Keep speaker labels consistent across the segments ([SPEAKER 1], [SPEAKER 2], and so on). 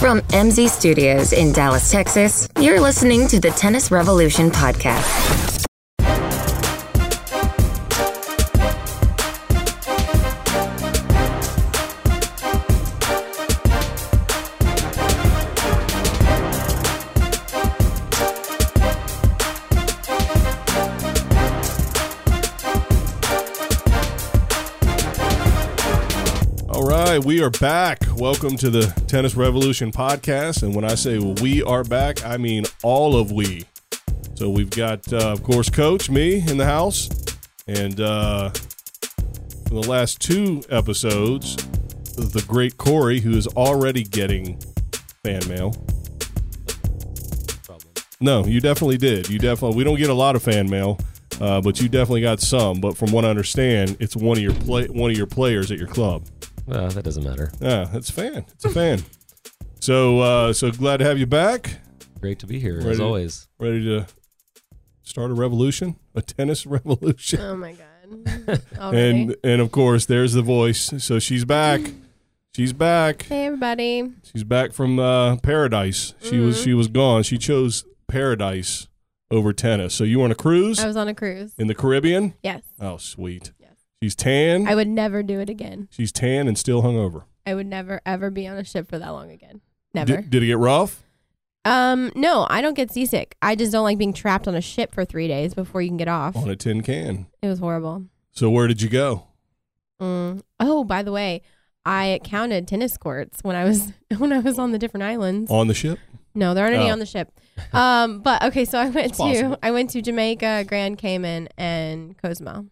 [SPEAKER 1] From MZ Studios in Dallas, Texas, you're listening to the Tennis Revolution Podcast.
[SPEAKER 2] All right, we are back. Welcome to the Tennis Revolution podcast. And when I say we are back, I mean all of we. So we've got, uh, of course, Coach, me in the house. And uh, for the last two episodes, the great Corey, who is already getting fan mail. No, you definitely did. You definitely. We don't get a lot of fan mail, uh, but you definitely got some. But from what I understand, it's one of your play, one of your players at your club.
[SPEAKER 3] Uh, that doesn't matter.
[SPEAKER 2] Yeah, it's Ah, a fan. It's a fan. so uh, so glad to have you back.
[SPEAKER 3] Great to be here
[SPEAKER 2] Ready
[SPEAKER 3] as
[SPEAKER 2] to-
[SPEAKER 3] always.
[SPEAKER 2] Ready to start a revolution, a tennis revolution.
[SPEAKER 4] Oh my god. Already.
[SPEAKER 2] and and of course, there's the voice. So she's back. She's back.
[SPEAKER 4] hey everybody.
[SPEAKER 2] She's back from uh, paradise. She
[SPEAKER 4] Mm-hmm.
[SPEAKER 2] was she was gone. She chose paradise over tennis. So you were on a cruise
[SPEAKER 4] I was on a cruise.
[SPEAKER 2] in the Caribbean.
[SPEAKER 4] Yes.
[SPEAKER 2] Oh, sweet.
[SPEAKER 4] Oh. Yes.
[SPEAKER 2] She's tan.
[SPEAKER 4] I would never do it again.
[SPEAKER 2] she's tan and still hungover.
[SPEAKER 4] I would never ever be on a ship for that long
[SPEAKER 2] Did-
[SPEAKER 4] again. Never.
[SPEAKER 2] Did, it get rough?
[SPEAKER 4] um no, I don't get seasick. I just don't like being trapped on a ship for 3 days before you can get off.
[SPEAKER 2] On a tin can.
[SPEAKER 4] It was horrible.
[SPEAKER 2] So where did you go?
[SPEAKER 4] Mm. Oh, by the way, I counted tennis courts when I was when I was on the different islands.
[SPEAKER 2] On the ship?
[SPEAKER 4] No, there aren't any
[SPEAKER 2] Oh.
[SPEAKER 4] on the ship. Um but okay, so I went
[SPEAKER 2] possible.
[SPEAKER 4] to I went to Jamaica, Grand Cayman and Cozumel.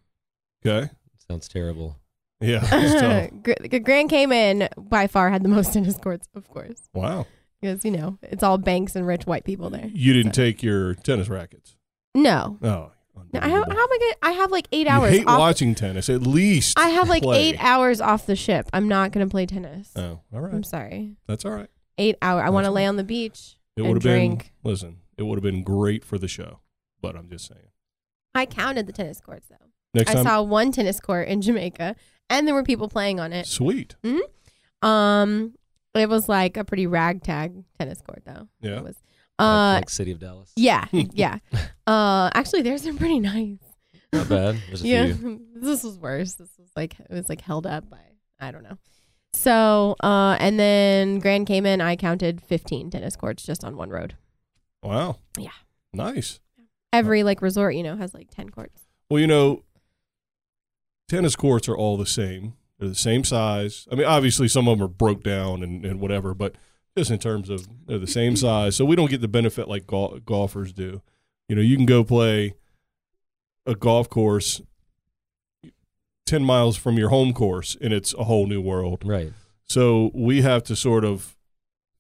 [SPEAKER 2] Okay.
[SPEAKER 3] Sounds terrible.
[SPEAKER 2] Yeah. it's tough.
[SPEAKER 4] Gr- Grand Cayman by far had the most tennis courts, of course,
[SPEAKER 2] Wow.
[SPEAKER 4] because you know it's all banks and rich white people there.
[SPEAKER 2] You didn't take your tennis rackets.
[SPEAKER 4] No,
[SPEAKER 2] Oh.
[SPEAKER 4] no I, how am
[SPEAKER 2] unbelievable.
[SPEAKER 4] I gonna? I have like eight
[SPEAKER 2] You
[SPEAKER 4] hours.
[SPEAKER 2] hate
[SPEAKER 4] off,
[SPEAKER 2] watching tennis. At least
[SPEAKER 4] I have like
[SPEAKER 2] play.
[SPEAKER 4] eight hours off the ship. I'm not gonna play tennis.
[SPEAKER 2] Oh, all
[SPEAKER 4] I'm
[SPEAKER 2] right.
[SPEAKER 4] sorry.
[SPEAKER 2] That's all right.
[SPEAKER 4] Eight hour. I want to
[SPEAKER 2] That's
[SPEAKER 4] lay on the beach
[SPEAKER 2] It would
[SPEAKER 4] and
[SPEAKER 2] have been.
[SPEAKER 4] drink.
[SPEAKER 2] Listen, it would have been great for the show, but I'm just saying.
[SPEAKER 4] I counted the tennis courts though.
[SPEAKER 2] Next
[SPEAKER 4] I
[SPEAKER 2] time,
[SPEAKER 4] saw one tennis court in Jamaica, and there were people playing on it.
[SPEAKER 2] sweet.
[SPEAKER 4] Um, it was like a pretty ragtag tennis court though.
[SPEAKER 2] Yeah.
[SPEAKER 4] It was.
[SPEAKER 3] like,
[SPEAKER 4] Uh,
[SPEAKER 3] like city of Dallas.
[SPEAKER 4] Yeah, yeah. uh, actually, theirs are pretty nice.
[SPEAKER 3] Not bad. There's a
[SPEAKER 4] yeah,
[SPEAKER 3] few.
[SPEAKER 4] this was worse. This was like it was like held up by I don't know. So, uh, and then Grand Cayman, I counted 15 tennis courts just on one road.
[SPEAKER 2] Wow.
[SPEAKER 4] Yeah.
[SPEAKER 2] Nice.
[SPEAKER 4] Every like resort, you know, has like 10 courts.
[SPEAKER 2] Well, you know, tennis courts are all the same. They're the same size. I mean, obviously, some of them are broke down and, and whatever, but just in terms of they're the same size. So we don't get the benefit like gol- golfers do. You know, you can go play a golf course 10 miles from your home course, and it's a whole new world.
[SPEAKER 3] Right.
[SPEAKER 2] So we have to sort of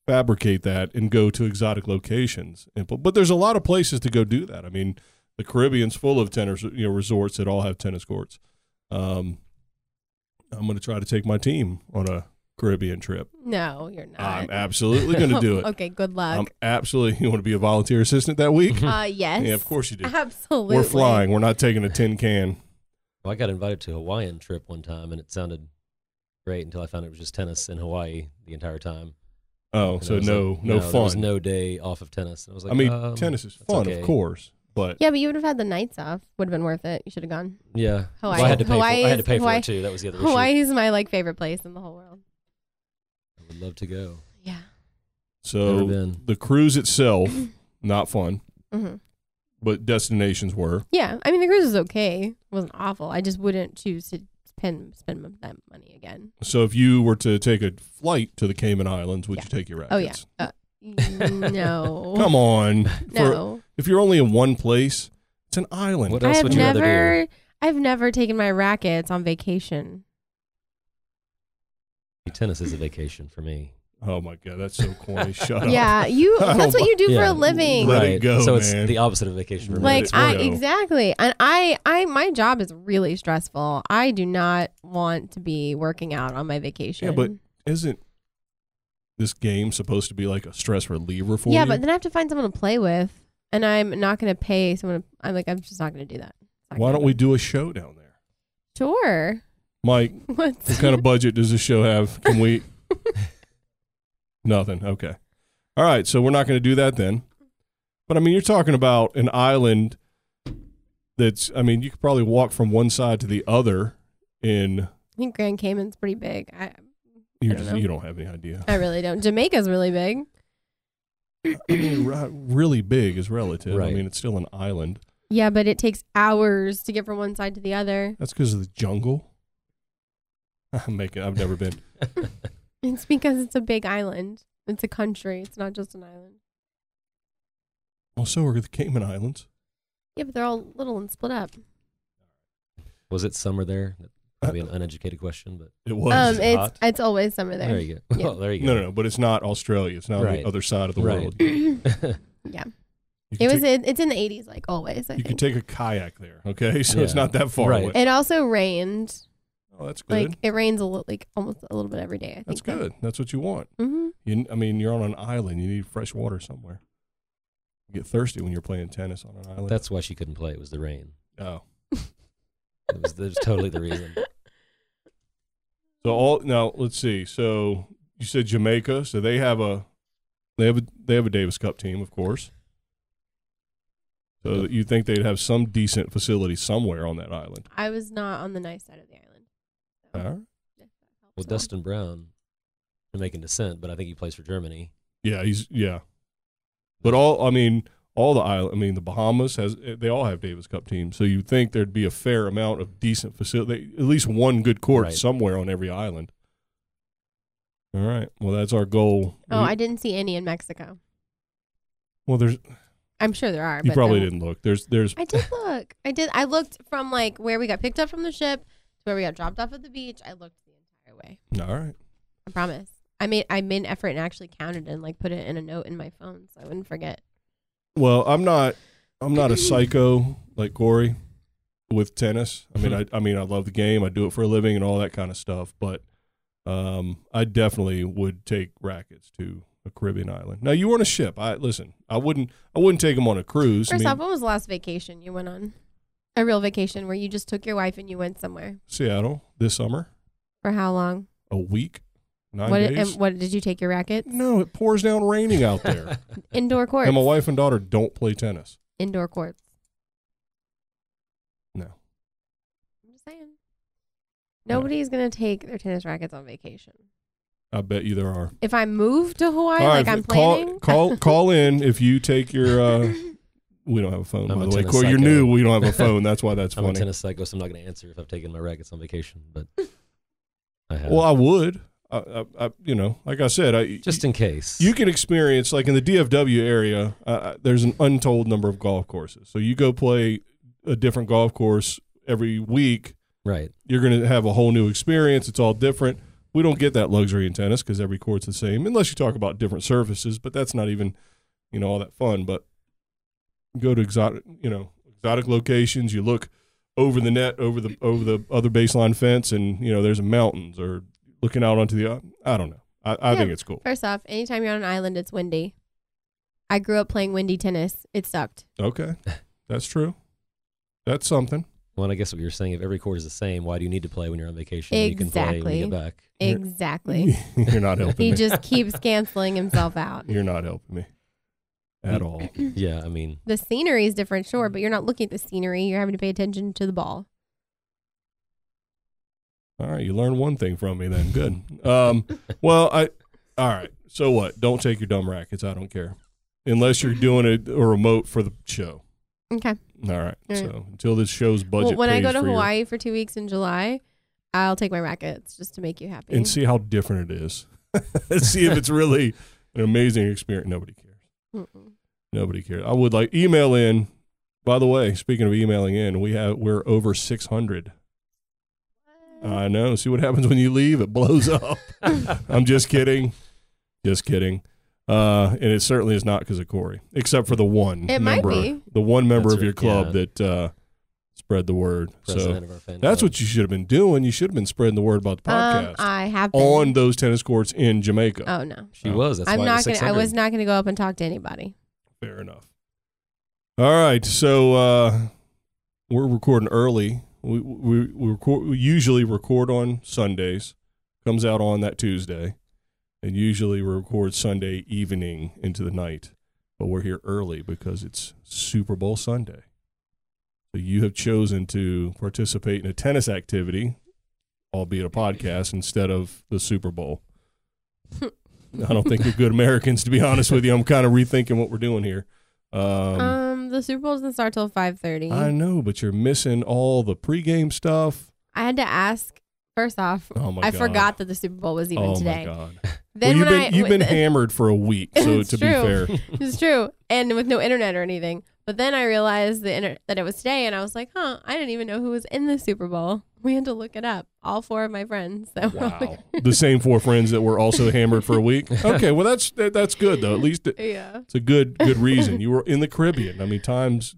[SPEAKER 2] fabricate that and go to exotic locations. And but, but there's a lot of places to go do that. I mean, the Caribbean's full of tennis you know resorts that all have tennis courts. Um, I'm going to try to take my team on a Caribbean trip.
[SPEAKER 4] No, you're not.
[SPEAKER 2] I'm absolutely going to do it.
[SPEAKER 4] okay, good
[SPEAKER 2] I'm
[SPEAKER 4] luck.
[SPEAKER 2] absolutely. You want to be a volunteer assistant that week?
[SPEAKER 4] uh, yes.
[SPEAKER 2] Yeah, of course you do.
[SPEAKER 4] Absolutely.
[SPEAKER 2] We're flying. We're not taking a tin can.
[SPEAKER 3] Well, I got invited to a Hawaiian trip one time, and it sounded great until I found it was just tennis in Hawaii the entire time.
[SPEAKER 2] Oh,
[SPEAKER 3] And
[SPEAKER 2] so
[SPEAKER 3] I was
[SPEAKER 2] no,
[SPEAKER 3] like,
[SPEAKER 2] no
[SPEAKER 3] There
[SPEAKER 2] fun.
[SPEAKER 3] was no day off of tennis. And I was like,
[SPEAKER 2] I mean,
[SPEAKER 3] um,
[SPEAKER 2] tennis is
[SPEAKER 3] that's
[SPEAKER 2] fun,
[SPEAKER 3] okay.
[SPEAKER 2] of course, but
[SPEAKER 4] Yeah, but you would have had the nights off. Would have been worth it. You should have gone.
[SPEAKER 3] Yeah. Well,
[SPEAKER 4] Hawaii-
[SPEAKER 3] I had to pay,
[SPEAKER 4] Hawaii
[SPEAKER 3] for, I had
[SPEAKER 4] is-
[SPEAKER 3] to pay
[SPEAKER 4] Hawaii-
[SPEAKER 3] for it too. That was the other issue.
[SPEAKER 4] Hawaii's my like favorite place in the whole world.
[SPEAKER 3] I would love to go.
[SPEAKER 4] Yeah.
[SPEAKER 3] Never
[SPEAKER 2] so
[SPEAKER 3] been.
[SPEAKER 2] the cruise itself not fun.
[SPEAKER 4] Mm-hmm.
[SPEAKER 2] but destinations were.
[SPEAKER 4] Yeah, I mean the cruise is okay. It wasn't awful. I just wouldn't choose to spend spend m- that money again.
[SPEAKER 2] So if you were to take a flight to the Cayman Islands, would you take your
[SPEAKER 4] Oh yeah.
[SPEAKER 2] rackets?
[SPEAKER 4] Uh, no.
[SPEAKER 2] Come on. For,
[SPEAKER 4] No.
[SPEAKER 2] if you're only in one place, it's an island.
[SPEAKER 3] What
[SPEAKER 4] I
[SPEAKER 3] else
[SPEAKER 4] have
[SPEAKER 3] would you rather
[SPEAKER 4] never I've never taken my rackets on vacation.
[SPEAKER 3] Tennis is a vacation for me.
[SPEAKER 2] Oh my god, that's so corny. Shut up.
[SPEAKER 4] Yeah, you
[SPEAKER 2] I
[SPEAKER 4] that's
[SPEAKER 2] don't
[SPEAKER 4] what you do for
[SPEAKER 3] Yeah.
[SPEAKER 4] a living.
[SPEAKER 2] Let it
[SPEAKER 3] right.
[SPEAKER 2] go,
[SPEAKER 3] so it's
[SPEAKER 2] man.
[SPEAKER 3] the opposite of vacation for me.
[SPEAKER 2] Let
[SPEAKER 4] like
[SPEAKER 2] it
[SPEAKER 4] I
[SPEAKER 2] go.
[SPEAKER 4] exactly. And I I my job is really stressful. I do not want to be working out on my vacation.
[SPEAKER 2] Yeah, but isn't this game supposed to be like a stress reliever for
[SPEAKER 4] Yeah,
[SPEAKER 2] you?
[SPEAKER 4] but then I have to find someone to play with and I'm not going to pay someone to, I'm like I'm just not going to do that. It's not
[SPEAKER 2] Why
[SPEAKER 4] gonna
[SPEAKER 2] don't we
[SPEAKER 4] happen.
[SPEAKER 2] do a show down there?
[SPEAKER 4] Sure.
[SPEAKER 2] Mike,
[SPEAKER 4] What's
[SPEAKER 2] what kind of budget does this show have? Can we Nothing. Okay. All right. So we're not going to do that then. But I mean, you're talking about an island that's, I mean, you could probably walk from one side to the other in,
[SPEAKER 4] I think Grand Cayman's pretty big. I,
[SPEAKER 2] you
[SPEAKER 4] I don't
[SPEAKER 2] just,
[SPEAKER 4] know.
[SPEAKER 2] you don't have any idea.
[SPEAKER 4] I really don't. Jamaica's really big.
[SPEAKER 2] Right, really big is relative. I
[SPEAKER 3] Right.
[SPEAKER 2] mean, it's still an island.
[SPEAKER 4] Yeah, but it takes hours to get from one side to the other.
[SPEAKER 2] That's because of the jungle. I'm making, I've never been.
[SPEAKER 4] It's because it's a big island. It's a country. It's not just an island.
[SPEAKER 2] Well, so are the Cayman Islands.
[SPEAKER 4] Yeah, but they're all little and split up.
[SPEAKER 3] Was it summer there? That Probably
[SPEAKER 2] Uh,
[SPEAKER 3] an uneducated question, but
[SPEAKER 2] It was.
[SPEAKER 4] Um,
[SPEAKER 3] it
[SPEAKER 4] it's
[SPEAKER 3] hot?
[SPEAKER 4] it's always summer
[SPEAKER 3] there,
[SPEAKER 4] there.
[SPEAKER 3] you go.
[SPEAKER 4] Yeah.
[SPEAKER 3] Well, there you
[SPEAKER 2] no,
[SPEAKER 3] go.
[SPEAKER 2] no, no, but it's not Australia. It's not on
[SPEAKER 3] Right.
[SPEAKER 2] the other side of the
[SPEAKER 3] Right.
[SPEAKER 2] world.
[SPEAKER 4] yeah,
[SPEAKER 2] You
[SPEAKER 4] it
[SPEAKER 2] can take,
[SPEAKER 4] was. in- it's in the eighties, like always. I
[SPEAKER 2] you can
[SPEAKER 4] think.
[SPEAKER 2] take a kayak there. Okay, so it's
[SPEAKER 3] Yeah.
[SPEAKER 2] not that far
[SPEAKER 3] Right.
[SPEAKER 2] away.
[SPEAKER 4] it also rained.
[SPEAKER 2] Oh, that's good.
[SPEAKER 4] Like it rains a little, like almost a little bit every day. I think
[SPEAKER 2] that's good. That's what you want.
[SPEAKER 4] hmm
[SPEAKER 2] You, I mean, you're on an island. You need fresh water somewhere. You get thirsty when you're playing tennis on an island.
[SPEAKER 3] That's why she couldn't play. It was the rain.
[SPEAKER 2] oh.
[SPEAKER 3] It was, that was totally the reason.
[SPEAKER 2] So all now, let's see. So you said Jamaica. So they have a they have a they have a Davis Cup team, of course. So you think they'd have some decent facility somewhere on that island?
[SPEAKER 4] I was not on the nice side of the island. So,
[SPEAKER 2] Huh?
[SPEAKER 4] if that helps
[SPEAKER 3] Well,
[SPEAKER 4] at all.
[SPEAKER 3] Dustin Brown, Jamaican descent, but I think he plays for Germany.
[SPEAKER 2] Yeah, he's yeah. But all I mean, all the island. I mean, the Bahamas has they all have Davis Cup teams. So you think there'd be a fair amount of decent facility, at least one good court
[SPEAKER 3] Right.
[SPEAKER 2] somewhere on every island. All right. Well, that's our goal.
[SPEAKER 4] Oh,
[SPEAKER 2] We-
[SPEAKER 4] I didn't see any in Mexico.
[SPEAKER 2] well, there's
[SPEAKER 4] I'm sure there are.
[SPEAKER 2] you
[SPEAKER 4] but
[SPEAKER 2] probably
[SPEAKER 4] the-
[SPEAKER 2] didn't look. There's there's
[SPEAKER 4] I did look. I did. I looked from like where we got picked up from the ship to where we got dropped off at the beach. I looked the entire way.
[SPEAKER 2] all right.
[SPEAKER 4] I promise. I made I made an effort and actually counted and like put it in a note in my phone so I wouldn't forget.
[SPEAKER 2] Well, I'm not I'm not a psycho like Corey with tennis. I mean, I
[SPEAKER 4] Mm-hmm.
[SPEAKER 2] I mean, I love the game. I do it for a living and all that kind of stuff. But um, I definitely would take rackets to a Caribbean island. Now you were on a ship. I listen. I wouldn't. I wouldn't take them on a cruise. I
[SPEAKER 4] First
[SPEAKER 2] mean,
[SPEAKER 4] off, when was the last vacation you went on? A real vacation where you just took your wife and you went somewhere
[SPEAKER 2] Seattle this summer,
[SPEAKER 4] for how long?
[SPEAKER 2] a week, nine
[SPEAKER 4] what
[SPEAKER 2] days.
[SPEAKER 4] and what did you take your rackets?
[SPEAKER 2] no, it pours down raining out there.
[SPEAKER 4] Indoor courts.
[SPEAKER 2] and my wife and daughter don't play tennis.
[SPEAKER 4] Indoor courts.
[SPEAKER 2] No.
[SPEAKER 4] I'm just saying. Nobody's gonna take their tennis rackets on vacation.
[SPEAKER 2] I bet you there are.
[SPEAKER 4] If I move to Hawaii,
[SPEAKER 2] All
[SPEAKER 4] like
[SPEAKER 2] right,
[SPEAKER 4] I'm
[SPEAKER 2] call
[SPEAKER 4] planning,
[SPEAKER 2] call call in if you take your. Uh, we don't have a phone
[SPEAKER 3] I'm
[SPEAKER 2] by
[SPEAKER 3] a
[SPEAKER 2] the way.
[SPEAKER 3] tennis
[SPEAKER 2] Corey, you're
[SPEAKER 3] psycho.
[SPEAKER 2] new. We don't have a phone. That's why that's
[SPEAKER 3] I'm a
[SPEAKER 2] funny.
[SPEAKER 3] tennis psycho, so I'm not going to answer if I've taken my rackets on vacation. But I have.
[SPEAKER 2] well, I would. I, I, I, you know, like I said, I
[SPEAKER 3] just in case.
[SPEAKER 2] you can experience like in the DFW area. Uh, uh, there's an untold number of golf courses. So you go play a different golf course every week.
[SPEAKER 3] right?
[SPEAKER 2] You're going to have a whole new experience. It's all different. We don't get that luxury in tennis because every court's the same, unless you talk about different surfaces. But that's not even, you know, all that fun. But go to exotic, you know, exotic locations. You look over the net, over the over the other baseline fence, and you know there's mountains or looking out onto the. I don't know. I, I
[SPEAKER 4] Yeah.
[SPEAKER 2] think it's cool.
[SPEAKER 4] First off, anytime you're on an island, it's windy. I grew up playing windy tennis. It sucked.
[SPEAKER 2] Okay, that's true. That's something.
[SPEAKER 3] Well, and I guess what you're saying, if every court is the same, why do you need to play when you're on vacation? when You can play when you get
[SPEAKER 4] Exactly.
[SPEAKER 3] back.
[SPEAKER 2] You're-
[SPEAKER 4] Exactly.
[SPEAKER 2] You're not helping
[SPEAKER 4] he
[SPEAKER 2] me.
[SPEAKER 4] just keeps canceling himself out.
[SPEAKER 2] You're not helping me at all.
[SPEAKER 3] Yeah, I mean,
[SPEAKER 4] The scenery is different, sure, but you're not looking at the scenery. You're having to pay attention to the ball.
[SPEAKER 2] All right, you learned one thing from me then. Good. Um, well, I. All right. So what? Don't take your dumb rackets. I don't care, unless you're doing a, a remote for the show.
[SPEAKER 4] Okay.
[SPEAKER 2] All right.
[SPEAKER 4] All right.
[SPEAKER 2] So until this show's budget.
[SPEAKER 4] Well, when I
[SPEAKER 2] pays
[SPEAKER 4] go to
[SPEAKER 2] for your-
[SPEAKER 4] Hawaii for two weeks in July, I'll take my rackets just to make you happy.
[SPEAKER 2] and see how different it is. see if it's really an amazing experience. Nobody cares.
[SPEAKER 4] Mm-mm.
[SPEAKER 2] Nobody cares. I would like email in. By the way, speaking of emailing in, we have we're over six hundred. I know. See what happens when you leave? It blows up. I'm just kidding. Just kidding. Uh, and it certainly is not because of Corey, except for the one
[SPEAKER 4] It might
[SPEAKER 2] member,
[SPEAKER 4] be.
[SPEAKER 2] the one member
[SPEAKER 3] That's
[SPEAKER 2] of
[SPEAKER 3] right,
[SPEAKER 2] your club
[SPEAKER 3] yeah.
[SPEAKER 2] that uh, spread the word.
[SPEAKER 3] president
[SPEAKER 2] so
[SPEAKER 3] of our fan.
[SPEAKER 2] that's
[SPEAKER 3] club.
[SPEAKER 2] what you should have been doing. You should have been spreading the word about the
[SPEAKER 4] Um,
[SPEAKER 2] podcast
[SPEAKER 4] I have been.
[SPEAKER 2] on those tennis courts in Jamaica.
[SPEAKER 4] oh no,
[SPEAKER 3] she was. That's
[SPEAKER 4] I'm
[SPEAKER 3] why it
[SPEAKER 4] not gonna. I
[SPEAKER 3] $600.
[SPEAKER 4] was not gonna go up and talk to anybody.
[SPEAKER 2] Fair enough. All right, so uh, we're recording early. We we we, record, we usually record on Sundays. Comes out on that Tuesday, and usually we record Sunday evening into the night, but we're here early because it's Super Bowl Sunday. So you have chosen to participate in a tennis activity, albeit a podcast, instead of the Super Bowl. I don't think you're good Americans, to be honest with you. I'm kind of rethinking what we're doing here.
[SPEAKER 4] Um,
[SPEAKER 2] Um,
[SPEAKER 4] the Super Bowl doesn't start till five thirty.
[SPEAKER 2] I know, but you're missing all the pregame stuff.
[SPEAKER 4] I had to ask. First off,
[SPEAKER 2] Oh my
[SPEAKER 4] I
[SPEAKER 2] god!
[SPEAKER 4] forgot that the Super Bowl was even
[SPEAKER 2] oh my
[SPEAKER 4] today.
[SPEAKER 2] god!
[SPEAKER 4] Then
[SPEAKER 2] well, you've
[SPEAKER 4] when
[SPEAKER 2] been
[SPEAKER 4] I
[SPEAKER 2] you've been
[SPEAKER 4] when-
[SPEAKER 2] hammered for a week, so
[SPEAKER 4] It's
[SPEAKER 2] to be
[SPEAKER 4] true.
[SPEAKER 2] fair,
[SPEAKER 4] It's true, and with no internet or anything. But then I realized the inter- that it was today, and I was like, "Huh, I didn't even know who was in the Super Bowl." We had to look it up. All four of Oh my friends. That were all
[SPEAKER 2] Wow. the same four friends that were also hammered for a week. Okay, well that's that, that's good though. At least it-
[SPEAKER 4] there. yeah.
[SPEAKER 2] it's a good good reason. You were in the Caribbean. I mean, times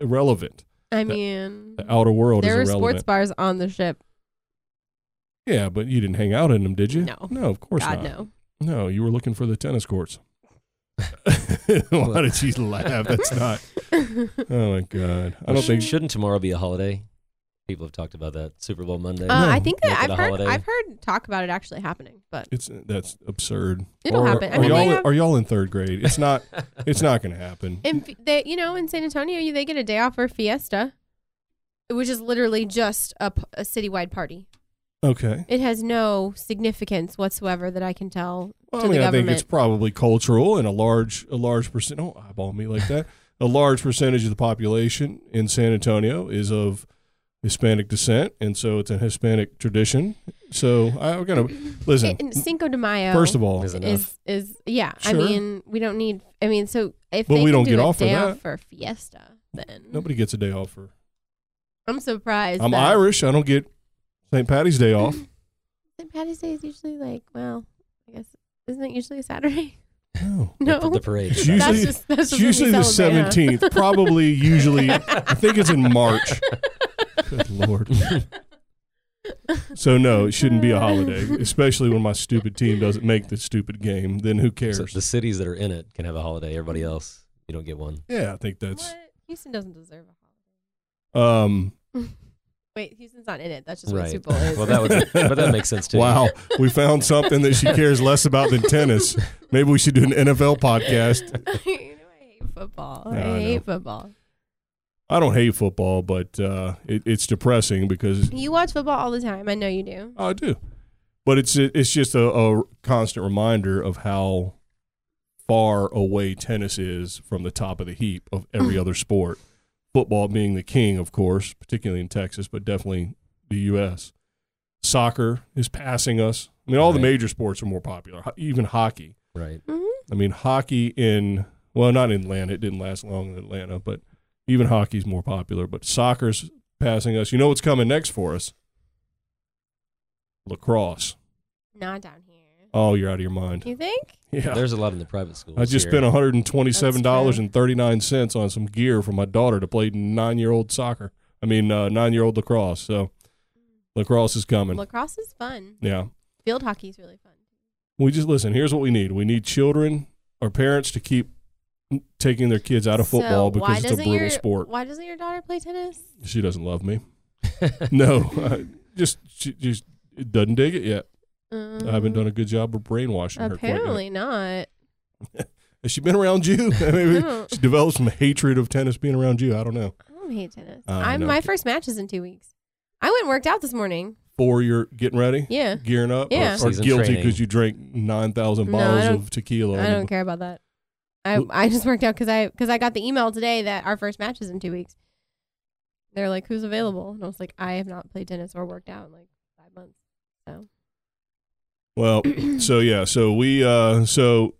[SPEAKER 2] irrelevant.
[SPEAKER 4] I mean,
[SPEAKER 2] The outer world
[SPEAKER 4] there were
[SPEAKER 2] is irrelevant.
[SPEAKER 4] sports bars on the ship.
[SPEAKER 2] yeah, but you didn't hang out in them, did you?
[SPEAKER 4] No.
[SPEAKER 2] No, of course
[SPEAKER 4] God
[SPEAKER 2] not.
[SPEAKER 4] no.
[SPEAKER 2] No. you were looking for the tennis courts. Why did she laugh? That's not. Oh my god! I don't
[SPEAKER 3] Well,
[SPEAKER 2] think.
[SPEAKER 3] shouldn't tomorrow be a holiday? People have talked about that Super Bowl Monday.
[SPEAKER 4] Uh, I think
[SPEAKER 3] Make
[SPEAKER 4] that
[SPEAKER 3] it a
[SPEAKER 4] I've heard
[SPEAKER 3] holiday.
[SPEAKER 4] I've heard talk about it actually happening, but
[SPEAKER 2] It's that's absurd.
[SPEAKER 4] It'll
[SPEAKER 2] Or-
[SPEAKER 4] happen. I
[SPEAKER 2] are
[SPEAKER 4] mean, they
[SPEAKER 2] y'all
[SPEAKER 4] have-
[SPEAKER 2] are y'all in third grade? It's not. it's not going to happen.
[SPEAKER 4] in, F- they you know in San Antonio you- they get a day off for Fiesta, which is literally just a, p- a citywide party.
[SPEAKER 2] Okay.
[SPEAKER 4] It has no significance whatsoever that I can tell.
[SPEAKER 2] Well, I
[SPEAKER 4] to the
[SPEAKER 2] mean, I think it's
[SPEAKER 4] government.
[SPEAKER 2] probably cultural, and a large a large percent. Don't eyeball me like that. a large percentage of the population in San Antonio is of Hispanic descent, and so it's a Hispanic tradition. So I'm gonna listen.
[SPEAKER 4] And Cinco de Mayo.
[SPEAKER 2] First of all,
[SPEAKER 3] Is it-
[SPEAKER 4] is is yeah. I
[SPEAKER 2] Sure.
[SPEAKER 4] mean, we don't need. I mean, so if
[SPEAKER 2] But
[SPEAKER 4] they
[SPEAKER 2] we
[SPEAKER 4] can
[SPEAKER 2] don't
[SPEAKER 4] do
[SPEAKER 2] get
[SPEAKER 4] a
[SPEAKER 2] off for
[SPEAKER 4] day
[SPEAKER 2] that.
[SPEAKER 4] off for Fiesta, then
[SPEAKER 2] nobody gets a day off for.
[SPEAKER 4] I'm surprised.
[SPEAKER 2] I'm
[SPEAKER 4] that-
[SPEAKER 2] Irish. I don't get St. Patty's Day off.
[SPEAKER 4] St. Patty's Day is usually like well, I guess isn't it usually a Saturday?
[SPEAKER 2] No.
[SPEAKER 4] No,
[SPEAKER 3] the, the parade.
[SPEAKER 2] It's usually-
[SPEAKER 4] that's just that's
[SPEAKER 2] It's
[SPEAKER 4] just when we
[SPEAKER 2] usually the
[SPEAKER 4] celebrate, huh?
[SPEAKER 2] seventeenth. Probably usually, I think it's in March. Good lord. So no, it shouldn't be a holiday, especially when my stupid team doesn't make the stupid game. Then who cares?
[SPEAKER 3] So the cities that are in it can have a holiday. Everybody else, you don't get one.
[SPEAKER 2] yeah, I think that's.
[SPEAKER 4] What? Houston doesn't deserve a
[SPEAKER 2] Um,
[SPEAKER 4] holiday. Wait, Houston's not in it. That's just what
[SPEAKER 3] Right.
[SPEAKER 4] Super Bowl is.
[SPEAKER 3] Well, that would, but that makes sense too.
[SPEAKER 2] wow, we found something that she cares less about than tennis. Maybe we should do an NFL podcast.
[SPEAKER 4] you know, I hate football.
[SPEAKER 2] Yeah, I
[SPEAKER 4] I
[SPEAKER 2] know.
[SPEAKER 4] hate football.
[SPEAKER 2] I don't hate football, but uh, it, it's depressing because
[SPEAKER 4] You watch football all the time. I know you do.
[SPEAKER 2] Oh, I do, but it's it's just a, a constant reminder of how far away tennis is from the top of the heap of every other sport. Football being the king, of course, particularly in Texas, but definitely the U.S. Soccer is passing us. I mean, all the
[SPEAKER 3] Right.
[SPEAKER 2] major sports are more popular, ho- even hockey.
[SPEAKER 3] Right.
[SPEAKER 4] Mm-hmm.
[SPEAKER 2] I mean, hockey in well, not in Atlanta. It didn't last long in Atlanta, but even hockey's more popular. But soccer's passing us. You know what's coming next for us? Lacrosse.
[SPEAKER 4] Not down here.
[SPEAKER 2] Oh, you're out of your mind.
[SPEAKER 4] You think?
[SPEAKER 2] Yeah.
[SPEAKER 3] There's a lot in the private schools.
[SPEAKER 2] I just
[SPEAKER 3] here.
[SPEAKER 2] spent $127.39 on some gear for my daughter to play nine year old soccer. I mean, uh, nine year old lacrosse. So lacrosse is coming.
[SPEAKER 4] Lacrosse is fun.
[SPEAKER 2] yeah.
[SPEAKER 4] Field hockey is really fun.
[SPEAKER 2] We just listen. Here's what we need we need children or parents to keep taking their kids out of
[SPEAKER 4] So
[SPEAKER 2] football
[SPEAKER 4] why
[SPEAKER 2] because it's a
[SPEAKER 4] doesn't
[SPEAKER 2] brutal
[SPEAKER 4] your-
[SPEAKER 2] sport.
[SPEAKER 4] Why doesn't your daughter play tennis?
[SPEAKER 2] She doesn't love me. no, I, just she just doesn't dig it yet.
[SPEAKER 4] Um,
[SPEAKER 2] I haven't done a good job of brainwashing her. quite yet.
[SPEAKER 4] Apparently not.
[SPEAKER 2] has she been around you? Maybe
[SPEAKER 4] No.
[SPEAKER 2] she developed some hatred of tennis being around you. I don't know.
[SPEAKER 4] I don't hate tennis.
[SPEAKER 2] Uh,
[SPEAKER 4] I'm
[SPEAKER 2] no.
[SPEAKER 4] my first match is in two weeks. I went and worked out this morning.
[SPEAKER 2] For your getting ready,
[SPEAKER 4] Yeah,
[SPEAKER 2] gearing up, or-
[SPEAKER 4] Yeah.
[SPEAKER 2] or,
[SPEAKER 3] Season
[SPEAKER 2] guilty
[SPEAKER 3] training.
[SPEAKER 2] because you drank nine thousand
[SPEAKER 4] No, I
[SPEAKER 2] bottles
[SPEAKER 4] don't-
[SPEAKER 2] of tequila.
[SPEAKER 4] I don't care about that. I
[SPEAKER 2] Well-
[SPEAKER 4] I just worked out because I because I got the email today that our first match is in two weeks. They're like, who's available? And I was like, I have not played tennis or worked out in like five months. So
[SPEAKER 2] Well, so yeah, so we, uh so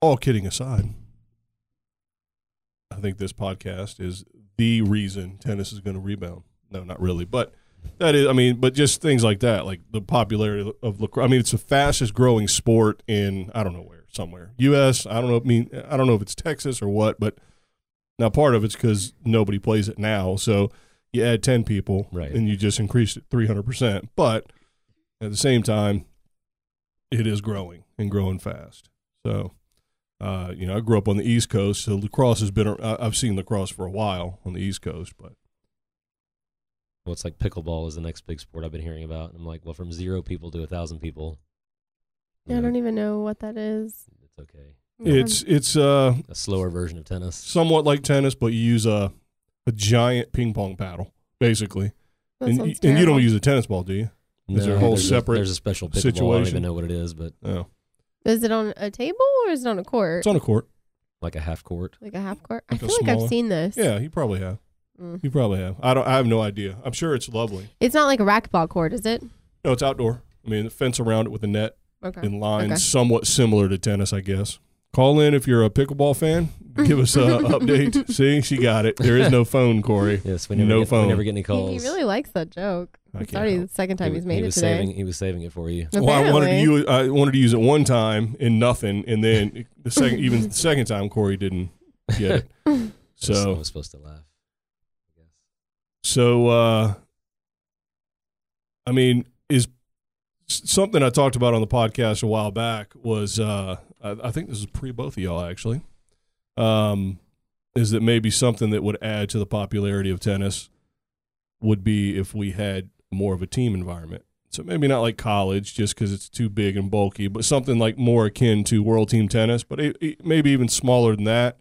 [SPEAKER 2] all kidding aside, I think this podcast is the reason tennis is going to rebound. No, not really, but that is, I mean, but just things like that, like the popularity of lacrosse. I mean, it's the fastest growing sport in I don't know where, somewhere U.S. I don't know. I mean, I don't know if it's Texas or what, but now part of it's because nobody plays it now, so you add ten people,
[SPEAKER 3] Right.
[SPEAKER 2] and you just increased it three hundred percent. But at the same time, it is growing and growing fast. So, uh, you know, I grew up on the East Coast, so lacrosse has been. I- I've seen lacrosse for a while on the East Coast, but
[SPEAKER 3] Well, it's like pickleball is the next big sport I've been hearing about. And I'm like, well, from zero people to a thousand people,
[SPEAKER 4] I don't e-, even know what that is.
[SPEAKER 3] It's okay.
[SPEAKER 2] It's it's uh
[SPEAKER 3] A slower version of tennis.
[SPEAKER 2] somewhat like tennis, but you use a a giant ping pong paddle basically,
[SPEAKER 4] That
[SPEAKER 2] and,
[SPEAKER 4] sounds
[SPEAKER 2] y- and you don't
[SPEAKER 4] terrible.
[SPEAKER 2] use a tennis ball, do you? Is there a whole
[SPEAKER 3] there's
[SPEAKER 2] separate
[SPEAKER 3] There's a special pickleball. I don't
[SPEAKER 2] situation?
[SPEAKER 3] even know what it is, but
[SPEAKER 2] No,
[SPEAKER 4] Is it on a table or is it on a court?
[SPEAKER 2] it's on a court.
[SPEAKER 3] like a half court.
[SPEAKER 4] like a half court.
[SPEAKER 2] Like a
[SPEAKER 4] I feel like I've
[SPEAKER 2] smaller-
[SPEAKER 4] seen this.
[SPEAKER 2] Yeah, you probably have.
[SPEAKER 4] Mm.
[SPEAKER 2] You probably have. I don't. I have no idea. I'm sure it's lovely.
[SPEAKER 4] It's not like a racquetball court, is it?
[SPEAKER 2] No, it's outdoor. I mean, the fence around it with a net
[SPEAKER 4] Okay.
[SPEAKER 2] in line,
[SPEAKER 4] Oh, Okay.
[SPEAKER 2] somewhat similar to tennis, I guess. Call in if you're a pickleball fan. Give us a update. See, she got it. There is no phone, Corey.
[SPEAKER 3] Yes, we never,
[SPEAKER 2] No
[SPEAKER 3] get,
[SPEAKER 2] phone.
[SPEAKER 3] We never get any calls.
[SPEAKER 4] He really likes that joke.
[SPEAKER 2] I
[SPEAKER 4] It's
[SPEAKER 2] can't
[SPEAKER 4] already
[SPEAKER 2] help.
[SPEAKER 4] the second time
[SPEAKER 3] He-
[SPEAKER 4] he's made
[SPEAKER 3] he
[SPEAKER 4] it
[SPEAKER 3] was
[SPEAKER 4] today.
[SPEAKER 3] Saving, he was saving it for you.
[SPEAKER 2] Well, I wanted to
[SPEAKER 4] Apparently.
[SPEAKER 2] use I wanted to use it one time and nothing, and then the second even the second time Corey didn't get it.
[SPEAKER 3] I was- I
[SPEAKER 2] So
[SPEAKER 3] was supposed to laugh. I guess.
[SPEAKER 2] so uh, I mean, is s- something I talked about on the podcast a while back was uh, I, I think this is pre both of y'all actually. Um, is that maybe something that would add to the popularity of tennis would be if we had more of a team environment. So maybe not like college, just because it's too big and bulky, but something like more akin to world team tennis, but it, it- maybe even smaller than that.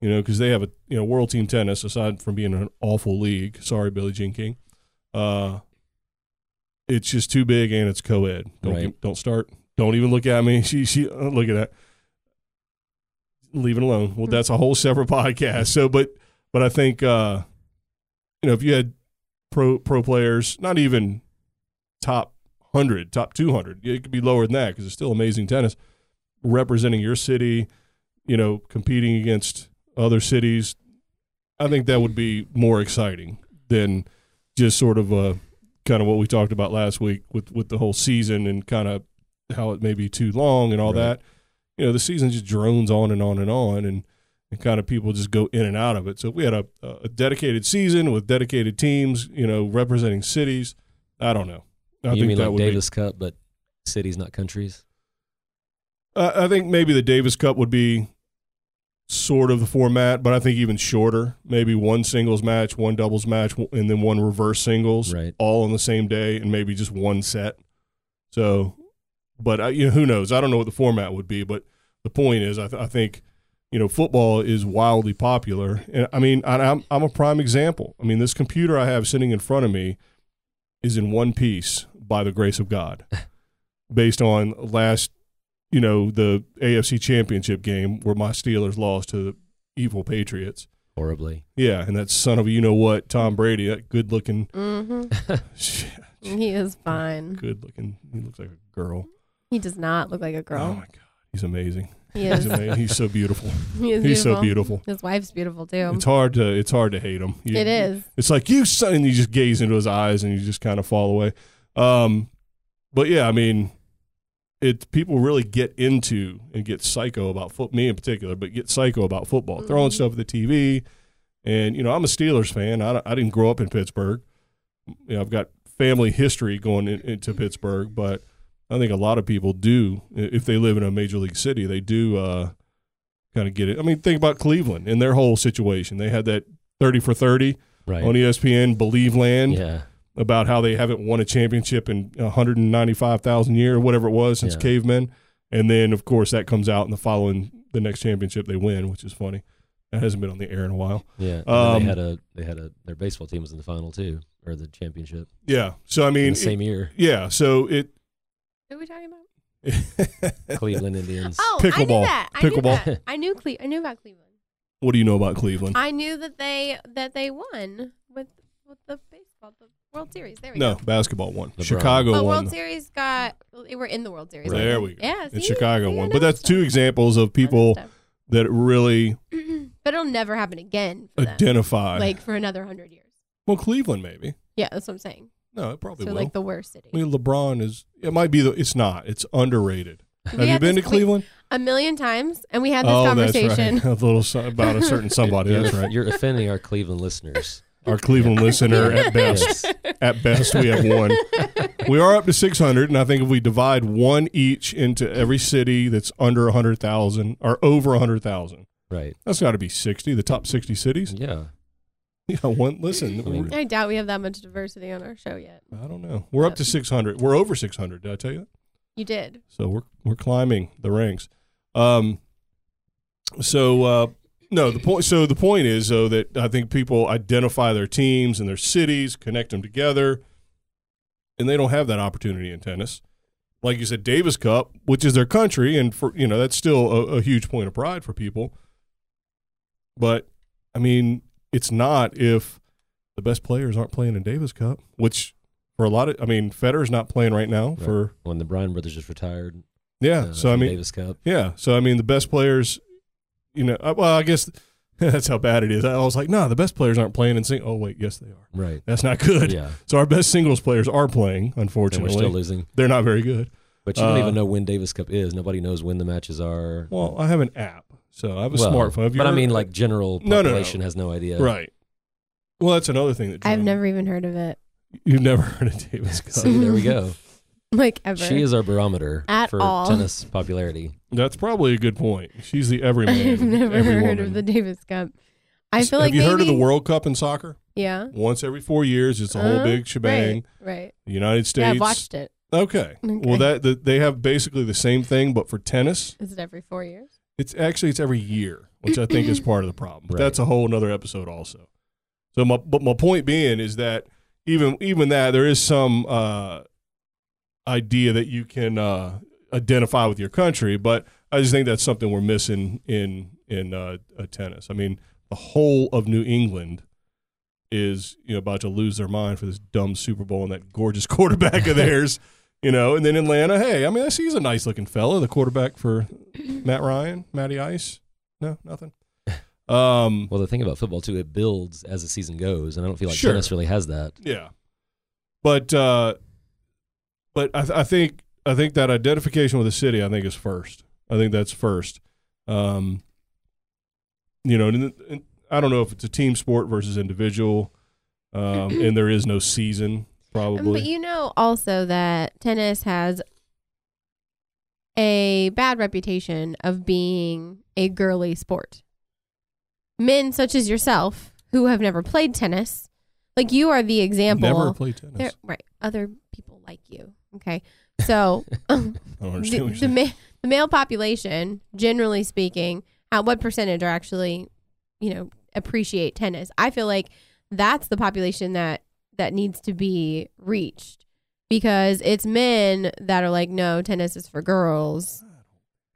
[SPEAKER 2] You know, because they have a you know world team tennis aside from being an awful league. Sorry, Billie Jean King. Uh, it's just too big and it's co-ed. Don't
[SPEAKER 3] Right.
[SPEAKER 2] get- don't start. Don't even look at me. She she uh, look at that. Leave it alone. Well, that's a whole separate podcast. So, but but I think uh, you know if you had pro pro players, not even top 100, top 200. It could be lower than that because it's still amazing tennis. Representing your city, you know, competing against other cities, I think that would be more exciting than just sort of uh, kind of what we talked about last week with with the whole season and kind of how it may be too long and all
[SPEAKER 3] Right.
[SPEAKER 2] that. You know, the season just drones on and on and on, and and kind of people just go in and out of it. So if we had a, a dedicated season with dedicated teams, you know, representing cities. I don't know. I
[SPEAKER 3] you
[SPEAKER 2] think
[SPEAKER 3] mean
[SPEAKER 2] that
[SPEAKER 3] like
[SPEAKER 2] would be
[SPEAKER 3] Davis Cup, but cities, not countries?
[SPEAKER 2] Uh, I think maybe the Davis Cup would be sort of the format, but I think even shorter. Maybe one singles match, one doubles match, w- and then one reverse singles,
[SPEAKER 3] Right.
[SPEAKER 2] all on the same day, and maybe just one set. So, but I, you know, who knows? I don't know what the format would be, but the point is, I, th- I think you know football is wildly popular, and I mean, I, I'm I'm a prime example. I mean, this computer I have sitting in front of me is in one piece by the grace of God, based on last you know the AFC Championship game where my Steelers lost to the evil Patriots.
[SPEAKER 3] Horribly.
[SPEAKER 2] Yeah, and that son of a you know what, Tom Brady, that good looking,
[SPEAKER 4] hmm He is fine.
[SPEAKER 2] good looking. He looks like a girl.
[SPEAKER 4] He does not look like a
[SPEAKER 2] Oh
[SPEAKER 4] girl.
[SPEAKER 2] my god, he's amazing.
[SPEAKER 4] He
[SPEAKER 2] He's
[SPEAKER 4] is.
[SPEAKER 2] amazing. He's so beautiful.
[SPEAKER 4] He is
[SPEAKER 2] He's
[SPEAKER 4] beautiful.
[SPEAKER 2] so beautiful.
[SPEAKER 4] His wife's beautiful too.
[SPEAKER 2] It's hard to it's hard to hate him. You-
[SPEAKER 4] It is.
[SPEAKER 2] It's like you son, and you just gaze into his eyes and you just kind of fall away. Um, but yeah, I mean, it people really get into and get psycho about foot. Me in particular, but get psycho about football, throwing
[SPEAKER 4] Mhm.
[SPEAKER 2] stuff at the TV. And you know, I'm a Steelers fan. I, don't- I didn't grow up in Pittsburgh. You know, I've got family history going in, into Pittsburgh, but I think a lot of people do i- if they live in a major league city, they do uh, kind of get it. I mean, think about Cleveland and their whole situation. They had that thirty for thirty
[SPEAKER 3] Right.
[SPEAKER 2] on E ESPN Believe Land
[SPEAKER 3] yeah.
[SPEAKER 2] about how they haven't won a championship in 195,000 year or whatever it was since
[SPEAKER 3] Yeah.
[SPEAKER 2] cavemen. And then of course that comes out in the following the next championship they win, which is funny. That hasn't been on the air in a while.
[SPEAKER 3] Yeah. And
[SPEAKER 2] Um,
[SPEAKER 3] they had a they had a their baseball team was in the final too, or the championship
[SPEAKER 2] Yeah. So I
[SPEAKER 3] in
[SPEAKER 2] mean
[SPEAKER 3] the same year.
[SPEAKER 2] it- yeah, so it
[SPEAKER 4] Who are we talking about?
[SPEAKER 3] Cleveland Indians.
[SPEAKER 4] Oh, I
[SPEAKER 2] Pickleball.
[SPEAKER 4] knew that. I
[SPEAKER 2] Pickleball.
[SPEAKER 4] Knew that. I knew Cle- I knew about Cleveland.
[SPEAKER 2] what do you know about Cleveland?
[SPEAKER 4] I knew that they that they won with with the baseball, the World Series. There we
[SPEAKER 2] No,
[SPEAKER 4] go.
[SPEAKER 2] basketball won.
[SPEAKER 3] LeBron.
[SPEAKER 2] Chicago
[SPEAKER 4] But
[SPEAKER 2] won.
[SPEAKER 4] World Series got they were in the World Series.
[SPEAKER 2] There we go.
[SPEAKER 4] Yeah,
[SPEAKER 2] and
[SPEAKER 4] see?
[SPEAKER 2] Chicago
[SPEAKER 4] See, I
[SPEAKER 2] won.
[SPEAKER 4] know
[SPEAKER 2] But that's
[SPEAKER 4] stuff.
[SPEAKER 2] two examples of
[SPEAKER 4] I know
[SPEAKER 2] people
[SPEAKER 4] stuff.
[SPEAKER 2] that really
[SPEAKER 4] but it'll never happen again for them.
[SPEAKER 2] identify.
[SPEAKER 4] Like for another hundred years.
[SPEAKER 2] well, Cleveland maybe.
[SPEAKER 4] Yeah, that's what I'm saying.
[SPEAKER 2] No, it probably
[SPEAKER 4] so
[SPEAKER 2] will.
[SPEAKER 4] like the worst city.
[SPEAKER 2] I mean, LeBron is. It might be the. It's not. It's underrated.
[SPEAKER 4] We
[SPEAKER 2] Have you
[SPEAKER 4] had
[SPEAKER 2] been to
[SPEAKER 4] this- we-
[SPEAKER 2] Cleveland? Oh,
[SPEAKER 4] a million times, and we had this
[SPEAKER 2] that's
[SPEAKER 4] conversation.
[SPEAKER 2] right. A little so- about a certain somebody.
[SPEAKER 3] You're-
[SPEAKER 2] That's right.
[SPEAKER 3] You're offending our Cleveland listeners.
[SPEAKER 2] Our Cleveland listener at best.
[SPEAKER 3] Yes.
[SPEAKER 2] At best, we have one. We are up to six hundred, and I think if we divide one each into every city that's under hundred thousand or over hundred thousand,
[SPEAKER 3] Right.
[SPEAKER 2] that's got to be sixty. The top sixty cities.
[SPEAKER 3] Yeah.
[SPEAKER 2] Yeah, one. Listen,
[SPEAKER 3] I mean-
[SPEAKER 2] we're-
[SPEAKER 4] I doubt we have that much diversity on our show yet.
[SPEAKER 2] I don't know. We're up to six hundred. We're over six hundred. Did I tell you?
[SPEAKER 4] You did.
[SPEAKER 2] So we're we're climbing the ranks. Um, so uh, no, the point. So the point is though that I think people identify their teams and their cities, connect them together, and they don't have that opportunity in tennis. Like you said, Davis Cup, which is their country, and for you know that's still a, a huge point of pride for people. But I mean, it's not if the best players aren't playing in Davis Cup, which for a lot of, I mean, Federer's not playing right now
[SPEAKER 3] Right.
[SPEAKER 2] for
[SPEAKER 3] When the Bryan brothers just retired.
[SPEAKER 2] yeah.
[SPEAKER 3] uh,
[SPEAKER 2] so I
[SPEAKER 3] from
[SPEAKER 2] mean,
[SPEAKER 3] Davis Cup.
[SPEAKER 2] yeah. So I mean, the best players, you know. uh, Well, I guess that's how bad it is. I was like, no, the best players aren't playing in sing. Oh wait, yes they are.
[SPEAKER 3] Right.
[SPEAKER 2] That's not good.
[SPEAKER 3] Yeah.
[SPEAKER 2] So our best singles players are playing.
[SPEAKER 3] And we're still
[SPEAKER 2] Unfortunately,
[SPEAKER 3] losing.
[SPEAKER 2] they're not very good.
[SPEAKER 3] But you don't
[SPEAKER 2] Uh,
[SPEAKER 3] even know when Davis Cup is. Nobody knows when the matches are.
[SPEAKER 2] Well, I have an app, so I have a
[SPEAKER 3] Well,
[SPEAKER 2] smartphone. Have you
[SPEAKER 3] But I
[SPEAKER 2] heard-
[SPEAKER 3] mean, like general
[SPEAKER 2] No, no, no.
[SPEAKER 3] population has no idea.
[SPEAKER 2] right. Well, that's another thing that
[SPEAKER 4] I've
[SPEAKER 2] Jordan-
[SPEAKER 4] never even heard of it.
[SPEAKER 2] You've never heard of Davis Cup.
[SPEAKER 3] See, there we go.
[SPEAKER 4] Like ever.
[SPEAKER 3] She is our barometer
[SPEAKER 4] At
[SPEAKER 3] for
[SPEAKER 4] all.
[SPEAKER 3] tennis popularity.
[SPEAKER 2] that's probably a good point. She's the everyman.
[SPEAKER 4] I've never
[SPEAKER 2] every
[SPEAKER 4] heard of
[SPEAKER 2] woman.
[SPEAKER 4] the Davis Cup. I feel
[SPEAKER 2] have
[SPEAKER 4] like
[SPEAKER 2] you
[SPEAKER 4] maybe,
[SPEAKER 2] heard of the World Cup in soccer?
[SPEAKER 4] Yeah.
[SPEAKER 2] Once every four years, it's a whole
[SPEAKER 4] Uh-huh.
[SPEAKER 2] big shebang.
[SPEAKER 4] Right. right.
[SPEAKER 2] The United States.
[SPEAKER 4] Yeah, I've watched it.
[SPEAKER 2] Okay. Well,
[SPEAKER 4] Okay.
[SPEAKER 2] that the, they have basically the same thing, but for tennis,
[SPEAKER 4] Is it every four years?
[SPEAKER 2] it's actually it's every year, which I think is part of the problem. But
[SPEAKER 3] Right.
[SPEAKER 2] that's a whole another episode, also. So my but my point being is that even even that there is some uh, idea that you can uh, identify with your country, but I just think that's something we're missing in in uh, uh, tennis. I mean, the whole of New England is you know about to lose their mind for this dumb Super Bowl and that gorgeous quarterback of theirs. You know, and then Atlanta, hey, I mean, I see he's a nice looking fella, the quarterback for Matt Ryan, Matty Ice. No, nothing. Um,
[SPEAKER 3] Well, the thing about football too, it builds as the season goes, and I don't feel like
[SPEAKER 2] Sure.
[SPEAKER 3] tennis really has that.
[SPEAKER 2] Yeah, but uh, but I, th- I think I think that identification with the city, I think is first. I think that's first. Um, you know, and, and I don't know if it's a team sport versus individual, um, and there is no season
[SPEAKER 4] Um,
[SPEAKER 2] probably.
[SPEAKER 4] But you know also that tennis has a bad reputation of being a girly sport. Men such as yourself who have never played tennis, like you are the example.
[SPEAKER 2] Never played tennis.
[SPEAKER 4] There- right. Other people like you. Okay. So um,
[SPEAKER 2] I don't understand.
[SPEAKER 4] the,
[SPEAKER 2] what you're
[SPEAKER 4] the,
[SPEAKER 2] saying.
[SPEAKER 4] ma- the male population, generally speaking, uh, what percentage are actually, you know, appreciate tennis? I feel like that's the population that that needs to be reached because it's men that are like, no, tennis is for girls.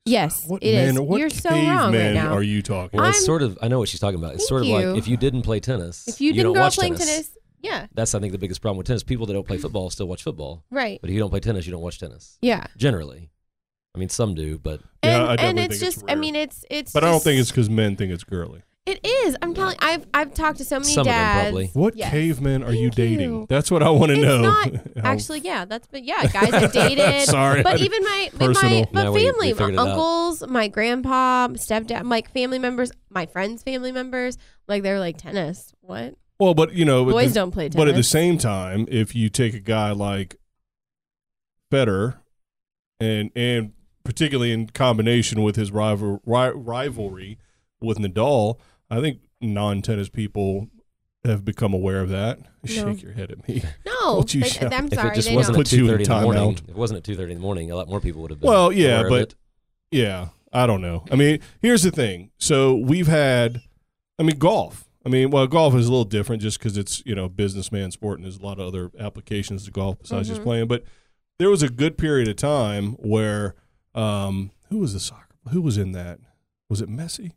[SPEAKER 4] Yes,
[SPEAKER 2] What
[SPEAKER 4] it is.
[SPEAKER 2] man- what
[SPEAKER 4] You're so
[SPEAKER 2] caveman
[SPEAKER 4] wrong right now.
[SPEAKER 2] Are you talking?
[SPEAKER 3] Well, it's
[SPEAKER 4] I'm-
[SPEAKER 3] sort of. I know what she's talking about. It's
[SPEAKER 4] Thank
[SPEAKER 3] sort of
[SPEAKER 4] you.
[SPEAKER 3] like if you didn't play tennis,
[SPEAKER 4] if you didn't
[SPEAKER 3] don't
[SPEAKER 4] grow up
[SPEAKER 3] watch
[SPEAKER 4] playing tennis, yeah,
[SPEAKER 3] That's I think the biggest problem with tennis. People that don't play football still watch football,
[SPEAKER 4] right,
[SPEAKER 3] but if you don't play tennis, you don't watch tennis.
[SPEAKER 4] yeah.
[SPEAKER 3] Generally, I mean, some do, but
[SPEAKER 2] Yeah, I
[SPEAKER 4] and and
[SPEAKER 2] definitely
[SPEAKER 4] it's
[SPEAKER 2] think it's
[SPEAKER 4] just, I
[SPEAKER 2] rare.
[SPEAKER 4] mean, it's it's.
[SPEAKER 2] but I don't
[SPEAKER 4] just-
[SPEAKER 2] think it's because men think it's girly.
[SPEAKER 4] It is. I'm telling. I've I've talked to so many
[SPEAKER 3] Some of them
[SPEAKER 4] dads.
[SPEAKER 3] probably.
[SPEAKER 2] What
[SPEAKER 4] Yes.
[SPEAKER 2] cavemen are you
[SPEAKER 4] Thank you.
[SPEAKER 2] dating? That's what I want to
[SPEAKER 4] It's
[SPEAKER 2] know.
[SPEAKER 4] not
[SPEAKER 2] How-
[SPEAKER 4] Actually, yeah, that's been yeah. Guys have dated.
[SPEAKER 2] Oh. Sorry, I
[SPEAKER 4] but
[SPEAKER 2] didn't-
[SPEAKER 4] even my but
[SPEAKER 2] personal.
[SPEAKER 4] my but
[SPEAKER 3] Now we- we
[SPEAKER 4] family,
[SPEAKER 3] figured it
[SPEAKER 4] my
[SPEAKER 3] out.
[SPEAKER 4] uncles, my grandpa, stepdad, like family members, my friends' family members, like they're like tennis. What
[SPEAKER 2] Well, but you know, but
[SPEAKER 4] boys
[SPEAKER 2] the-
[SPEAKER 4] don't play tennis?
[SPEAKER 2] But at the same time, if you take a guy like Federer, and and particularly in combination with his rival ri- rivalry with Nadal, I think non tennis people have become aware of that. Shake your head at me.
[SPEAKER 4] no,
[SPEAKER 2] Don't you
[SPEAKER 4] they-
[SPEAKER 2] shout.
[SPEAKER 4] I'm
[SPEAKER 3] if
[SPEAKER 4] sorry,
[SPEAKER 3] it just
[SPEAKER 4] they
[SPEAKER 3] wasn't
[SPEAKER 4] don't.
[SPEAKER 3] at
[SPEAKER 2] Put you in
[SPEAKER 3] two thirty in the morning,
[SPEAKER 2] timeout.
[SPEAKER 3] if it wasn't at two thirty in the morning, a lot more people would have been.
[SPEAKER 2] Well, yeah,
[SPEAKER 3] aware of
[SPEAKER 2] but-
[SPEAKER 3] it.
[SPEAKER 2] Yeah, I don't know. I mean, here's the thing. So we've had, I mean, golf. I mean, well, golf is a little different just because it's you know a businessman sport and there's a lot of other applications to golf besides just
[SPEAKER 4] Mhm.
[SPEAKER 2] playing. But there was a good period of time where um, who was the soccer? Who was in that? Was it Messi?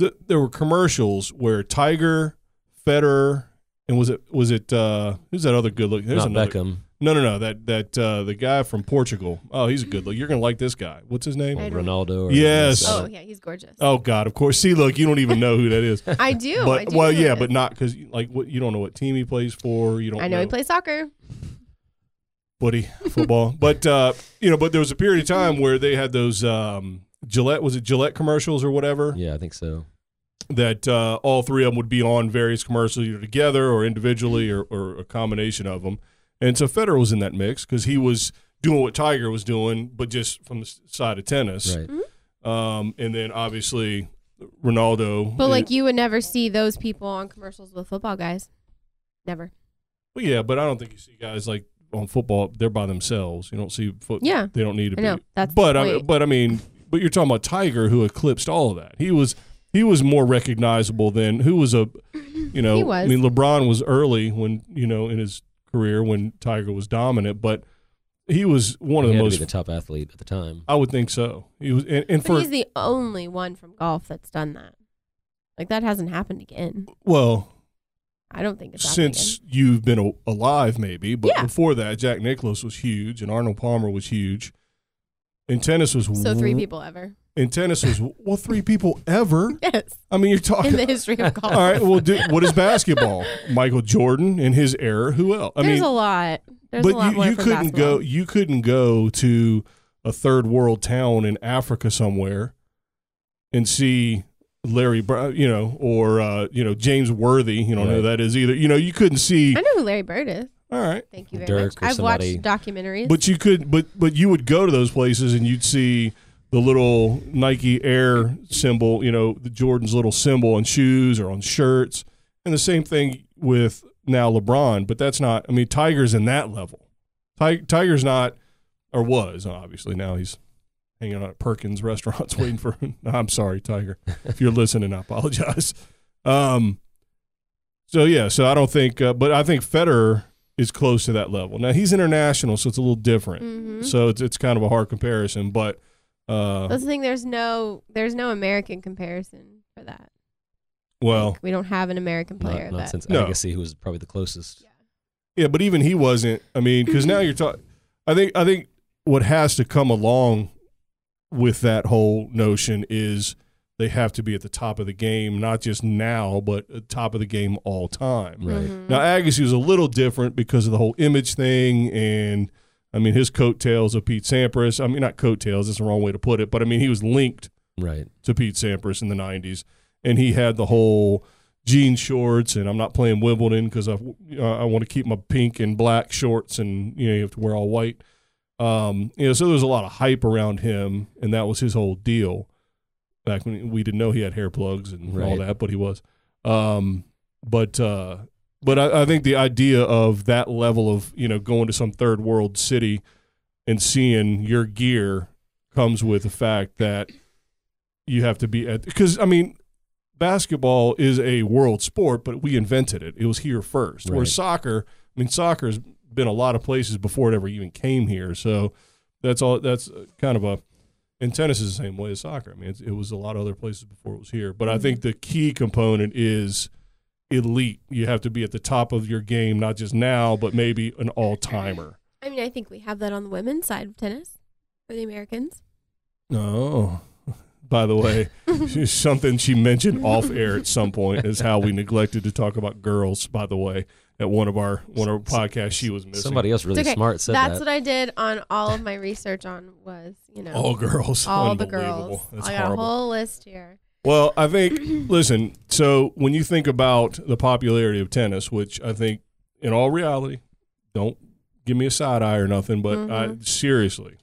[SPEAKER 2] Th- there were commercials where Tiger, Federer, and was it was it uh, who's that other good looking?
[SPEAKER 3] not
[SPEAKER 2] another,
[SPEAKER 3] Beckham.
[SPEAKER 2] No, no, no. That that uh, the guy from Portugal. Oh, he's a good look. You're gonna like this guy. What's his name?
[SPEAKER 3] Or
[SPEAKER 4] I don't-
[SPEAKER 3] Ronaldo. Or
[SPEAKER 2] Yes.
[SPEAKER 4] Oh yeah, he's gorgeous.
[SPEAKER 2] Oh God, of course. See, look, you don't even know who that is.
[SPEAKER 4] I do.
[SPEAKER 2] but
[SPEAKER 4] I do
[SPEAKER 2] well,
[SPEAKER 4] know
[SPEAKER 2] yeah,
[SPEAKER 4] this.
[SPEAKER 2] but not because like what you don't know what team he plays for. You don't.
[SPEAKER 4] I know he plays soccer.
[SPEAKER 2] footy football, but uh, you know, but there was a period of time where they had those um, Gillette was it Gillette commercials or whatever
[SPEAKER 4] Oh.
[SPEAKER 3] yeah, I think so.
[SPEAKER 2] that uh, all three of them would be on various commercials either together or individually or, or a combination of them. And so Federer was in that mix because he was doing what Tiger was doing, but just from the s- side of tennis.
[SPEAKER 3] Right.
[SPEAKER 2] Um, and then obviously Ronaldo.
[SPEAKER 4] But
[SPEAKER 2] is-
[SPEAKER 4] like you would never see those people on commercials with football guys. Never.
[SPEAKER 2] Well, yeah, but I don't think you see guys like on football, they're by themselves. You don't see foot.
[SPEAKER 4] Yeah.
[SPEAKER 2] they don't need to
[SPEAKER 4] I
[SPEAKER 2] be.
[SPEAKER 4] know, that's the
[SPEAKER 2] but I,
[SPEAKER 4] point.
[SPEAKER 2] but I mean, but you're talking about Tiger, who eclipsed all of that. He was he was more recognizable than who was a, you know,
[SPEAKER 4] He was.
[SPEAKER 2] I mean, LeBron was early when you know in his career when Tiger was dominant, but he was one of
[SPEAKER 3] he
[SPEAKER 2] the
[SPEAKER 3] had
[SPEAKER 2] most.
[SPEAKER 3] to be the top athlete at the time.
[SPEAKER 2] I would think so. He was, and, and
[SPEAKER 4] But
[SPEAKER 2] for
[SPEAKER 4] he's the only one from golf that's done that. Like that hasn't happened again.
[SPEAKER 2] well,
[SPEAKER 4] I don't think it's happened
[SPEAKER 2] since you've been a- alive, maybe. But
[SPEAKER 4] Yeah.
[SPEAKER 2] before that, Jack Nicklaus was huge, and Arnold Palmer was huge. And tennis was
[SPEAKER 4] again. So three
[SPEAKER 2] w-
[SPEAKER 4] people ever.
[SPEAKER 2] And tennis was well, three people ever.
[SPEAKER 4] Yes,
[SPEAKER 2] I mean, you're
[SPEAKER 4] in the
[SPEAKER 2] talking.
[SPEAKER 4] history of golf.
[SPEAKER 2] All right. Well, do, what is basketball? Michael Jordan in his era. Who else? I
[SPEAKER 4] There's
[SPEAKER 2] mean,
[SPEAKER 4] a lot. There's
[SPEAKER 2] but
[SPEAKER 4] a lot
[SPEAKER 2] you,
[SPEAKER 4] more
[SPEAKER 2] you
[SPEAKER 4] from
[SPEAKER 2] couldn't
[SPEAKER 4] basketball.
[SPEAKER 2] go. You couldn't go to a third world town in Africa somewhere and see Larry, Br- you know, or uh, you know James Worthy. You don't know who that is either. You know, you couldn't see.
[SPEAKER 4] I know who Larry Bird is.
[SPEAKER 2] All right.
[SPEAKER 4] Thank you very
[SPEAKER 3] Dirk or
[SPEAKER 4] much. I've
[SPEAKER 3] somebody.
[SPEAKER 4] watched documentaries.
[SPEAKER 2] But you could, but but you would go to those places and you'd see the little Nike Air symbol, you know, the Jordan's little symbol on shoes or on shirts, and the same thing with now LeBron. But that's not. I mean, Tiger's in that level. Ti- Tiger's not, or was obviously. Now he's hanging out at Perkins restaurants waiting for him. I'm sorry, Tiger, if you're listening, I apologize. Um, so yeah, so I don't think, uh, but I think Federer is close to that level. Now he's international, so it's a little different.
[SPEAKER 4] hmm
[SPEAKER 2] So it's it's kind of a hard comparison, but uh,
[SPEAKER 4] That's the thing. There's no there's no American comparison for that.
[SPEAKER 2] well,
[SPEAKER 4] We don't have an American
[SPEAKER 3] Not,
[SPEAKER 4] player
[SPEAKER 3] not
[SPEAKER 4] that.
[SPEAKER 3] since
[SPEAKER 2] No.
[SPEAKER 3] Agassi, who was probably the closest.
[SPEAKER 2] yeah, but even he wasn't. I mean, because now you're talking. I think I think what has to come along with that whole notion is they have to be at the top of the game, not just now, but at top of the game all time.
[SPEAKER 3] Right.
[SPEAKER 4] Mhm.
[SPEAKER 2] Now Agassi was a little different because of the whole image thing, and I mean his coattails of Pete Sampras. I mean not coattails; that's the wrong way to put it, but I mean he was linked
[SPEAKER 3] Right.
[SPEAKER 2] to Pete Sampras in the '90s, and he had the whole jean shorts, and I'm not playing Wimbledon because I uh, I want to keep my pink and black shorts, and you know you have to wear all white. Um, you know, so there was a lot of hype around him, and that was his whole deal. Back when we didn't know he had hair plugs and all
[SPEAKER 3] Right.
[SPEAKER 2] that, but he was. Um, but uh, but I, I think the idea of that level of you know going to some third world city and seeing your gear comes with the fact that you have to be at because I mean basketball is a world sport, but we invented it. It was here first. Where
[SPEAKER 3] Right.
[SPEAKER 2] soccer, I mean, soccer's been a lot of places before it ever even came here. So that's all. That's kind of a and tennis is the same way as soccer. I mean, it's, it was a lot of other places before it was here. But I think the key component is elite. You have to be at the top of your game, not just now, but maybe an all timer.
[SPEAKER 4] I mean, I think we have that on the women's side of tennis for the Americans.
[SPEAKER 2] Oh, by the way, something she mentioned off air at some point is how we neglected to talk about girls. By the way, at one of our one of our podcasts, she was missing
[SPEAKER 3] Somebody else really
[SPEAKER 4] It's okay.
[SPEAKER 3] smart said
[SPEAKER 4] That's
[SPEAKER 3] that.
[SPEAKER 4] what I did on all of my research on was you know
[SPEAKER 2] all girls,
[SPEAKER 4] all the
[SPEAKER 2] Oh, Unbelievable.
[SPEAKER 4] girls.
[SPEAKER 2] That's
[SPEAKER 4] I got
[SPEAKER 2] horrible.
[SPEAKER 4] a whole list here.
[SPEAKER 2] Well, I think listen, so when you think about the popularity of tennis, which I think in all reality, don't give me a side eye or nothing, but
[SPEAKER 4] Mm-hmm.
[SPEAKER 2] I seriously,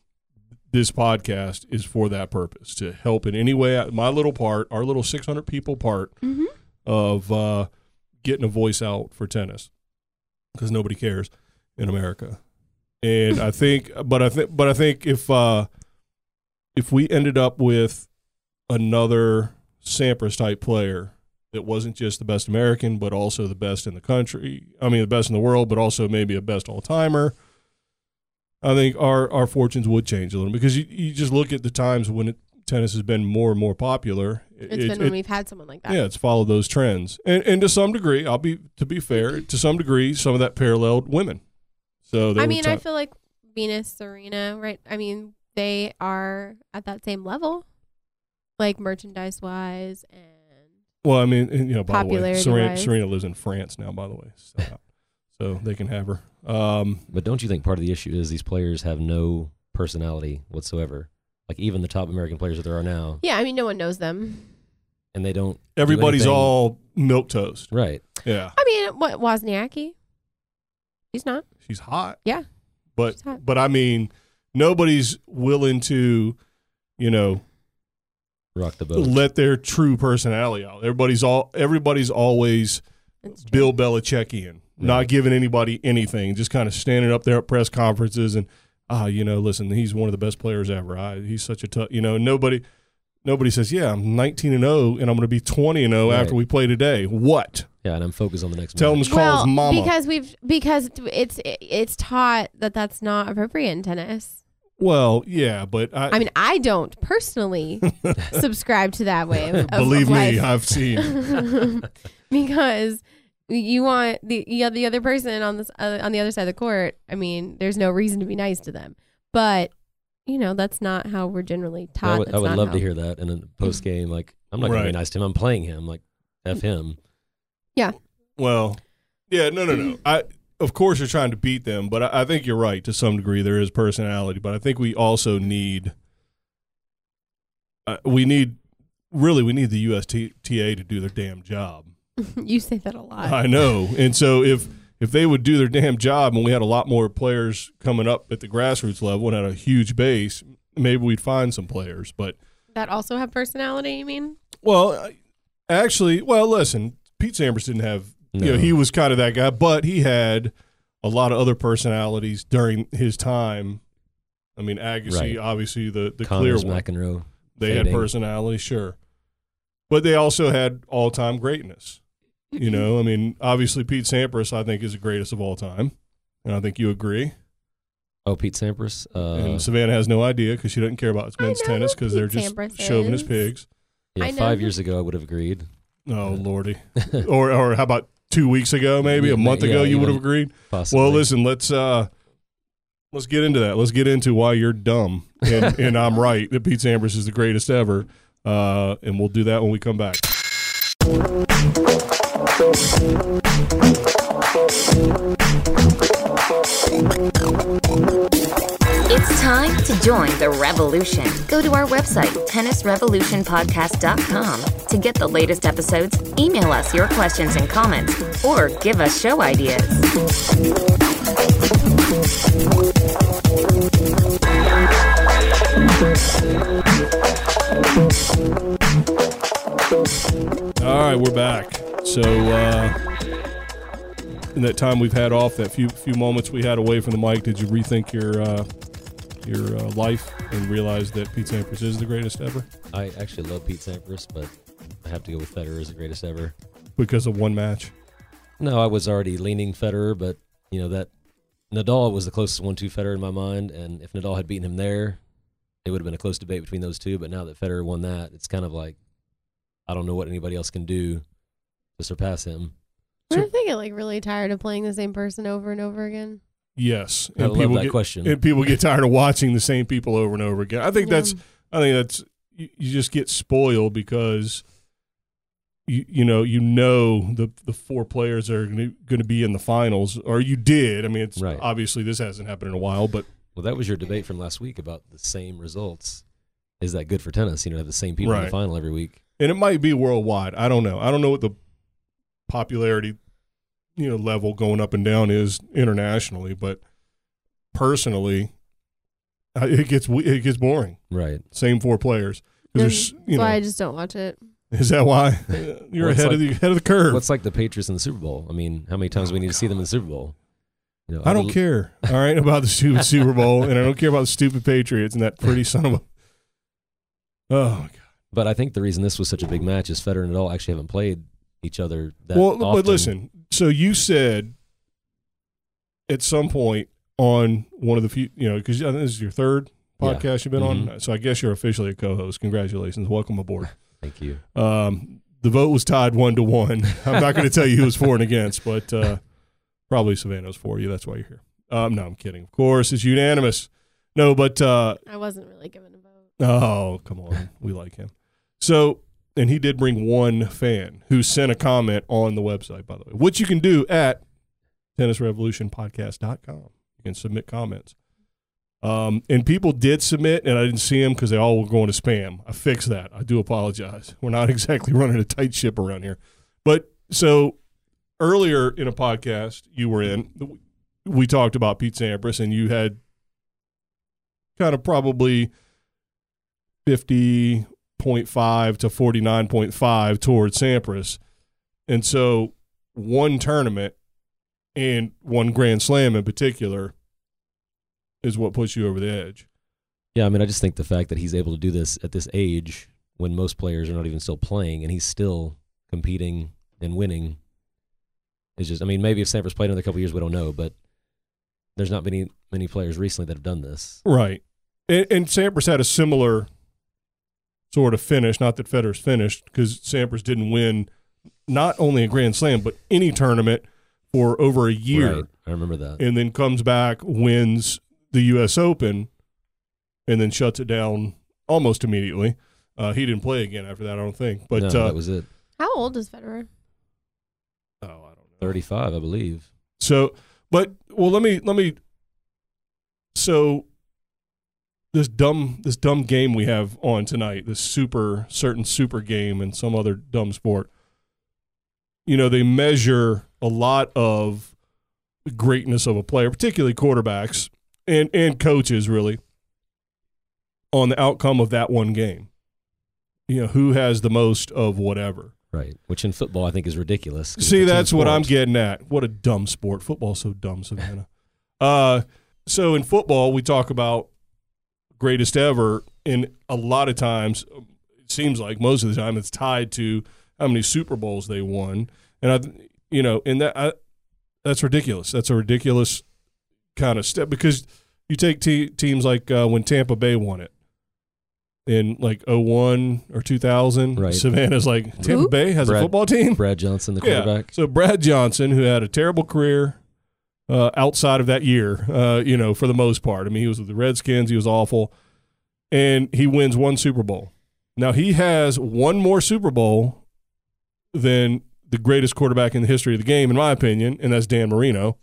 [SPEAKER 2] this podcast is for that purpose to help in any way my little part, our little 600 people part of uh, getting a voice out for tennis because nobody cares in America. And I think, but I think, but I think if uh, if we ended up with another Sampras type player that wasn't just the best American, but also the best in the country. I mean, the best in the world, but also maybe a best all timer. I think our our fortunes would change a little because you, you just look at the times when it, tennis has been more and more popular. It-
[SPEAKER 4] It's
[SPEAKER 2] it-
[SPEAKER 4] been
[SPEAKER 2] it-
[SPEAKER 4] when we've had someone like that.
[SPEAKER 2] yeah, it's followed those trends, and and to some degree, I'll be to be fair, to some degree, some of that paralleled women. So there
[SPEAKER 4] I
[SPEAKER 2] were
[SPEAKER 4] mean, I
[SPEAKER 2] ti-
[SPEAKER 4] feel like Venus, Serena, right? I mean, they are at that same level, like merchandise wise, and
[SPEAKER 2] well, I mean, and, you know, by the way, Serena,
[SPEAKER 4] Popularity-wise.
[SPEAKER 2] Serena lives in France now. By the way, so, so they can have her. Um,
[SPEAKER 3] But don't you think part of the issue is these players have no personality whatsoever? Like even the top American players that there are now,
[SPEAKER 4] yeah, I mean, no one knows them.
[SPEAKER 3] and they don't. do
[SPEAKER 2] everybody's
[SPEAKER 3] anything-
[SPEAKER 2] all milk toast.
[SPEAKER 3] right.
[SPEAKER 2] Yeah,
[SPEAKER 4] I mean, what Wozniacki? He's not.
[SPEAKER 2] she's hot.
[SPEAKER 4] Yeah.
[SPEAKER 2] but
[SPEAKER 4] She's hot.
[SPEAKER 2] but I mean, nobody's willing to, you know,
[SPEAKER 3] Rock the boat.
[SPEAKER 2] let their true personality out. Everybody's all everybody's always
[SPEAKER 4] That's true.
[SPEAKER 2] Bill Belichickian. not giving anybody anything, just kind of standing up there at press conferences and ah, you know, listen, he's one of the best players ever. I, he's such a tough, you know, nobody nobody says, "Yeah, I'm 19 and 0 and I'm going to be 20 and 0 after
[SPEAKER 3] Right.
[SPEAKER 2] we play today." What?
[SPEAKER 3] Yeah, and I'm focused on the next.
[SPEAKER 2] Tell him
[SPEAKER 3] match.
[SPEAKER 2] to call his mama.
[SPEAKER 4] because we've because it's it's taught that that's not appropriate in tennis.
[SPEAKER 2] well, yeah, but I,
[SPEAKER 4] I mean, I don't personally subscribe to that way of, of
[SPEAKER 2] believe me,
[SPEAKER 4] life.
[SPEAKER 2] I've seen.
[SPEAKER 4] because you want the you have the other person on this uh, on the other side of the court. I mean, there's no reason to be nice to them, but you know that's not how we're generally taught.
[SPEAKER 3] I would, I
[SPEAKER 4] That's
[SPEAKER 3] would
[SPEAKER 4] not
[SPEAKER 3] love
[SPEAKER 4] how-
[SPEAKER 3] to hear that in a post game. Like, I'm not gonna
[SPEAKER 2] Right. Mm.
[SPEAKER 3] be nice to him. I'm playing him. Like, f him.
[SPEAKER 2] Well, yeah, no, no, no. I of course you're trying to beat them, but I, I think you're right to some degree. There is personality, but I think we also need uh, we need really we need the USTA to do their damn job.
[SPEAKER 4] you say that a lot.
[SPEAKER 2] I know, and so if if they would do their damn job, and we had a lot more players coming up at the grassroots level and had a huge base, maybe we'd find some players, but.
[SPEAKER 4] that also have personality. You mean?
[SPEAKER 2] Well, I- actually, well, listen, Pete Sampras didn't have. You know,
[SPEAKER 3] No.
[SPEAKER 2] he was kind of that guy, but he had a lot of other personalities during his time. I mean, Agassi,
[SPEAKER 3] Right.
[SPEAKER 2] obviously the the
[SPEAKER 3] Connors,
[SPEAKER 2] clear one.
[SPEAKER 3] McEnroe.
[SPEAKER 2] They had
[SPEAKER 3] Fading.
[SPEAKER 2] personality, sure, but they also had all time greatness. You know, I mean, obviously Pete Sampras, I think, is the greatest of all time, and I think you agree.
[SPEAKER 3] Oh, Pete Sampras. Uh,
[SPEAKER 2] and Savannah has no idea because she doesn't care about
[SPEAKER 4] I
[SPEAKER 2] men's
[SPEAKER 4] know
[SPEAKER 2] tennis
[SPEAKER 4] who
[SPEAKER 2] because
[SPEAKER 4] Pete
[SPEAKER 2] they're just
[SPEAKER 4] Sampras
[SPEAKER 2] chauvinist
[SPEAKER 4] is.
[SPEAKER 2] pigs.
[SPEAKER 3] yeah,
[SPEAKER 4] I know
[SPEAKER 3] five
[SPEAKER 4] who-
[SPEAKER 3] years ago, I would have agreed.
[SPEAKER 2] Oh lordy, or or how about two weeks ago, maybe a month ago,
[SPEAKER 3] Yeah,
[SPEAKER 2] you would have
[SPEAKER 3] even-
[SPEAKER 2] agreed.
[SPEAKER 3] Possibly.
[SPEAKER 2] Well, listen, let's uh, let's get into that. Let's get into why you're dumb and, and I'm right that Pete Sampras is the greatest ever, uh, and we'll do that when we come back.
[SPEAKER 1] It's time to join the revolution. Go to our website, tennisrevolutionpodcast.com, to get the latest episodes, email us your questions and comments, or give us show ideas.
[SPEAKER 2] All right, we're back. So uh, in that time we've had off, that few few moments we had away from the mic, did you rethink your uh, your uh, life and realize that Pete Sampras is the greatest ever
[SPEAKER 3] I actually love Pete Sampras, but I have to go with Federer as the greatest ever.
[SPEAKER 2] because of one match?
[SPEAKER 3] No, I was already leaning Federer, but you know that Nadal was the closest one to Federer in my mind, and if Nadal had beaten him there, it would have been a close debate between those two. But now that Federer won that, it's kind of like I don't know what anybody else can do to surpass him.
[SPEAKER 4] What if they get like really tired of playing the same person over and over again?
[SPEAKER 2] Yes,
[SPEAKER 3] I love that
[SPEAKER 2] get,
[SPEAKER 3] question.
[SPEAKER 2] and people get tired of watching the same people over and over again. I think
[SPEAKER 4] Yeah.
[SPEAKER 2] that's I think that's you, you just get spoiled because you you know you know the the four players that are going to be in the finals or you did. I mean, it's
[SPEAKER 3] Right.
[SPEAKER 2] obviously this hasn't happened in a while, but
[SPEAKER 3] well, that was your debate from last week about the same results. Is that good for tennis? You know, have the same people in
[SPEAKER 2] Right.
[SPEAKER 3] the final every week.
[SPEAKER 2] and it might be worldwide. I don't know. I don't know what the popularity you know level going up and down is internationally, but personally, I, it gets we- it gets boring.
[SPEAKER 3] Right.
[SPEAKER 2] Same four players. 'Cause There's, you
[SPEAKER 4] That's
[SPEAKER 2] know,
[SPEAKER 4] why I just don't watch it.
[SPEAKER 2] Is that why you're
[SPEAKER 3] Well, it's
[SPEAKER 2] ahead of the head of the curve?
[SPEAKER 3] What's like the Patriots in the Super Bowl? I mean, how many times do we need to see them in the Super Bowl? You know,
[SPEAKER 2] I don't
[SPEAKER 3] would-
[SPEAKER 2] care. All right, about the stupid Super Bowl, and I don't care about the stupid Patriots and that pretty son of a. Oh my God.
[SPEAKER 3] But I think the reason this was such a big match is Federer and Nadal actually haven't played each other that
[SPEAKER 2] well,
[SPEAKER 3] often.
[SPEAKER 2] but listen. So you said at some point on one of the few, you know, because this is your third
[SPEAKER 3] Yeah. Mm-hmm.
[SPEAKER 2] podcast you've been on, so I guess you're officially a co-host. Congratulations, welcome aboard.
[SPEAKER 3] Thank you.
[SPEAKER 2] Um, the vote was tied one to one. I'm not going to tell you who was for and against, but uh, probably Savannah's for you. That's why you're here. Um, no, I'm kidding. Of course, it's unanimous. No, but uh,
[SPEAKER 4] I wasn't really given a vote.
[SPEAKER 2] oh, come on, we like him. So, and he did bring one fan who sent a comment on the website, by the way, which you can do at tennisrevolutionpodcast.com. You can submit comments. Um, and people did submit, and I didn't see them because they all were going to spam. I fixed that. I do apologize. We're not exactly running a tight ship around here. But so earlier in a podcast you were in, we talked about Pete Sampras, and you had kind of probably 50.5 to 49.5 towards Sampras. And so one tournament and one Grand Slam in particular is what puts you over the edge.
[SPEAKER 3] Yeah, I mean, I just think the fact that he's able to do this at this age when most players are not even still playing and he's still competing and winning is just, I mean, maybe if Stanford's played another couple years, we don't know, but there's not many, many players recently that have done this.
[SPEAKER 2] Right. And, and Sampras had a similar sort of finish. Not that Federer's finished because Sampras didn't win not only a Grand Slam, but any tournament for over a year.
[SPEAKER 3] Right. I remember that.
[SPEAKER 2] and then comes back, wins the U.S. Open, and then shuts it down almost immediately. Uh, he didn't play again after that, I don't think. But
[SPEAKER 3] no,
[SPEAKER 2] uh,
[SPEAKER 3] that was it.
[SPEAKER 4] How old is Federer?
[SPEAKER 2] oh, I don't know.
[SPEAKER 3] 35, I believe.
[SPEAKER 2] So, but well, let me let me. So, this dumb this dumb game we have on tonight, this super certain super game and some other dumb sport. You know, they measure a lot of the greatness of a player, particularly quarterbacks and and coaches, really, on the outcome of that one game. You know, who has the most of whatever.
[SPEAKER 3] Right. Which in football, I think is ridiculous. 'cause
[SPEAKER 2] See,
[SPEAKER 3] it's a team
[SPEAKER 2] that's what I'm
[SPEAKER 3] sport.
[SPEAKER 2] getting at. What a dumb sport. Football's so dumb, Savannah. uh, so in football, we talk about greatest ever, and a lot of times, it seems like most of the time, it's tied to how many Super Bowls they won, and I, you know, and that I, that's ridiculous. That's a ridiculous kind of step because you take te- teams like uh, when Tampa Bay won it. In like 01 or 2000,
[SPEAKER 3] Right.
[SPEAKER 2] Savannah's like, Tampa
[SPEAKER 4] Who?
[SPEAKER 2] Bay has a
[SPEAKER 3] Brad-
[SPEAKER 2] football team?
[SPEAKER 3] Brad Johnson, the quarterback.
[SPEAKER 2] So Brad Johnson, who had a terrible career uh, outside of that year, uh, you know, for the most part. I mean, he was with the Redskins. He was awful, and he wins one Super Bowl. Now he has one more Super Bowl than the greatest quarterback in the history of the game, in my opinion, and that's Dan Marino.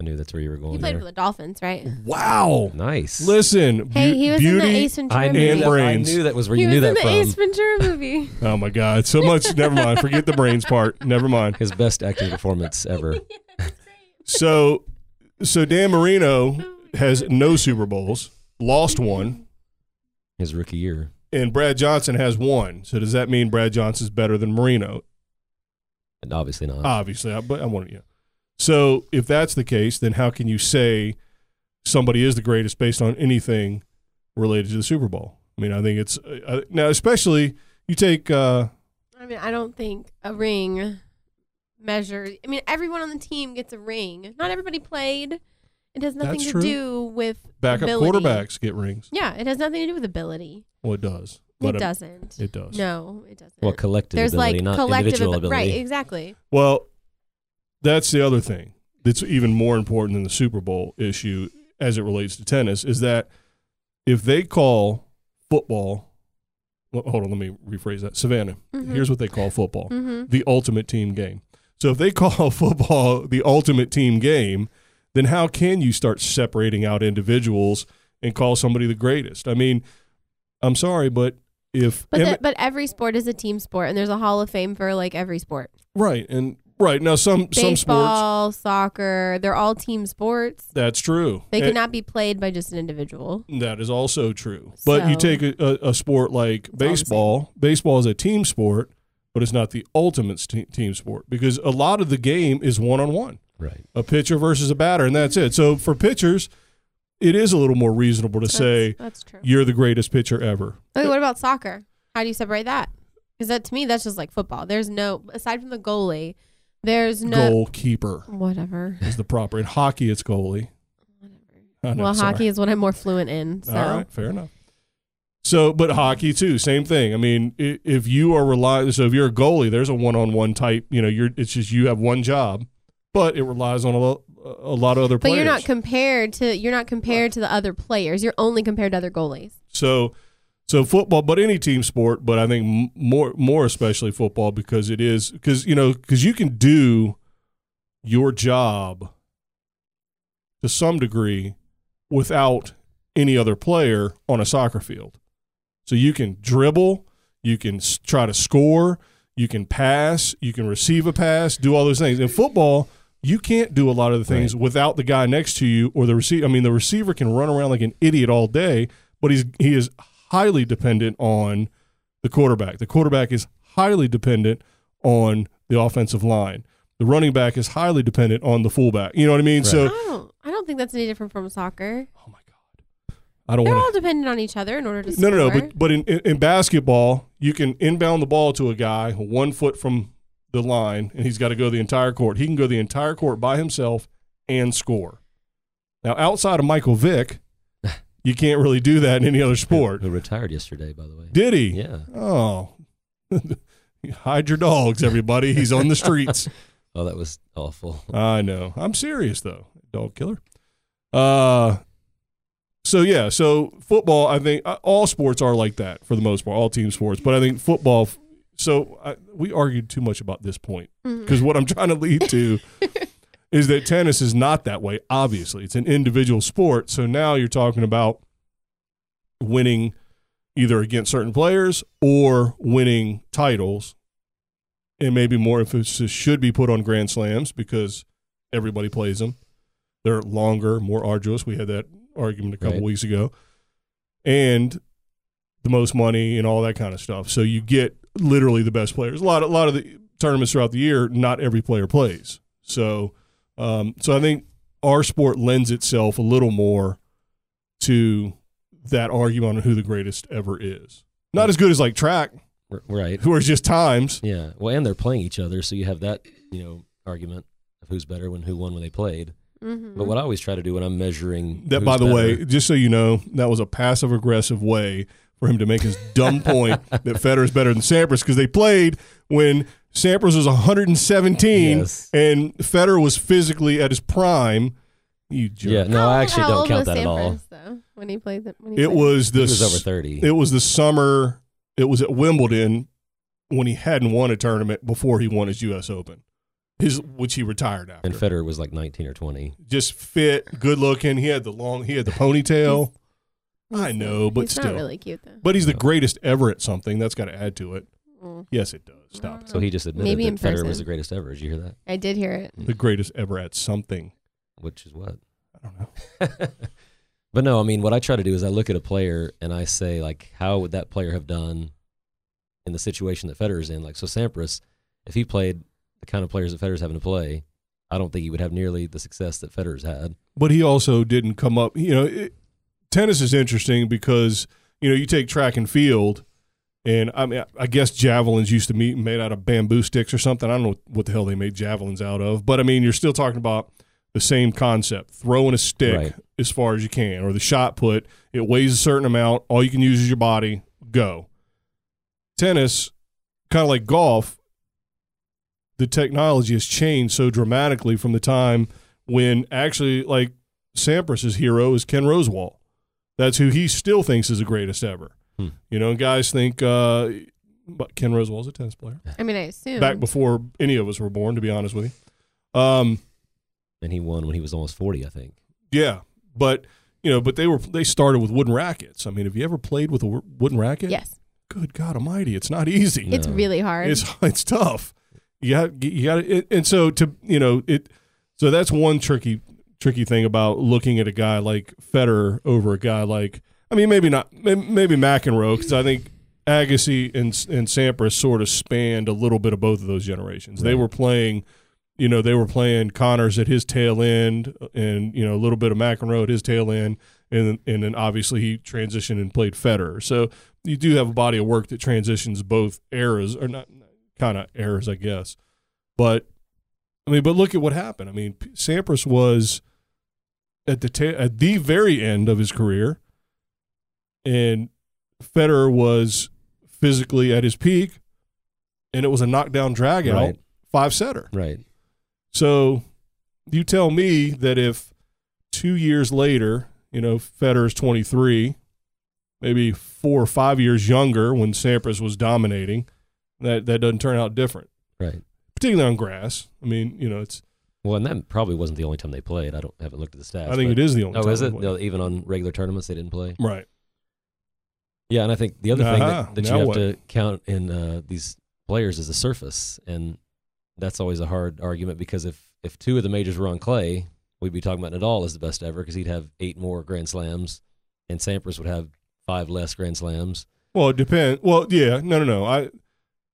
[SPEAKER 3] I knew that's where you were
[SPEAKER 4] He
[SPEAKER 3] going
[SPEAKER 4] played
[SPEAKER 3] there.
[SPEAKER 4] for the Dolphins, right?
[SPEAKER 2] Wow!
[SPEAKER 3] nice.
[SPEAKER 2] Listen,
[SPEAKER 4] Hey,
[SPEAKER 2] beau-
[SPEAKER 4] he was
[SPEAKER 2] beauty.
[SPEAKER 4] in the Ace Ventura
[SPEAKER 3] I
[SPEAKER 4] movie.
[SPEAKER 3] knew,
[SPEAKER 2] And
[SPEAKER 3] that, I
[SPEAKER 2] brains.
[SPEAKER 3] knew that was where
[SPEAKER 4] He
[SPEAKER 3] you
[SPEAKER 4] was
[SPEAKER 3] knew
[SPEAKER 4] in
[SPEAKER 3] that
[SPEAKER 4] the
[SPEAKER 3] from.
[SPEAKER 4] Ace Ventura movie.
[SPEAKER 2] oh my God! So much. never mind. Forget the brains part. Never mind.
[SPEAKER 3] His best acting performance ever.
[SPEAKER 2] So, so Dan Marino has no Super Bowls. Lost one.
[SPEAKER 3] His rookie year.
[SPEAKER 2] and Brad Johnson has one. So does that mean Brad Johnson's better than Marino?
[SPEAKER 3] And obviously not.
[SPEAKER 4] Uh,
[SPEAKER 2] Obviously, I, but I want to. Yeah. So if that's the case, then how can you say somebody is the greatest based on anything related to the Super Bowl? I mean, I think it's uh, now, especially you take. Uh,
[SPEAKER 4] I mean, I don't think a ring measures. I mean, everyone on the team gets a ring. Not everybody played. It has nothing
[SPEAKER 2] That's
[SPEAKER 4] to
[SPEAKER 2] true.
[SPEAKER 4] do with
[SPEAKER 2] backup
[SPEAKER 4] ability.
[SPEAKER 2] quarterbacks get rings.
[SPEAKER 4] Yeah, it has nothing to do with ability.
[SPEAKER 2] Well, it does.
[SPEAKER 4] it
[SPEAKER 2] uh,
[SPEAKER 4] doesn't.
[SPEAKER 2] It does.
[SPEAKER 4] No, it doesn't.
[SPEAKER 3] well, collective
[SPEAKER 4] There's
[SPEAKER 3] ability,
[SPEAKER 4] like
[SPEAKER 3] not
[SPEAKER 4] collective
[SPEAKER 3] individual
[SPEAKER 4] abi-
[SPEAKER 3] ability.
[SPEAKER 4] right? Exactly.
[SPEAKER 2] Well, that's the other thing that's even more important than the Super Bowl issue as it relates to tennis is that if they call football, well, hold on, let me rephrase that. Savannah,
[SPEAKER 4] Mhm.
[SPEAKER 2] here's what they call football
[SPEAKER 4] Mm-hmm.
[SPEAKER 2] the ultimate team game. So if they call football the ultimate team game, then how can you start separating out individuals and call somebody the greatest? I mean, I'm sorry, but if
[SPEAKER 4] But
[SPEAKER 2] Emmett-
[SPEAKER 4] the, but every sport is a team sport, and there's a Hall of Fame for like every sport.
[SPEAKER 2] right and right now some some sports
[SPEAKER 4] Baseball, soccer, they're all team sports.
[SPEAKER 2] that's true.
[SPEAKER 4] They
[SPEAKER 2] And-
[SPEAKER 4] cannot be played by just an individual.
[SPEAKER 2] That is also true. But you
[SPEAKER 4] So-
[SPEAKER 2] take a, a, a sport like
[SPEAKER 4] all the
[SPEAKER 2] baseball. Baseball is a team sport, but it's not the ultimate te- team sport because a lot of the game is one on one,
[SPEAKER 3] Right.
[SPEAKER 2] a pitcher versus a batter, and that's it. So for pitchers, it is a little more reasonable to say
[SPEAKER 4] that's, that's true.
[SPEAKER 2] you're the greatest pitcher ever.
[SPEAKER 4] Okay, what about soccer? How do you separate that? Because that to me, that's just like football. There's no aside from the goalie. There's no
[SPEAKER 2] Goalkeeper
[SPEAKER 4] whatever.
[SPEAKER 2] is the proper. In hockey, it's goalie. I know,
[SPEAKER 4] well,
[SPEAKER 2] sorry.
[SPEAKER 4] hockey is what I'm more fluent in. So
[SPEAKER 2] All right, fair enough. So, but hockey too, same thing. I mean, i- if you are relying, so if you're a goalie, there's a one-on-one type. You know, you're it's just you have one job, but it relies on a, lo- a lot of other
[SPEAKER 4] but
[SPEAKER 2] players.
[SPEAKER 4] you're not compared to you're not compared to the other players. You're only compared to other goalies.
[SPEAKER 2] so, so football, but any team sport, but I think m- more more especially football because it is because you know because you can do your job to some degree without any other player on a soccer field. So you can dribble, you can s- try to score, you can pass, you can receive a pass, do all those things. In football, you can't do a lot of the things without the guy next to you or the receiver. I mean, the receiver can run around like an idiot all day, but he's he is highly dependent on the quarterback. The quarterback is highly dependent on the offensive line. the running back is highly dependent on the fullback. You know what I mean?
[SPEAKER 3] Right.
[SPEAKER 2] So,
[SPEAKER 4] I don't. I don't think that's any different from soccer.
[SPEAKER 2] oh my god, I don't
[SPEAKER 4] They're all
[SPEAKER 2] want
[SPEAKER 4] dependent on each other in order to
[SPEAKER 2] to.
[SPEAKER 4] score.
[SPEAKER 2] No, no, no. But but in, in in basketball, you can inbound the ball to a guy one foot from the line, and he's got to go the entire court. He can go the entire court by himself and score. Now, outside of Michael Vick, you can't really do that in any other sport.
[SPEAKER 3] Who retired yesterday, by the way.
[SPEAKER 2] Did he?
[SPEAKER 3] Yeah.
[SPEAKER 2] Oh. Hide your dogs, everybody. He's on the streets.
[SPEAKER 3] Oh, that was awful.
[SPEAKER 2] I know. I'm serious though. Dog killer. Uh so yeah, so football, I think uh, all sports are like that for the most part, all team sports, but I think football so I, we argued too much about this point
[SPEAKER 4] Mhm.
[SPEAKER 2] because what I'm trying to lead to is that tennis is not that way. Obviously, it's an individual sport. So now you're talking about winning either against certain players or winning titles. And maybe more emphasis should be put on Grand Slams because everybody plays them. They're longer, more arduous. We had that argument a couple
[SPEAKER 3] Right.
[SPEAKER 2] weeks ago. And the most money and all that kind of stuff. So you get literally the best players. A lot, a lot of the tournaments throughout the year, not every player plays. So, um, so I think our sport lends itself a little more to that argument on who the greatest ever is. Not as good as like track,
[SPEAKER 3] R- Right.
[SPEAKER 2] who are just times.
[SPEAKER 3] Yeah. Well, and they're playing each other, so you have that, you know, argument of who's better when who won when they played.
[SPEAKER 4] Mhm.
[SPEAKER 3] But what I always try to do when I'm measuring
[SPEAKER 2] That,
[SPEAKER 3] who's
[SPEAKER 2] by the way,
[SPEAKER 3] better-
[SPEAKER 2] just so you know, that was a passive aggressive way for him to make his dumb point that Federer is better than Sampras because they played when Sampras was 117
[SPEAKER 3] Yes.
[SPEAKER 2] and Federer was physically at his prime. You jerk.
[SPEAKER 3] yeah, no,
[SPEAKER 4] How-
[SPEAKER 3] I actually
[SPEAKER 4] how
[SPEAKER 3] don't
[SPEAKER 4] old
[SPEAKER 3] count
[SPEAKER 4] was
[SPEAKER 3] that at
[SPEAKER 4] Sampras,
[SPEAKER 3] all.
[SPEAKER 4] Though, when he played, the, when he
[SPEAKER 2] It
[SPEAKER 4] played-
[SPEAKER 2] was
[SPEAKER 3] He
[SPEAKER 2] the
[SPEAKER 3] was over
[SPEAKER 2] s-
[SPEAKER 3] thirty.
[SPEAKER 2] it was the summer. It was at Wimbledon when he hadn't won a tournament before he won his U.S. Open, his which he retired after.
[SPEAKER 3] and Federer was like 19 or 20.
[SPEAKER 2] Just fit, good looking. He had the long. He had the ponytail. I know, but
[SPEAKER 4] he's
[SPEAKER 2] still.
[SPEAKER 4] not really cute though.
[SPEAKER 2] But he's the
[SPEAKER 3] No.
[SPEAKER 2] greatest ever at something. That's got to add to it.
[SPEAKER 4] Mm.
[SPEAKER 2] Yes, it does. Stop. it.
[SPEAKER 3] So he just admitted
[SPEAKER 4] Maybe in
[SPEAKER 3] that Federer
[SPEAKER 4] person.
[SPEAKER 3] was the greatest ever. Did you hear that?
[SPEAKER 4] I did hear it.
[SPEAKER 2] The greatest ever at something.
[SPEAKER 3] Which is what?
[SPEAKER 2] I don't know.
[SPEAKER 3] but no, I mean, what I try to do is I look at a player and I say, like, how would that player have done in the situation that Federer's in? Like, so Sampras, if he played the kind of players that Federer's having to play, I don't think he would have nearly the success that Federer's had.
[SPEAKER 2] But he also didn't come up. You know, it, tennis is interesting because you know you take track and field, and I mean, I guess javelins used to be made out of bamboo sticks or something. I don't know what the hell they made javelins out of, but I mean, you're still talking about the same concept: throwing a stick
[SPEAKER 3] Right.
[SPEAKER 2] as far as you can, or the shot put. It weighs a certain amount. All you can use is your body. Go. Tennis, kind of like golf, the technology has changed so dramatically from the time when actually like Sampras's hero is Ken Rosewall. That's who he still thinks is the greatest ever.
[SPEAKER 3] Hmm.
[SPEAKER 2] You know, guys think uh, but Ken Rosewall's a tennis player
[SPEAKER 4] I mean, I assume
[SPEAKER 2] back before any of us were born, to be honest with you. Um,
[SPEAKER 3] And he won when he was almost 40, I think.
[SPEAKER 2] yeah, but you know, but they were they started with wooden rackets. I mean, have you ever played with a wo- wooden racket?
[SPEAKER 4] yes,
[SPEAKER 2] Good God Almighty, it's not easy.
[SPEAKER 4] it's
[SPEAKER 3] No.
[SPEAKER 4] really hard.
[SPEAKER 2] It's it's tough. You got you got it, and so to you know it. So that's one tricky tricky thing about looking at a guy like Federer over a guy like I mean maybe not may- maybe McEnroe because I think Agassi and and Sampras sort of spanned a little bit of both of those generations. They
[SPEAKER 3] Right.
[SPEAKER 2] were playing. You know they were playing Connors at his tail end, and you know a little bit of McEnroe at his tail end, and and then obviously he transitioned and played Federer. So you do have a body of work that transitions both eras, or not kind of eras, I guess. But I mean, but look at what happened. I mean, P- Sampras was at the ta- at the very end of his career, and Federer was physically at his peak, and it was a knockdown drag out
[SPEAKER 3] Right.
[SPEAKER 2] five setter.
[SPEAKER 3] Right.
[SPEAKER 2] So you tell me that if two years later, you know, Federer's 23, maybe four or five years younger when Sampras was dominating, that, that doesn't turn out different,
[SPEAKER 3] Right.
[SPEAKER 2] particularly on grass. I mean, you know, it's,
[SPEAKER 3] Well, and that probably wasn't the only time they played. I don't haven't looked at the stats.
[SPEAKER 2] I think
[SPEAKER 3] but-
[SPEAKER 2] it is the only
[SPEAKER 3] Oh,
[SPEAKER 2] time
[SPEAKER 3] is
[SPEAKER 2] they
[SPEAKER 3] it?
[SPEAKER 2] played.
[SPEAKER 3] No, even on regular tournaments, they didn't play.
[SPEAKER 2] Right.
[SPEAKER 3] Yeah, and I think the other thing
[SPEAKER 2] Uh-huh.
[SPEAKER 3] that, that you
[SPEAKER 2] Now
[SPEAKER 3] have
[SPEAKER 2] what?
[SPEAKER 3] to count in uh, these players is the surface, and that's always a hard argument because if if two of the majors were on clay, we'd be talking about Nadal as the best ever because he'd have eight more Grand Slams, and Sampras would have five less Grand Slams.
[SPEAKER 2] Well, it depends. Well, yeah, no, no, no. I,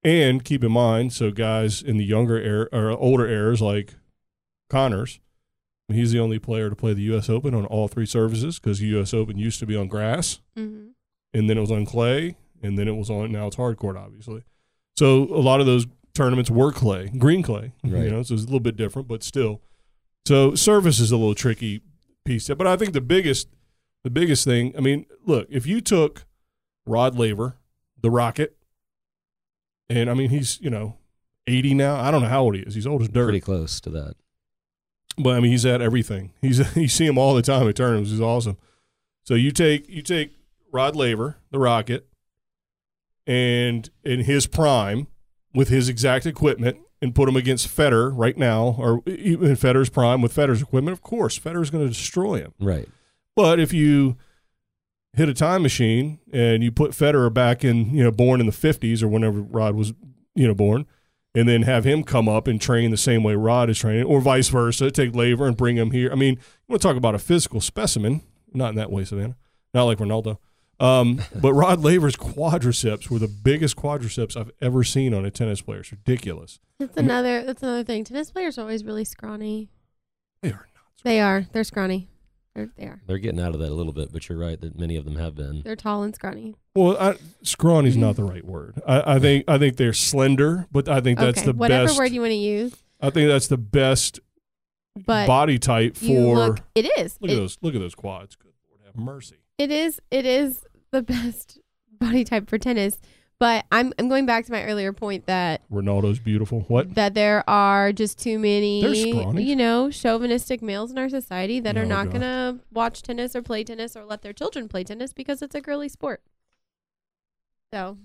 [SPEAKER 2] And keep in mind, so guys in the younger era or older eras like Connors, he's the only player to play the U.S. Open on all three services because U.S. Open used to be on grass
[SPEAKER 4] Mm-hmm.
[SPEAKER 2] and then it was on clay, and then it was on now it's hard court, obviously. So a lot of those tournaments were clay, green clay, you
[SPEAKER 3] Right.
[SPEAKER 2] know, so it's a little bit different, but still. So service is a little tricky piece, but I think the biggest, the biggest thing. I mean, look, if you took Rod Laver, the Rocket, and I mean he's you know eighty now. I don't know how old he is. He's old as dirt.
[SPEAKER 3] Pretty close to that.
[SPEAKER 2] But I mean, he's at everything. He's you see him all the time at tournaments. He's awesome. So you take you take Rod Laver, the Rocket, and in his prime, with his exact equipment, and put him against Federer right now, or e, even in Federer's prime with Federer's equipment. Of course, Federer's going to destroy him.
[SPEAKER 3] Right.
[SPEAKER 2] But if you hit a time machine and you put Federer back in, you know, born in the 50s or whenever Rod was, you know, born, and then have him come up and train the same way Rod is training, or vice versa, take Laver and bring him here. I mean, you want to talk about a physical specimen, not in that way, Savannah, not like Ronaldo. Um, but Rod Laver's quadriceps were the biggest quadriceps I've ever seen on a tennis player. It's ridiculous.
[SPEAKER 4] That's
[SPEAKER 2] I mean-
[SPEAKER 4] another. That's another thing. Tennis players are always really scrawny.
[SPEAKER 2] They are nuts.
[SPEAKER 4] They are. They're scrawny. They're, they are.
[SPEAKER 3] They're getting out of that a little bit, but you're right that many of them have been.
[SPEAKER 4] They're tall and scrawny.
[SPEAKER 2] Well, I, scrawny's not
[SPEAKER 4] Mm-hmm.
[SPEAKER 2] the right word. I, I think I think they're slender, but I think that's
[SPEAKER 4] okay.
[SPEAKER 2] the
[SPEAKER 4] Whatever
[SPEAKER 2] best.
[SPEAKER 4] word you want to use,
[SPEAKER 2] I think that's the best
[SPEAKER 4] but
[SPEAKER 2] body type for.
[SPEAKER 4] you look.
[SPEAKER 2] look
[SPEAKER 4] It is.
[SPEAKER 2] at
[SPEAKER 4] It,
[SPEAKER 2] those! Look at those quads! Good Lord, have mercy.
[SPEAKER 4] it is. It is the best body type for tennis. But I'm. I'm going back to my earlier point that
[SPEAKER 2] Ronaldo's beautiful. What?
[SPEAKER 4] that there are just too
[SPEAKER 2] They're
[SPEAKER 4] many,
[SPEAKER 2] scrawny.
[SPEAKER 4] you know, chauvinistic males in our society that
[SPEAKER 2] Oh,
[SPEAKER 4] are
[SPEAKER 2] God.
[SPEAKER 4] not going to watch tennis or play tennis or let their children play tennis because it's a girly sport. So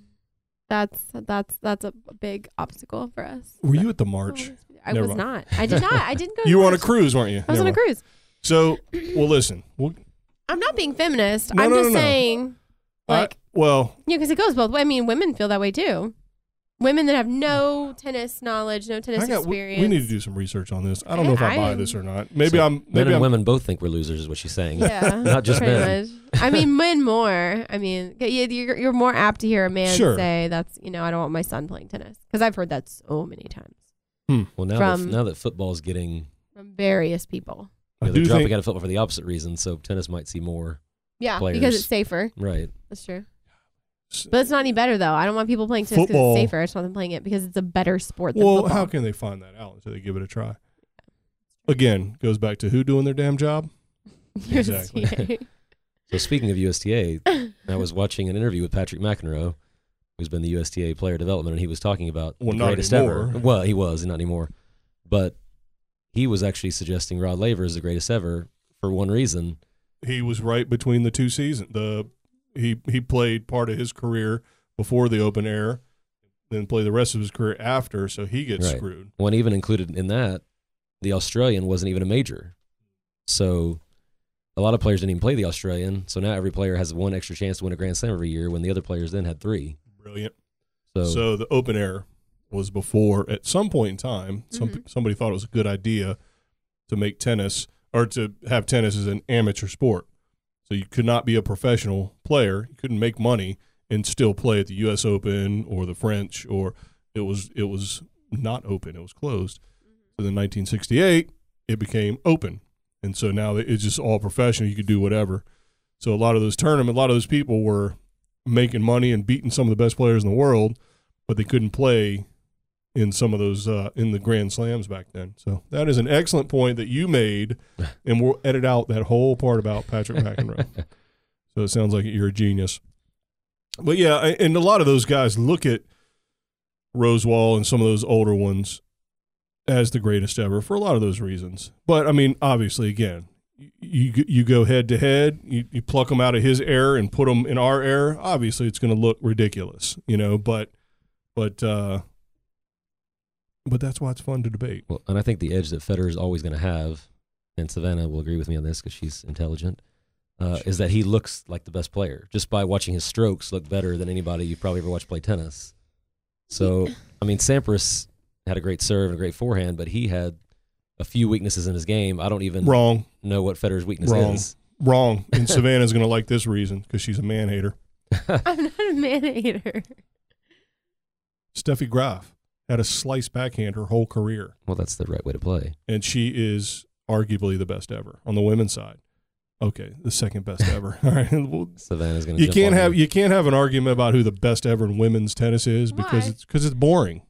[SPEAKER 4] that's that's that's a big obstacle for us. Oh,
[SPEAKER 2] Were you at the march?
[SPEAKER 4] I
[SPEAKER 2] Never
[SPEAKER 4] was
[SPEAKER 2] mind.
[SPEAKER 4] not. I did not. Oh, I didn't go. To
[SPEAKER 2] You were on a
[SPEAKER 4] march.
[SPEAKER 2] cruise, weren't you?
[SPEAKER 4] I was on a
[SPEAKER 2] Never mind.
[SPEAKER 4] cruise.
[SPEAKER 2] So, well, listen. Well,
[SPEAKER 4] I'm not being feminist.
[SPEAKER 2] No,
[SPEAKER 4] I'm
[SPEAKER 2] no,
[SPEAKER 4] just
[SPEAKER 2] no, no.
[SPEAKER 4] saying,
[SPEAKER 2] I-
[SPEAKER 4] like,
[SPEAKER 2] well,
[SPEAKER 4] yeah, because it goes both ways. I mean, women feel that way too. Women that have no tennis knowledge, no tennis
[SPEAKER 2] hang on, we,
[SPEAKER 4] experience.
[SPEAKER 2] we need to do some research on this. I don't know if
[SPEAKER 4] Okay,
[SPEAKER 2] I buy
[SPEAKER 4] I'm-
[SPEAKER 2] this or not. Maybe
[SPEAKER 3] So
[SPEAKER 2] I'm.
[SPEAKER 3] men
[SPEAKER 2] Maybe
[SPEAKER 3] and
[SPEAKER 2] I'm.
[SPEAKER 3] women both think we're losers, is what she's saying.
[SPEAKER 4] Yeah,
[SPEAKER 3] Not just
[SPEAKER 4] pretty
[SPEAKER 3] men.
[SPEAKER 4] Much. I mean, men more. I mean, y- you're you're more apt to hear a man
[SPEAKER 2] Sure.
[SPEAKER 4] say that's you know I don't want my son playing tennis because I've heard that so many times
[SPEAKER 3] Well, now
[SPEAKER 4] From-
[SPEAKER 3] that, now that football's getting,
[SPEAKER 4] from various people.
[SPEAKER 2] I
[SPEAKER 3] you know,
[SPEAKER 2] do
[SPEAKER 3] they're dropping
[SPEAKER 2] think-
[SPEAKER 3] out of football for the opposite reason, so tennis might see more.
[SPEAKER 4] Yeah, because
[SPEAKER 3] Players.
[SPEAKER 4] it's safer.
[SPEAKER 3] Right.
[SPEAKER 4] That's true. But it's not any better though. I don't want people playing tennis because
[SPEAKER 2] Uh, Football.
[SPEAKER 4] it's safer. I just want them playing it because it's a better sport. Than
[SPEAKER 2] Well,
[SPEAKER 4] football.
[SPEAKER 2] how can they find that out until they give it a try? Again, goes back to who doing their damn job.
[SPEAKER 4] You're
[SPEAKER 2] Exactly.
[SPEAKER 4] serious.
[SPEAKER 3] So speaking of USTA, I was watching an interview with Patrick McEnroe, who's been the USTA player development, and he was talking about
[SPEAKER 2] Well,
[SPEAKER 3] the
[SPEAKER 2] not
[SPEAKER 3] greatest
[SPEAKER 2] anymore.
[SPEAKER 3] ever. Well, he was not anymore, but he was actually suggesting Rod Laver is the greatest ever for one reason.
[SPEAKER 2] he was right between the two seasons. The he he played part of his career before the open air, then played the rest of his career after, so he gets
[SPEAKER 3] Right.
[SPEAKER 2] screwed.
[SPEAKER 3] One even included in that, the Australian wasn't even a major, so a lot of players didn't even play the Australian. So now every player has one extra chance to win a Grand Slam every year, when the other players then had three.
[SPEAKER 2] Brilliant.
[SPEAKER 3] So,
[SPEAKER 2] So the open air was before at some point in time, some somebody thought it was a good idea to make tennis or to have tennis as an amateur sport. So you could not be a professional player, you couldn't make money and still play at the US Open or the French or it was it was not open, it was closed. So then 1968 it became open. And so now it's just all professional, you could do whatever. So a lot of those tournament, a lot of those people were making money and beating some of the best players in the world but they couldn't play in some of those uh, in the grand slams back then. So that is an excellent point that you made, and we'll edit out that whole part about Patrick McEnroe. so it sounds like you're a genius. But yeah, I- and a lot of those guys look at Rosewall and some of those older ones as the greatest ever for a lot of those reasons. But I mean, obviously, again. y- You you go head to head. You, you pluck them out of his air and put them in our air. Obviously, it's going to look ridiculous, you know. But but uh but that's why it's fun to debate.
[SPEAKER 3] Well, and I think the edge that Federer is always going to have, and Savannah will agree with me on this because she's intelligent, uh, is that he looks like the best player just by watching his strokes look better than anybody you've probably ever watched play tennis. So, I mean, Sampras had a great serve and a great forehand, but he had a few weaknesses in his game. I don't even
[SPEAKER 2] Wrong,
[SPEAKER 3] know what Federer's weakness
[SPEAKER 2] Wrong.
[SPEAKER 3] is.
[SPEAKER 2] wrong. And Savannah's going to like this reason because she's a man hater.
[SPEAKER 4] I'm not a man hater.
[SPEAKER 2] It's Steffi Graf had a slice backhand her whole career,
[SPEAKER 3] Well, that's the right way to play.
[SPEAKER 2] and she is arguably the best ever on the women's side. Okay, the second best ever. All right, well,
[SPEAKER 3] Savannah's going to.
[SPEAKER 2] you can't have you can't have an argument about who the best ever in women's tennis is because
[SPEAKER 4] Why?
[SPEAKER 2] it's because it's boring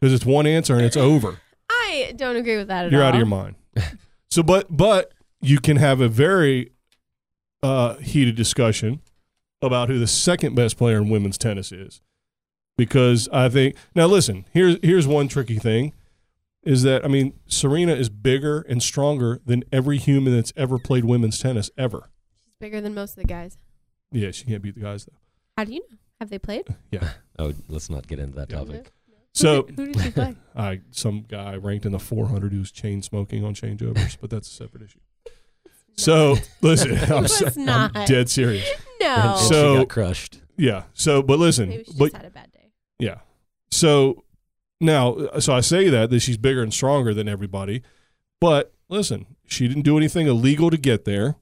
[SPEAKER 2] because it's one answer and it's over.
[SPEAKER 4] I don't agree with that at
[SPEAKER 2] You're
[SPEAKER 4] all.
[SPEAKER 2] out of your mind. So, but but you can have a very uh, heated discussion about who the second best player in women's tennis is, because I think now listen here's here's one tricky thing, is that I mean Serena is bigger and stronger than every human that's ever played women's tennis ever.
[SPEAKER 4] She's bigger than most of the guys.
[SPEAKER 2] Yeah, she can't beat the guys though.
[SPEAKER 4] How do you know? Have they played?
[SPEAKER 3] Oh, let's not get into that
[SPEAKER 2] Yeah.
[SPEAKER 3] topic.
[SPEAKER 2] So
[SPEAKER 4] who did she play?
[SPEAKER 2] I some guy ranked in the 400 who's chain smoking on changeovers, but that's a separate issue. So Oh, listen, I'm,
[SPEAKER 4] was
[SPEAKER 2] so- I'm
[SPEAKER 4] not.
[SPEAKER 2] dead serious.
[SPEAKER 4] No.
[SPEAKER 3] And she
[SPEAKER 2] So-
[SPEAKER 3] got crushed.
[SPEAKER 2] Yeah. So, but listen,
[SPEAKER 4] Maybe she
[SPEAKER 2] but
[SPEAKER 4] just had a bad day.
[SPEAKER 2] yeah. So now, so I say that that she's bigger and stronger than everybody, but listen, she didn't do anything illegal to get there.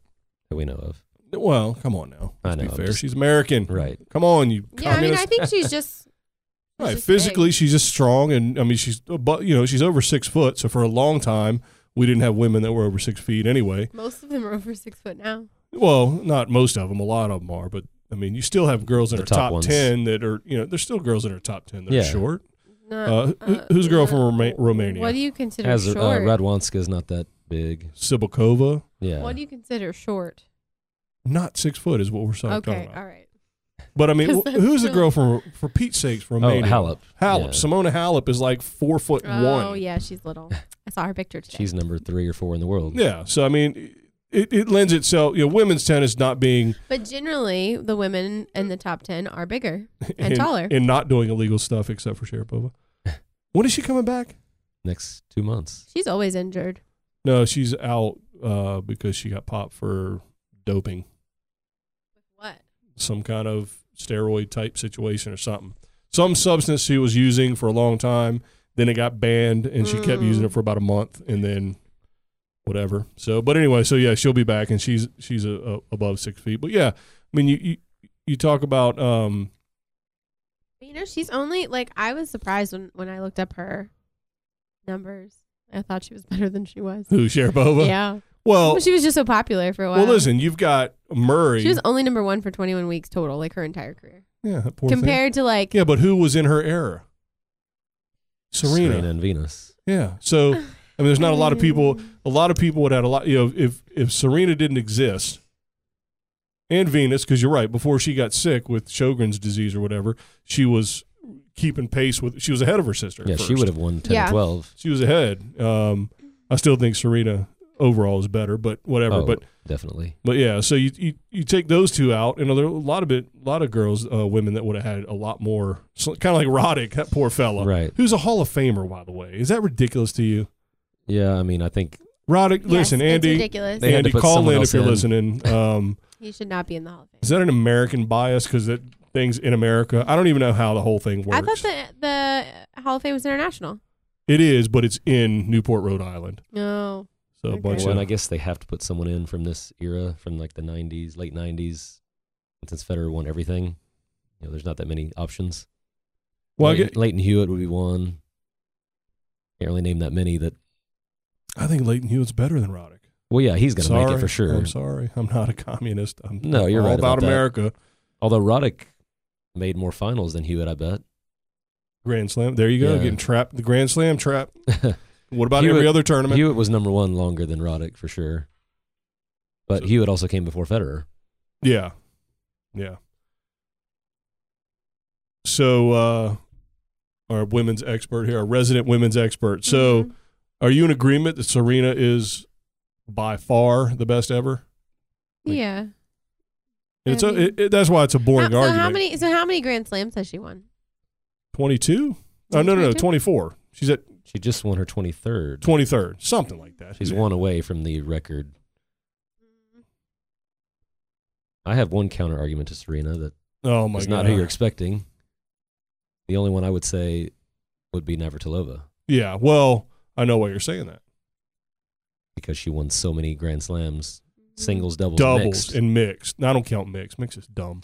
[SPEAKER 3] That we know of.
[SPEAKER 2] Well, come on now.
[SPEAKER 3] I
[SPEAKER 2] Let's
[SPEAKER 3] know,
[SPEAKER 2] Be
[SPEAKER 3] I'm
[SPEAKER 2] fair.
[SPEAKER 3] just-
[SPEAKER 2] she's American.
[SPEAKER 3] Right.
[SPEAKER 2] Come on, you.
[SPEAKER 4] Yeah, I mean,
[SPEAKER 2] communist.
[SPEAKER 4] I think she's just she's
[SPEAKER 2] Right.
[SPEAKER 4] just
[SPEAKER 2] Physically, she's just strong, and I mean, she's but you know, she's over six foot. So for a long time, we didn't have women that were over six feet anyway.
[SPEAKER 4] big. Most of them are over six foot now.
[SPEAKER 2] Well, not most of them. A lot of them are, but I mean, you still have girls in
[SPEAKER 3] The
[SPEAKER 2] her
[SPEAKER 3] top
[SPEAKER 2] top,
[SPEAKER 3] ones.
[SPEAKER 2] ten that are you know, there's still girls in her top ten that
[SPEAKER 3] Yeah.
[SPEAKER 2] are short.
[SPEAKER 4] No,
[SPEAKER 2] Uh, who- who's a girl from Roma-
[SPEAKER 4] no.
[SPEAKER 2] Romania?
[SPEAKER 4] What do you consider
[SPEAKER 3] As uh,
[SPEAKER 4] short?
[SPEAKER 3] Radwanska is not that big.
[SPEAKER 2] Sibylkova,
[SPEAKER 3] Yeah.
[SPEAKER 4] What do you consider short?
[SPEAKER 2] not six foot, is what we're talking
[SPEAKER 4] okay,
[SPEAKER 2] about.
[SPEAKER 4] all right.
[SPEAKER 2] But I mean,
[SPEAKER 4] 'Cause
[SPEAKER 2] wh-
[SPEAKER 4] that's
[SPEAKER 2] who's the
[SPEAKER 4] still-
[SPEAKER 2] girl from for Pete's sakes,
[SPEAKER 3] oh,
[SPEAKER 2] Romania?
[SPEAKER 3] Halep.
[SPEAKER 2] Halep.
[SPEAKER 3] Yeah.
[SPEAKER 2] Simona Halep is like four foot one.
[SPEAKER 4] Oh yeah, she's little. I saw her picture today.
[SPEAKER 3] She's number three or four in the world.
[SPEAKER 2] Yeah. So I mean, it, it lends itself. You know, women's tennis not being
[SPEAKER 4] but generally, the women in the top ten are bigger and
[SPEAKER 2] in-
[SPEAKER 4] taller.
[SPEAKER 2] and not doing illegal stuff except for Sharapova. when is she coming back?
[SPEAKER 3] Next two months.
[SPEAKER 4] She's always injured.
[SPEAKER 2] No, she's out uh, because she got popped for doping,
[SPEAKER 4] What?
[SPEAKER 2] some kind of steroid type situation or something. Some substance she was using for a long time. Then it got banned, and she kept
[SPEAKER 4] Mm.
[SPEAKER 2] using it for about a month, and then whatever. So, but anyway, so yeah, she'll be back, and she's she's a, a, above six feet. But yeah, I mean, you you, you talk about um,
[SPEAKER 4] You know, she's only like I was surprised when when I looked up her numbers. I thought she was better than she was.
[SPEAKER 2] who Sharapova.
[SPEAKER 4] yeah,
[SPEAKER 2] Well,
[SPEAKER 4] Well, she was just so popular for a while.
[SPEAKER 2] well, listen, you've got Murray.
[SPEAKER 4] she was only number one for 21 weeks total, like her entire career,
[SPEAKER 2] yeah, that poor thing.
[SPEAKER 4] compared to like
[SPEAKER 2] Yeah, but who was in her era? Serena.
[SPEAKER 3] and Venus.
[SPEAKER 2] Yeah. So I mean, there's not a lot of people. A lot of people would have had a lot. You know, if if Serena didn't exist, and Venus, because you're right, before she got sick with Sjogren's disease or whatever, she was keeping pace with. She was ahead of her sister.
[SPEAKER 3] Yeah,
[SPEAKER 2] at
[SPEAKER 3] she
[SPEAKER 2] first.
[SPEAKER 3] would have won 10
[SPEAKER 4] Yeah.
[SPEAKER 3] or 12.
[SPEAKER 2] She was ahead. Um, I still think Serena overall is better, but whatever.
[SPEAKER 3] Oh,
[SPEAKER 2] But
[SPEAKER 3] definitely.
[SPEAKER 2] But yeah, so you, you you take those two out, and there are a lot of it, a lot of girls, uh, women that would have had a lot more, so, kind of like Roddick, that poor fella,
[SPEAKER 3] Right.
[SPEAKER 2] Who's a Hall of Famer, by the way. Is that ridiculous to you,
[SPEAKER 3] Yeah, I mean, I think
[SPEAKER 2] Roddick?
[SPEAKER 4] Yes,
[SPEAKER 2] listen,
[SPEAKER 4] it's
[SPEAKER 2] Andy,
[SPEAKER 4] ridiculous.
[SPEAKER 3] They had
[SPEAKER 2] Andy,
[SPEAKER 3] to put
[SPEAKER 2] call
[SPEAKER 3] someone
[SPEAKER 2] in if
[SPEAKER 3] else
[SPEAKER 2] you're
[SPEAKER 3] in.
[SPEAKER 2] listening. Um,
[SPEAKER 4] he should not be in the Hall of Fame.
[SPEAKER 2] is that an American bias because that things in America? I don't even know how the whole thing works.
[SPEAKER 4] I thought the the Hall of Fame was international.
[SPEAKER 2] it is, but it's in Newport, Rhode Island.
[SPEAKER 4] No,
[SPEAKER 2] So a
[SPEAKER 4] Okay.
[SPEAKER 2] bunch
[SPEAKER 3] Well, and I
[SPEAKER 2] of
[SPEAKER 3] guess they have to put someone in from this era, from like the '90s, late '90s. And Since Federer won everything, you know, there's not that many options.
[SPEAKER 2] well, I,
[SPEAKER 3] Leighton,
[SPEAKER 2] get,
[SPEAKER 3] Leighton Hewitt would be one. Can't really name that many. That
[SPEAKER 2] I think Leighton Hewitt's better than Roddick.
[SPEAKER 3] well, yeah, he's gonna
[SPEAKER 2] sorry,
[SPEAKER 3] make it for sure.
[SPEAKER 2] I'm sorry, I'm not a communist. I'm
[SPEAKER 3] No, you're
[SPEAKER 2] all
[SPEAKER 3] right about that.
[SPEAKER 2] America.
[SPEAKER 3] Although Roddick made more finals than Hewitt, I bet.
[SPEAKER 2] Grand Slam. There you go.
[SPEAKER 3] Yeah.
[SPEAKER 2] Getting trapped. The Grand Slam trap. What about
[SPEAKER 3] Hewitt-
[SPEAKER 2] every other tournament?
[SPEAKER 3] Hewitt was number one longer than Roddick for sure. But
[SPEAKER 2] So-
[SPEAKER 3] Hewitt also came before Federer.
[SPEAKER 2] yeah. Yeah. So, uh, our women's expert here, our resident women's expert. So,
[SPEAKER 4] Mhm.
[SPEAKER 2] are you in agreement that Serena is by far the best ever? like,
[SPEAKER 4] yeah. I
[SPEAKER 2] It's a,
[SPEAKER 4] mean-
[SPEAKER 2] it, it- that's why it's a boring
[SPEAKER 4] How- so
[SPEAKER 2] argument.
[SPEAKER 4] how many? So how many Grand Slams has she won?
[SPEAKER 2] 22? Oh, no, no, no,
[SPEAKER 4] 22?
[SPEAKER 2] 24. She's at
[SPEAKER 3] She just won her 23rd.
[SPEAKER 2] 23rd, something like that.
[SPEAKER 3] She's one away from the record. I have one counter argument to Serena that
[SPEAKER 2] Oh, my
[SPEAKER 3] is
[SPEAKER 2] God.
[SPEAKER 3] not who you're expecting. The only one I would say would be Navratilova
[SPEAKER 2] yeah. Well, I know why you're saying that.
[SPEAKER 3] because she won so many Grand Slams, singles, doubles,
[SPEAKER 2] Doubles
[SPEAKER 3] mixed.
[SPEAKER 2] and mixed. I don't count mixed. Mixed is dumb.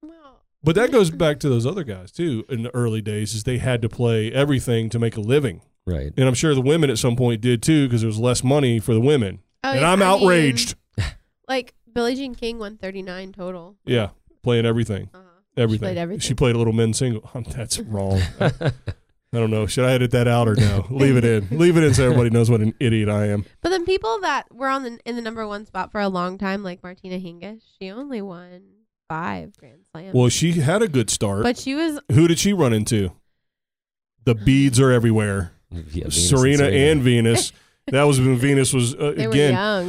[SPEAKER 4] Well,
[SPEAKER 2] But that goes back to those other guys too. In the early days, is they had to play everything to make a living,
[SPEAKER 3] Right.
[SPEAKER 2] and I'm sure the women at some point did too, because there was less money for the women.
[SPEAKER 4] Oh,
[SPEAKER 2] and
[SPEAKER 4] yeah,
[SPEAKER 2] I'm
[SPEAKER 4] I mean,
[SPEAKER 2] outraged.
[SPEAKER 4] like Billie Jean King, one thirty nine total.
[SPEAKER 2] yeah, playing everything,
[SPEAKER 4] Uh-huh.
[SPEAKER 2] everything.
[SPEAKER 4] played everything.
[SPEAKER 2] She played a little men's single. That's wrong. I don't know. Should I edit that out or no? Leave it in. Leave it in so everybody knows what an idiot I am.
[SPEAKER 4] But then people that were on the in the number one spot for a long time, like Martina Hingis, she only won five Grand Slams.
[SPEAKER 2] Well, she had a good start.
[SPEAKER 4] but she was
[SPEAKER 2] Who did she run into? The beads are everywhere.
[SPEAKER 3] Yeah, Venus
[SPEAKER 2] Serena, and Venus. That was when Venus was uh,
[SPEAKER 4] they
[SPEAKER 2] again.
[SPEAKER 4] were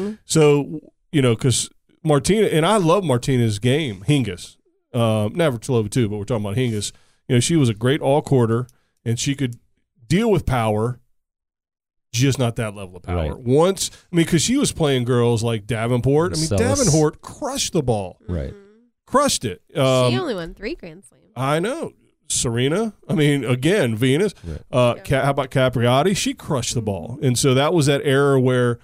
[SPEAKER 4] young.
[SPEAKER 2] So you know, because Martina and I love Martina's game, Hingis, um, Navratilova too, but we're talking about Hingis. You know, she was a great all quarter, and she could deal with power, just not that level of power.
[SPEAKER 3] Right.
[SPEAKER 2] Once, I mean, because she was playing girls like Davenport. I mean,
[SPEAKER 3] Celis.
[SPEAKER 2] Davenport crushed the ball,
[SPEAKER 3] Right.
[SPEAKER 4] Mhm.
[SPEAKER 2] crushed it.
[SPEAKER 4] she
[SPEAKER 2] Um,
[SPEAKER 4] only won three Grand Slams.
[SPEAKER 2] I know. Serena, I mean, again, Venus.
[SPEAKER 3] Right.
[SPEAKER 2] Uh,
[SPEAKER 4] Yeah.
[SPEAKER 2] Ca- how about Capriati? She crushed the ball, and so that was that era where,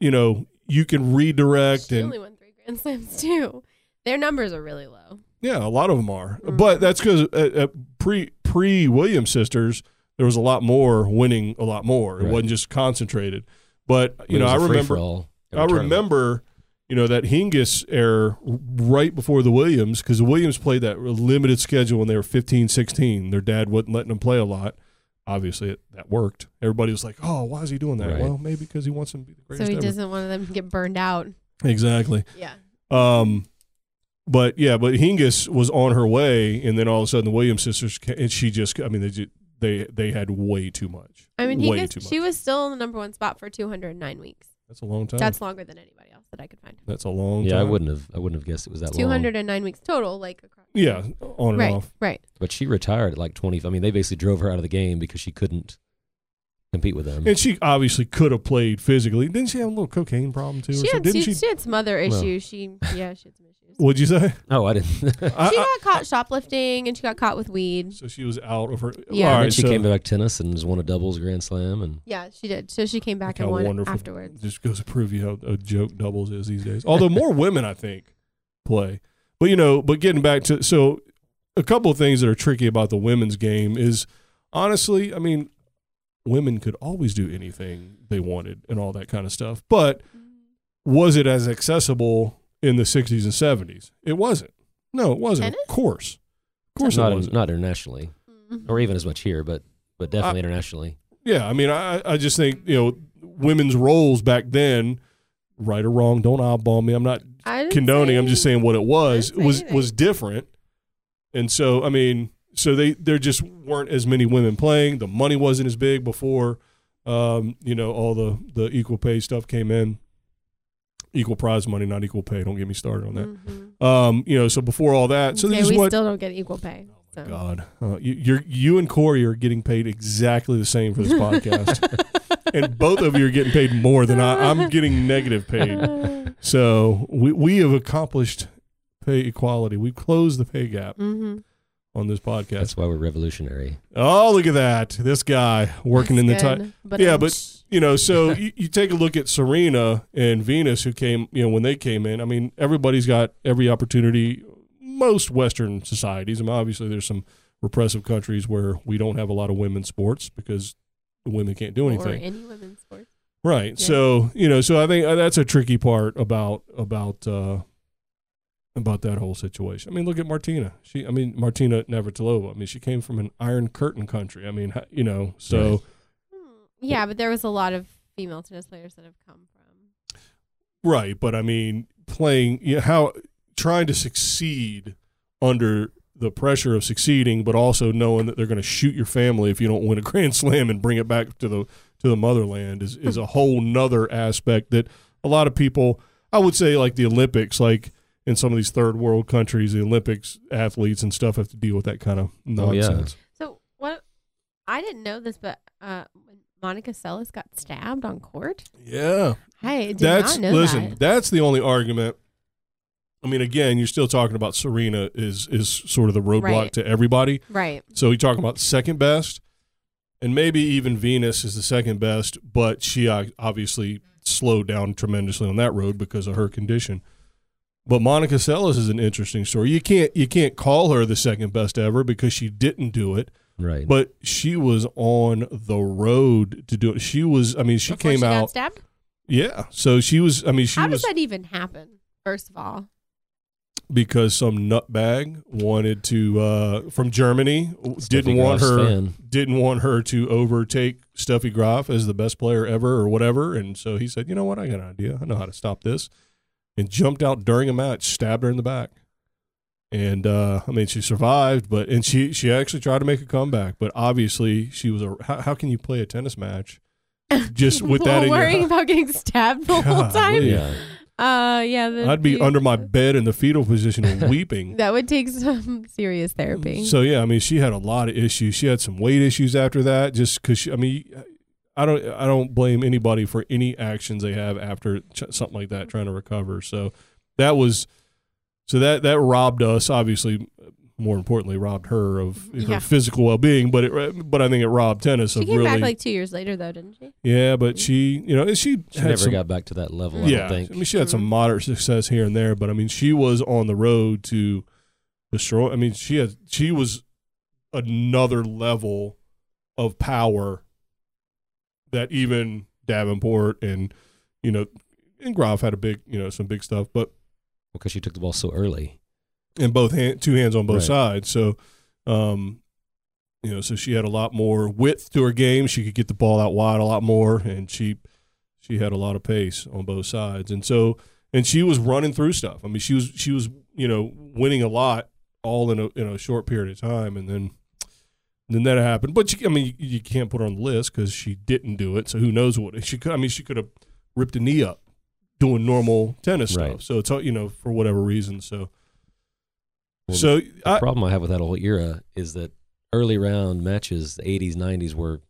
[SPEAKER 2] you know, you can redirect
[SPEAKER 4] She
[SPEAKER 2] and
[SPEAKER 4] only won three Grand Slams too. Their numbers are really low.
[SPEAKER 2] Yeah, a lot of them are,
[SPEAKER 4] Mm-hmm.
[SPEAKER 2] but that's because uh, uh, pre pre Williams sisters, there was a lot more winning, a lot more. It
[SPEAKER 3] Right.
[SPEAKER 2] wasn't just concentrated. But you
[SPEAKER 3] It
[SPEAKER 2] know,
[SPEAKER 3] was
[SPEAKER 2] I
[SPEAKER 3] a
[SPEAKER 2] remember,
[SPEAKER 3] free-for-all every
[SPEAKER 2] I
[SPEAKER 3] tournament.
[SPEAKER 2] remember, you know that Hingis error right before the Williams because the Williams played that limited schedule when they were 15, 16. Their dad wasn't letting them play a lot. Obviously, it, that worked. Everybody was like, "Oh, why is he doing that?"
[SPEAKER 3] Right.
[SPEAKER 2] Well, maybe because he wants them to be the
[SPEAKER 4] So
[SPEAKER 2] greatest.
[SPEAKER 4] he
[SPEAKER 2] ever.
[SPEAKER 4] doesn't want them to get burned out.
[SPEAKER 2] Exactly.
[SPEAKER 4] Yeah.
[SPEAKER 2] Um, but yeah, but Hingis was on her way, and then all of a sudden the Williams sisters ca- and she just, I mean, they ju- they they had way too much. Oh.
[SPEAKER 4] I mean,
[SPEAKER 2] way
[SPEAKER 4] Hingis, she was still in the number one spot for 209 weeks.
[SPEAKER 2] That's a long time. That's,
[SPEAKER 4] That's longer than anybody else that I could find.
[SPEAKER 2] a long.
[SPEAKER 3] Yeah, I
[SPEAKER 2] time.
[SPEAKER 3] wouldn't have. I wouldn't have guessed it was that long.
[SPEAKER 4] 209 weeks total, like across.
[SPEAKER 2] Yeah, on and
[SPEAKER 4] Right,
[SPEAKER 2] off.
[SPEAKER 4] right.
[SPEAKER 3] But she retired at like 20. I mean, they basically drove her out of the game because she couldn't compete with them.
[SPEAKER 2] And she obviously could have played physically. Didn't she have a little cocaine problem too? or
[SPEAKER 4] She
[SPEAKER 2] something?
[SPEAKER 4] had,
[SPEAKER 2] Didn't
[SPEAKER 4] she,
[SPEAKER 2] she?
[SPEAKER 4] she had some other
[SPEAKER 3] Well.
[SPEAKER 4] issues. She, yeah, she had some issues.
[SPEAKER 2] What'd you say?
[SPEAKER 3] oh, I didn't. and
[SPEAKER 2] I-
[SPEAKER 4] she
[SPEAKER 2] I-
[SPEAKER 4] got caught shoplifting and she got caught with weed.
[SPEAKER 2] so she was out of her.
[SPEAKER 4] Yeah.
[SPEAKER 2] All
[SPEAKER 4] And
[SPEAKER 2] right,
[SPEAKER 3] then she
[SPEAKER 2] so
[SPEAKER 3] came back tennis and just won a doubles grand slam. And
[SPEAKER 4] Yeah, she did. So she came back
[SPEAKER 2] How
[SPEAKER 4] and won
[SPEAKER 2] wonderful.
[SPEAKER 4] afterwards.
[SPEAKER 2] Just goes to prove you how a joke doubles is these days. Although more women, I think, play. But you know, but getting back to so a couple of things that are tricky about the women's game is honestly, I mean, women could always do anything they wanted and all that kind of stuff. But
[SPEAKER 4] Mm-hmm.
[SPEAKER 2] was it as accessible in the sixties and seventies? It wasn't. No, it wasn't.
[SPEAKER 4] Tennis?
[SPEAKER 2] Of course. Of course
[SPEAKER 3] not
[SPEAKER 2] it wasn't.
[SPEAKER 3] not internationally, or even as much here, but but definitely internationally.
[SPEAKER 2] Yeah, I mean, I, I just think you know women's roles back then, right or wrong, don't eyeball me. I'm not
[SPEAKER 4] I didn't
[SPEAKER 2] condoning.
[SPEAKER 4] say-
[SPEAKER 2] I'm just saying what it was
[SPEAKER 4] didn't say
[SPEAKER 2] was
[SPEAKER 4] anything.
[SPEAKER 2] was different, and so I mean, so they there just weren't as many women playing. The money wasn't as big before, um, you know, all the the equal pay stuff came in. Equal prize money, not equal pay. Don't get me started on that.
[SPEAKER 4] Mhm.
[SPEAKER 2] Um, you know, so before all that, so
[SPEAKER 4] Okay,
[SPEAKER 2] this is
[SPEAKER 4] we
[SPEAKER 2] what
[SPEAKER 4] still don't get equal pay. So.
[SPEAKER 2] God, uh, you, you're you and Corey are getting paid exactly the same for this podcast, and both of you are getting paid more than I. I'm getting negative paid. So we we have accomplished pay equality. We closed the pay gap
[SPEAKER 4] Mhm.
[SPEAKER 2] on this podcast.
[SPEAKER 3] That's why we're revolutionary.
[SPEAKER 2] Oh, look at that! This guy working in the
[SPEAKER 4] That's
[SPEAKER 2] time.
[SPEAKER 4] good. But
[SPEAKER 2] Yeah,
[SPEAKER 4] um,
[SPEAKER 2] but you know, so you, you take a look at Serena and Venus, who came, you know, when they came in. I mean, everybody's got every opportunity. Most Western societies, I mean, obviously, there's some repressive countries where we don't have a lot of women's sports because the women can't do
[SPEAKER 4] or
[SPEAKER 2] anything,
[SPEAKER 4] any women's sports.
[SPEAKER 2] right?
[SPEAKER 4] yeah.
[SPEAKER 2] So you know, so I think uh, that's a tricky part about about uh, about that whole situation. I mean, look at Martina. She, I mean, Martina Navratilova. I mean, she came from an Iron Curtain country. I mean, ha- you know, so.
[SPEAKER 3] Right.
[SPEAKER 4] Hmm. Yeah, but there was a lot of female tennis players that have come from.
[SPEAKER 2] Right, but I mean, playing you know, how trying to succeed under the pressure of succeeding, but also knowing that they're going to shoot your family if you don't win a grand slam and bring it back to the to the motherland is is a whole nother aspect that a lot of people, I would say, like the Olympics, like in some of these third world countries, the Olympics athletes and stuff have to deal with that kind of
[SPEAKER 3] Oh, yeah.
[SPEAKER 2] nonsense.
[SPEAKER 4] So what? I didn't know this, but uh, when Monica Seles got stabbed on court.
[SPEAKER 2] yeah.
[SPEAKER 4] I did
[SPEAKER 2] that's
[SPEAKER 4] not know
[SPEAKER 2] listen.
[SPEAKER 4] that.
[SPEAKER 2] That's the only argument. I mean, again, you're still talking about Serena is is sort of the roadblock
[SPEAKER 4] Right.
[SPEAKER 2] to everybody.
[SPEAKER 4] Right.
[SPEAKER 2] So you're talking about second best, and maybe even Venus is the second best, but she uh, obviously slowed down tremendously on that road because of her condition. But Monica Seles is an interesting story. You can't you can't call her the second best ever because she didn't do it,
[SPEAKER 3] Right.
[SPEAKER 2] but she was on the road to do it. She was I mean she
[SPEAKER 4] Before
[SPEAKER 2] came
[SPEAKER 4] she
[SPEAKER 2] out
[SPEAKER 4] Got stabbed?
[SPEAKER 2] yeah. So she was I mean she
[SPEAKER 4] How
[SPEAKER 2] was
[SPEAKER 4] does that even happen? First of all,
[SPEAKER 2] because some nutbag wanted to uh from Germany didn't
[SPEAKER 3] Steffi
[SPEAKER 2] want
[SPEAKER 3] Graf's
[SPEAKER 2] her
[SPEAKER 3] fan.
[SPEAKER 2] didn't want her to overtake Steffi Graf as the best player ever or whatever. And so he said, you know what, I got an idea. I know how to stop this. And jumped out during a match, stabbed her in the back. And uh, I mean, she survived, but and she she actually tried to make a comeback, but obviously she was a. How, how can you play a tennis match just with
[SPEAKER 4] While
[SPEAKER 2] that in
[SPEAKER 4] worrying
[SPEAKER 2] your?
[SPEAKER 4] about getting stabbed the whole time.
[SPEAKER 2] Golly.
[SPEAKER 3] Yeah.
[SPEAKER 4] Uh, yeah. the-
[SPEAKER 2] I'd be
[SPEAKER 4] you-
[SPEAKER 2] under my bed in the fetal position and weeping.
[SPEAKER 4] That would take some serious therapy.
[SPEAKER 2] So yeah, I mean, she had a lot of issues. She had some weight issues after that, just because. I mean, I don't, I don't blame anybody for any actions they have after ch- something like that, trying to recover. So that was, so that that robbed us. Obviously, more importantly, robbed her of her
[SPEAKER 4] Yeah.
[SPEAKER 2] physical well being. But it, but I think it robbed tennis
[SPEAKER 4] she
[SPEAKER 2] of
[SPEAKER 4] came
[SPEAKER 2] really.
[SPEAKER 4] back like two years later, though, didn't she?
[SPEAKER 2] yeah, but she, you know, and she,
[SPEAKER 3] She
[SPEAKER 2] had
[SPEAKER 3] never
[SPEAKER 2] some,
[SPEAKER 3] got back to that level,
[SPEAKER 2] yeah,
[SPEAKER 3] I don't
[SPEAKER 2] mean,
[SPEAKER 3] think.
[SPEAKER 2] she had some moderate success here and there, but I mean, she was on the road to destroy. I mean, she had she was another level of power that even Davenport and you know and Groff had a big you know some big stuff, but
[SPEAKER 3] Because she took the ball so early.
[SPEAKER 2] and both hand, two hands on both
[SPEAKER 3] Right.
[SPEAKER 2] sides. So, um, you know, so she had a lot more width to her game. She could get the ball out wide a lot more, and she she had a lot of pace on both sides. And so, and she was running through stuff. I mean, she was she was you know winning a lot all in a in a short period of time, and then. Then that happened, but you, I mean, you, you can't put her on the list because she didn't do it. So who knows what she could? I mean, she could have ripped a knee up doing normal tennis stuff.
[SPEAKER 3] Right.
[SPEAKER 2] So it's all- you know for whatever reason. So
[SPEAKER 3] Well,
[SPEAKER 2] so
[SPEAKER 3] The
[SPEAKER 2] I,
[SPEAKER 3] problem I have with that whole era is that early round matches, the 80s, 90s, were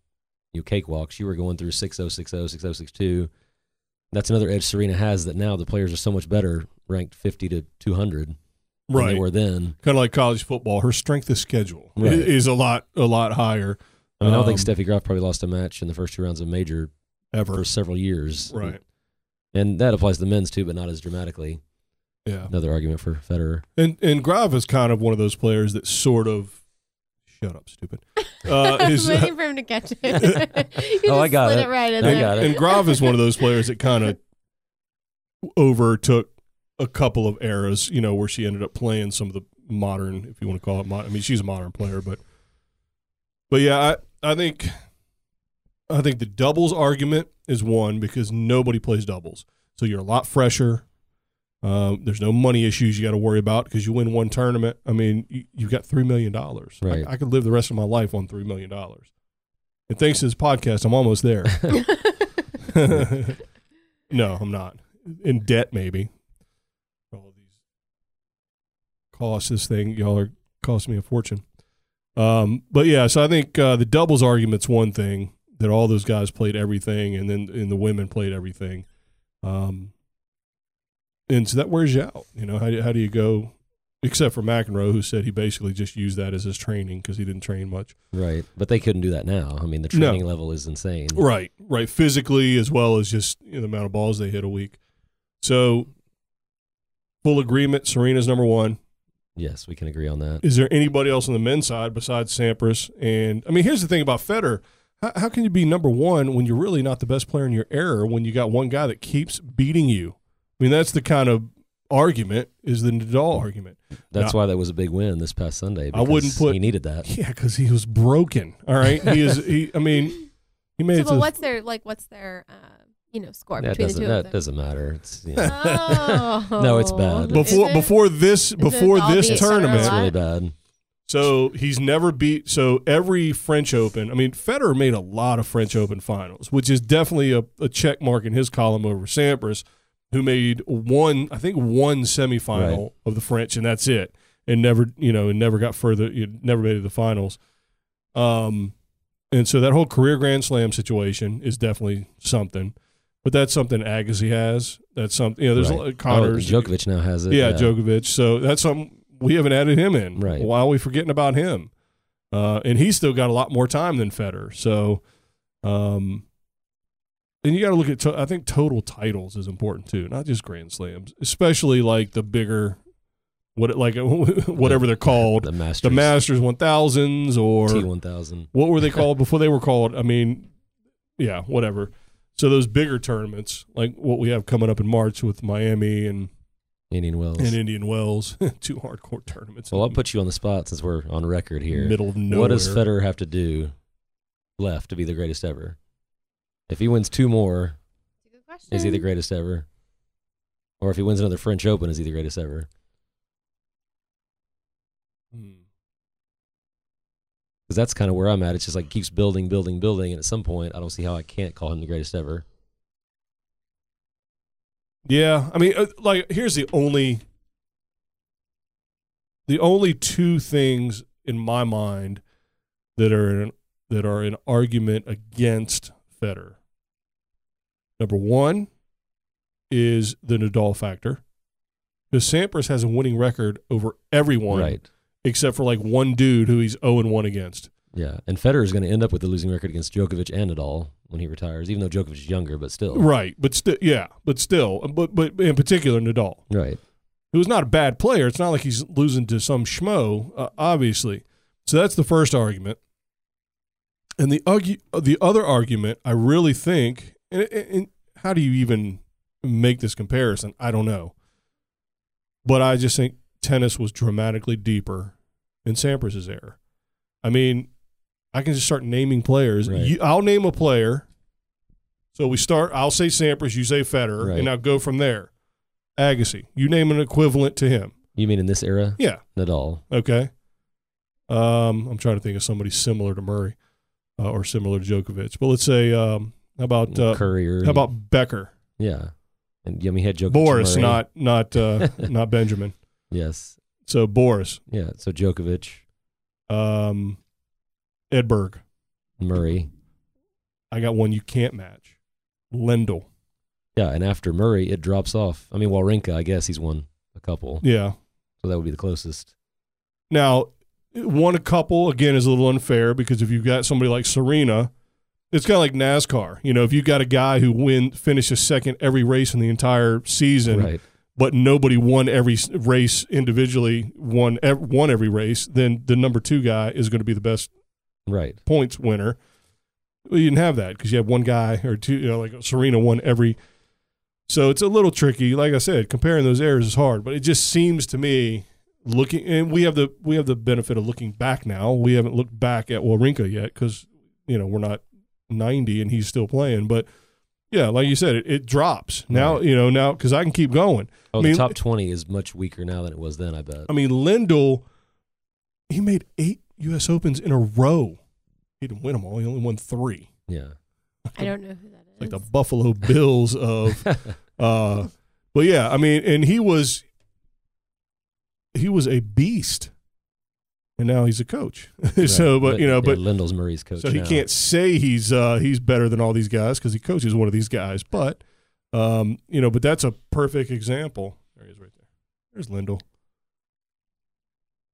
[SPEAKER 3] you know, cakewalks. You were going through oh, 6-0, 6-0, 6-0, 6-2. That's another edge Serena has that now the players are so much better, ranked 50 to 200 than
[SPEAKER 2] right,
[SPEAKER 3] they were then.
[SPEAKER 2] kind of like college football. Her strength of schedule i-
[SPEAKER 3] Right.
[SPEAKER 2] is a lot, a lot higher
[SPEAKER 3] I mean, I don't think
[SPEAKER 2] Um,
[SPEAKER 3] Steffi Graf probably lost a match in the first two rounds of major
[SPEAKER 2] ever.
[SPEAKER 3] for several years.
[SPEAKER 2] Right.
[SPEAKER 3] And that applies to the men's too, but not as dramatically.
[SPEAKER 2] Yeah.
[SPEAKER 3] Another argument for Federer.
[SPEAKER 2] And and Grav is kind of one of those players that sort of shut up, stupid. Uh,
[SPEAKER 4] I was
[SPEAKER 2] is,
[SPEAKER 4] waiting for him to catch it. You
[SPEAKER 3] Oh, I
[SPEAKER 4] just
[SPEAKER 3] got
[SPEAKER 4] slid
[SPEAKER 3] it.
[SPEAKER 4] right in
[SPEAKER 3] I
[SPEAKER 4] there.
[SPEAKER 3] got it.
[SPEAKER 2] and Grav is one of those players that kind of overtook a couple of eras, you know, where she ended up playing some of the modern, if you want to call it. Mod- I mean, she's a modern player, but but yeah, I I think I think the doubles argument is one because nobody plays doubles, so you're a lot fresher. Um, there's no money issues you got to worry about because you win one tournament. I mean, you, you've got three million dollars.
[SPEAKER 3] Right.
[SPEAKER 2] I, I could live the rest of my life on three million dollars. And thanks to this podcast, I'm almost there. no, I'm not. In debt, maybe. All these costs, this thing, y'all are costing me a fortune. Um, but yeah, so I think uh, the doubles argument's one thing that all those guys played everything, and then and the women played everything. Um, and so that wears you out. You know, how do, how do you go? Except for McEnroe, who said he basically just used that as his training because he didn't train much.
[SPEAKER 3] Right. But they couldn't do that now. I mean, the
[SPEAKER 2] No.
[SPEAKER 3] training level is insane.
[SPEAKER 2] Right, right. Physically as well as just you know, the amount of balls they hit a week. So, full agreement. Serena's number one.
[SPEAKER 3] Yes, we can agree on that.
[SPEAKER 2] Is there anybody else on the men's side besides Sampras? And I mean, here's the thing about Federer. How, how can you be number one when you're really not the best player in your era? When you got one guy that keeps beating you. I mean, that's the kind of argument is the Nadal argument.
[SPEAKER 3] That's
[SPEAKER 2] Now-
[SPEAKER 3] why that was a big win this past Sunday.
[SPEAKER 2] I wouldn't
[SPEAKER 3] because
[SPEAKER 2] put-
[SPEAKER 3] He needed that.
[SPEAKER 2] Yeah, because he was broken. All right, he is. He, I mean, he made
[SPEAKER 4] So,
[SPEAKER 2] it to
[SPEAKER 4] but
[SPEAKER 2] the
[SPEAKER 4] what's their like? What's their uh, you know score
[SPEAKER 3] That
[SPEAKER 4] between the
[SPEAKER 3] doesn't.
[SPEAKER 4] two
[SPEAKER 3] That
[SPEAKER 4] of them?
[SPEAKER 3] doesn't matter. It's, yeah,
[SPEAKER 4] Oh.
[SPEAKER 3] No, it's bad.
[SPEAKER 4] Is
[SPEAKER 2] before
[SPEAKER 4] it?
[SPEAKER 2] before this before
[SPEAKER 4] all
[SPEAKER 2] this
[SPEAKER 4] beat Federer
[SPEAKER 2] tournament.
[SPEAKER 3] it's
[SPEAKER 4] lot.
[SPEAKER 3] really bad.
[SPEAKER 2] So he's never beat. So every French Open, I mean, Federer made a lot of French Open finals, which is definitely a, a check mark in his column over Sampras, who made one, I think, one semifinal
[SPEAKER 3] Right.
[SPEAKER 2] of the French, and that's it, and never, you know, and never got further, you know, never made it to the finals. Um, and so that whole career Grand Slam situation is definitely something, but that's something Agassi has. That's something, you know, there's a
[SPEAKER 3] Right.
[SPEAKER 2] lot of
[SPEAKER 3] Oh,
[SPEAKER 2] Connors,
[SPEAKER 3] Djokovic now has it.
[SPEAKER 2] yeah, Djokovic. So that's something we haven't added him in.
[SPEAKER 3] uh, Right.
[SPEAKER 2] Why are we forgetting about him? Uh, and he's still got a lot more time than Federer. So, um, and you got to look at. To- I think total titles is important too, not just grand slams, especially like the bigger, what like whatever they're called,
[SPEAKER 3] The
[SPEAKER 2] the,
[SPEAKER 3] Masters.
[SPEAKER 2] Masters one thousands or
[SPEAKER 3] T one thousand.
[SPEAKER 2] what were they called before they were called? I mean, yeah, whatever. So those bigger tournaments, like what we have coming up in March with Miami and,
[SPEAKER 3] Indian Wells.
[SPEAKER 2] and Indian Wells, two hardcore tournaments.
[SPEAKER 3] well, I'll
[SPEAKER 2] in
[SPEAKER 3] put you on the spot since we're on record
[SPEAKER 2] the
[SPEAKER 3] here.
[SPEAKER 2] middle of nowhere.
[SPEAKER 3] What does Federer have to do left to be the greatest ever? If he wins two more,
[SPEAKER 4] Good question.
[SPEAKER 3] is he the greatest ever? Or if he wins another French Open, is he the greatest ever?
[SPEAKER 2] Hmm.
[SPEAKER 3] Because that's kind of where I'm at. It's just like keeps building, building, building, and at some point, I don't see how I can't call him the greatest ever.
[SPEAKER 2] Yeah, I mean, uh, like here's the only the only two things in my mind that are an, that are an argument against Federer. Number one is the Nadal factor. Because Sampras has a winning record over everyone
[SPEAKER 3] Right.
[SPEAKER 2] except for like one dude who he's 0 and 1 against.
[SPEAKER 3] Yeah. And Federer is going to end up with a losing record against Djokovic and Nadal when he retires, even though Djokovic is younger, but still.
[SPEAKER 2] Right, but still, yeah, but still, um, but but in particular Nadal.
[SPEAKER 3] Right.
[SPEAKER 2] who's not a bad player. It's not like he's losing to some schmo, uh, obviously. So that's the first argument. And the argu- uh, the other argument, I really think, and, and, and how do you even make this comparison? I don't know. But I just think tennis was dramatically deeper in Sampras's era. I mean, I can just start naming players.
[SPEAKER 3] Right.
[SPEAKER 2] You, I'll name a player. So we start. I'll say Sampras. You say Federer,
[SPEAKER 3] Right.
[SPEAKER 2] and I'll go from there. Agassi. You name an equivalent to him.
[SPEAKER 3] You mean in this era?
[SPEAKER 2] Yeah.
[SPEAKER 3] Nadal.
[SPEAKER 2] Okay. Um, I'm trying to think of somebody similar to Murray uh, or similar to Djokovic. But let's say, um, how about uh,
[SPEAKER 3] Curry or
[SPEAKER 2] how about Becker,
[SPEAKER 3] Yeah. And I mean, he had Djokovic. and
[SPEAKER 2] Boris,
[SPEAKER 3] Murray.
[SPEAKER 2] not not uh, not Benjamin.
[SPEAKER 3] Yes.
[SPEAKER 2] So Boris,
[SPEAKER 3] Yeah. So Djokovic,
[SPEAKER 2] um, Edberg.
[SPEAKER 3] Murray.
[SPEAKER 2] I got one you can't match. Lendl.
[SPEAKER 3] Yeah. And after Murray, it drops off. I mean, Wawrinka, I guess he's won a couple.
[SPEAKER 2] Yeah.
[SPEAKER 3] So that would be the closest.
[SPEAKER 2] Now, one a couple again is a little unfair because if you've got somebody like Serena, it's kind of like NASCAR. You know, if you've got a guy who win finishes second every race in the entire season,
[SPEAKER 3] right.
[SPEAKER 2] but nobody won every s- race individually, won ev- won every race, then the number two guy is going to be the best
[SPEAKER 3] Right.
[SPEAKER 2] points winner. Well, you didn't have that because you had one guy or two. You know, like Serena won every. So it's a little tricky. Like I said, comparing those errors is hard, but it just seems to me looking, and we have the we have the benefit of looking back now. We haven't looked back at Wawrinka yet because you know we're not ninety and he's still playing. But yeah, like you said, it, it drops now.
[SPEAKER 3] Right.
[SPEAKER 2] You know now because I can keep going.
[SPEAKER 3] Oh,
[SPEAKER 2] I mean- Um,
[SPEAKER 3] the top 20 is much weaker now than it was then, I bet.
[SPEAKER 2] I mean, Lindell, he made eight U.S. Opens in a row. He didn't win them all. He only won three.
[SPEAKER 3] Yeah.
[SPEAKER 4] I don't know who that is.
[SPEAKER 2] like the Buffalo Bills of uh but yeah, I mean and he was he was a beast. And now he's a coach. so but you know, but
[SPEAKER 3] Lindell's Murray's coach.
[SPEAKER 2] so he
[SPEAKER 3] now.
[SPEAKER 2] can't say he's uh he's better than all these guys cuz he coaches one of these guys, but um you know, but that's a perfect example. There he is right there. There's Lindell.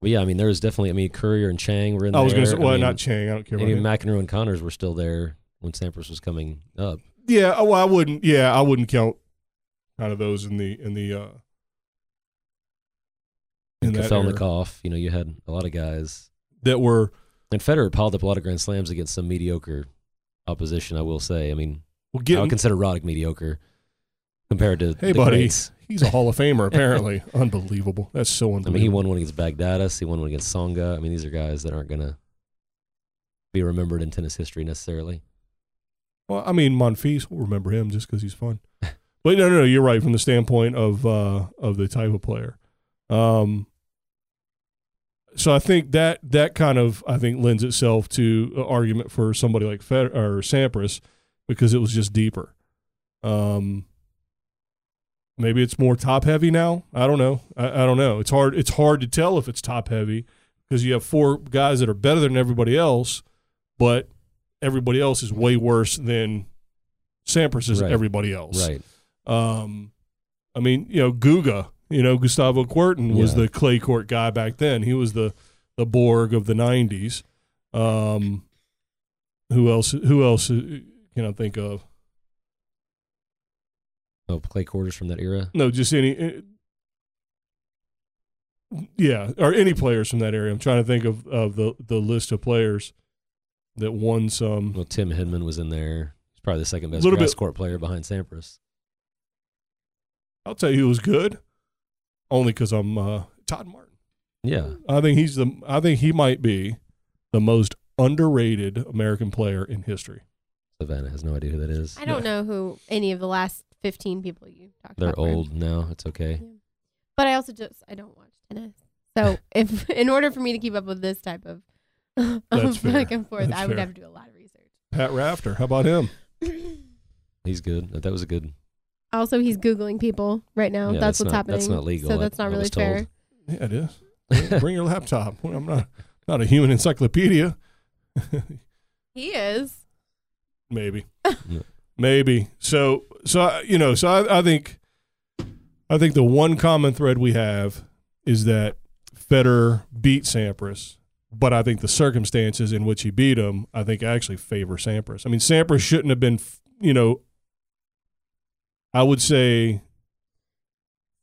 [SPEAKER 3] But yeah, I mean, there was definitely. I mean, Courier and Chang were in
[SPEAKER 2] I was
[SPEAKER 3] there.
[SPEAKER 2] going to say well,
[SPEAKER 3] I mean,
[SPEAKER 2] not Chang, I don't care about
[SPEAKER 3] Even
[SPEAKER 2] him.
[SPEAKER 3] McEnroe and Connors were still there when Sampras was coming up.
[SPEAKER 2] Yeah, oh, well, I wouldn't. Yeah, I wouldn't count kind of those in the in the uh in that era
[SPEAKER 3] Kafelnikov, you know, you had a lot of guys.
[SPEAKER 2] that were
[SPEAKER 3] And Federer piled up a lot of grand slams against some mediocre opposition. I will say. I mean,
[SPEAKER 2] well
[SPEAKER 3] I
[SPEAKER 2] getting
[SPEAKER 3] would consider Roddick mediocre compared to.
[SPEAKER 2] Hey,
[SPEAKER 3] the
[SPEAKER 2] buddy.
[SPEAKER 3] greats.
[SPEAKER 2] He's a Hall of Famer, apparently. unbelievable. That's so
[SPEAKER 3] I mean, he
[SPEAKER 2] unbelievable.
[SPEAKER 3] won one against Baghdadis. He won one against Songa. I mean, these are guys that aren't gonna be remembered in tennis history necessarily.
[SPEAKER 2] well, I mean, Monfils, we'll remember him just because he's fun. But no, no, no, you're right from the standpoint of uh, of the type of player. Um, so I think that that kind of I think lends itself to an argument for somebody like Fed or Sampras because it was just deeper. Um, maybe it's more top heavy now. I don't know. I, I don't know. It's hard. It's hard to tell if it's top heavy because you have four guys that are better than everybody else, but everybody else is way worse than Sampras is
[SPEAKER 3] Right.
[SPEAKER 2] everybody else.
[SPEAKER 3] Right.
[SPEAKER 2] Um, I mean, you know, Guga, you know, Gustavo Quirton was
[SPEAKER 3] Yeah.
[SPEAKER 2] the clay court guy back then. He was the the Borg of the '90s. Um, who else? Who else uh, can I think of?
[SPEAKER 3] Oh, clay quarters from that era.
[SPEAKER 2] No, just any. uh, yeah, or any players from that area. I'm trying to think of, of the, the list of players that won some.
[SPEAKER 3] Well, Tim Henman was in there. He's probably the second best
[SPEAKER 2] Little
[SPEAKER 3] grass
[SPEAKER 2] bit-
[SPEAKER 3] court player behind Sampras.
[SPEAKER 2] I'll tell you who was good, only because I'm uh, Todd Martin.
[SPEAKER 3] Yeah,
[SPEAKER 2] I think he's the. I think he might be the most underrated American player in history.
[SPEAKER 3] Savannah has no idea who that is.
[SPEAKER 4] I don't know who any of the last 15 people you talked
[SPEAKER 3] They're
[SPEAKER 4] about. were.
[SPEAKER 3] old now. It's okay.
[SPEAKER 4] But I also just I don't watch tennis. So if in order for me to keep up with this type of, of
[SPEAKER 2] That's fair.
[SPEAKER 4] back and forth,
[SPEAKER 2] That's
[SPEAKER 4] I would
[SPEAKER 2] fair.
[SPEAKER 4] have to do a lot of research.
[SPEAKER 2] Pat Rafter, how about him?
[SPEAKER 3] He's good. That was a good.
[SPEAKER 4] also, he's googling people right now.
[SPEAKER 3] yeah,
[SPEAKER 4] that's, what's
[SPEAKER 3] not,
[SPEAKER 4] happening.
[SPEAKER 3] That's not legal.
[SPEAKER 4] So
[SPEAKER 3] I-
[SPEAKER 4] that's not
[SPEAKER 3] I
[SPEAKER 4] really
[SPEAKER 3] was
[SPEAKER 4] fair.
[SPEAKER 3] told.
[SPEAKER 2] Yeah, it is. Bring your laptop. Well, I'm not not a human encyclopedia.
[SPEAKER 4] He is.
[SPEAKER 2] Maybe,
[SPEAKER 3] No.
[SPEAKER 2] maybe. So, so I- you know, so I, I think, I think the one common thread we have is that Federer beat Sampras, but I think the circumstances in which he beat him, I think actually favor Sampras. I mean, Sampras shouldn't have been, f- you know, I would say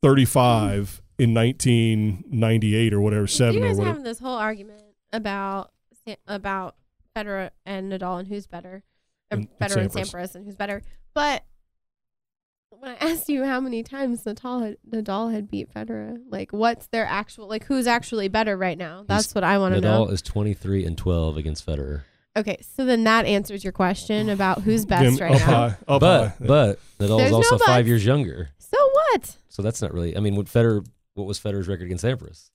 [SPEAKER 2] thirty-five in nineteen ninety-eight or whatever, seven
[SPEAKER 4] you
[SPEAKER 2] or
[SPEAKER 4] guys
[SPEAKER 2] whatever.
[SPEAKER 4] having this whole argument about Sa- about Federer and Nadal and who's better, or
[SPEAKER 2] And- and
[SPEAKER 4] better and
[SPEAKER 2] Sampras.
[SPEAKER 4] Sampras and who's better. But when I asked you how many times Nadal had, Nadal had beat Federer, like what's their actual like who's actually better right now? That's what I want to know.
[SPEAKER 3] Nadal is 23 and 12 against Federer.
[SPEAKER 4] Okay, so then that answers your question about who's
[SPEAKER 2] Him oh,
[SPEAKER 4] best right
[SPEAKER 2] up
[SPEAKER 4] now.
[SPEAKER 2] high, up
[SPEAKER 3] but
[SPEAKER 2] high.
[SPEAKER 3] but Nadal
[SPEAKER 4] There's
[SPEAKER 3] is
[SPEAKER 4] no
[SPEAKER 3] also
[SPEAKER 4] buts.
[SPEAKER 3] five years younger.
[SPEAKER 4] So what?
[SPEAKER 3] So that's not really. I mean, what Federer? What was Federer's record against Sampras?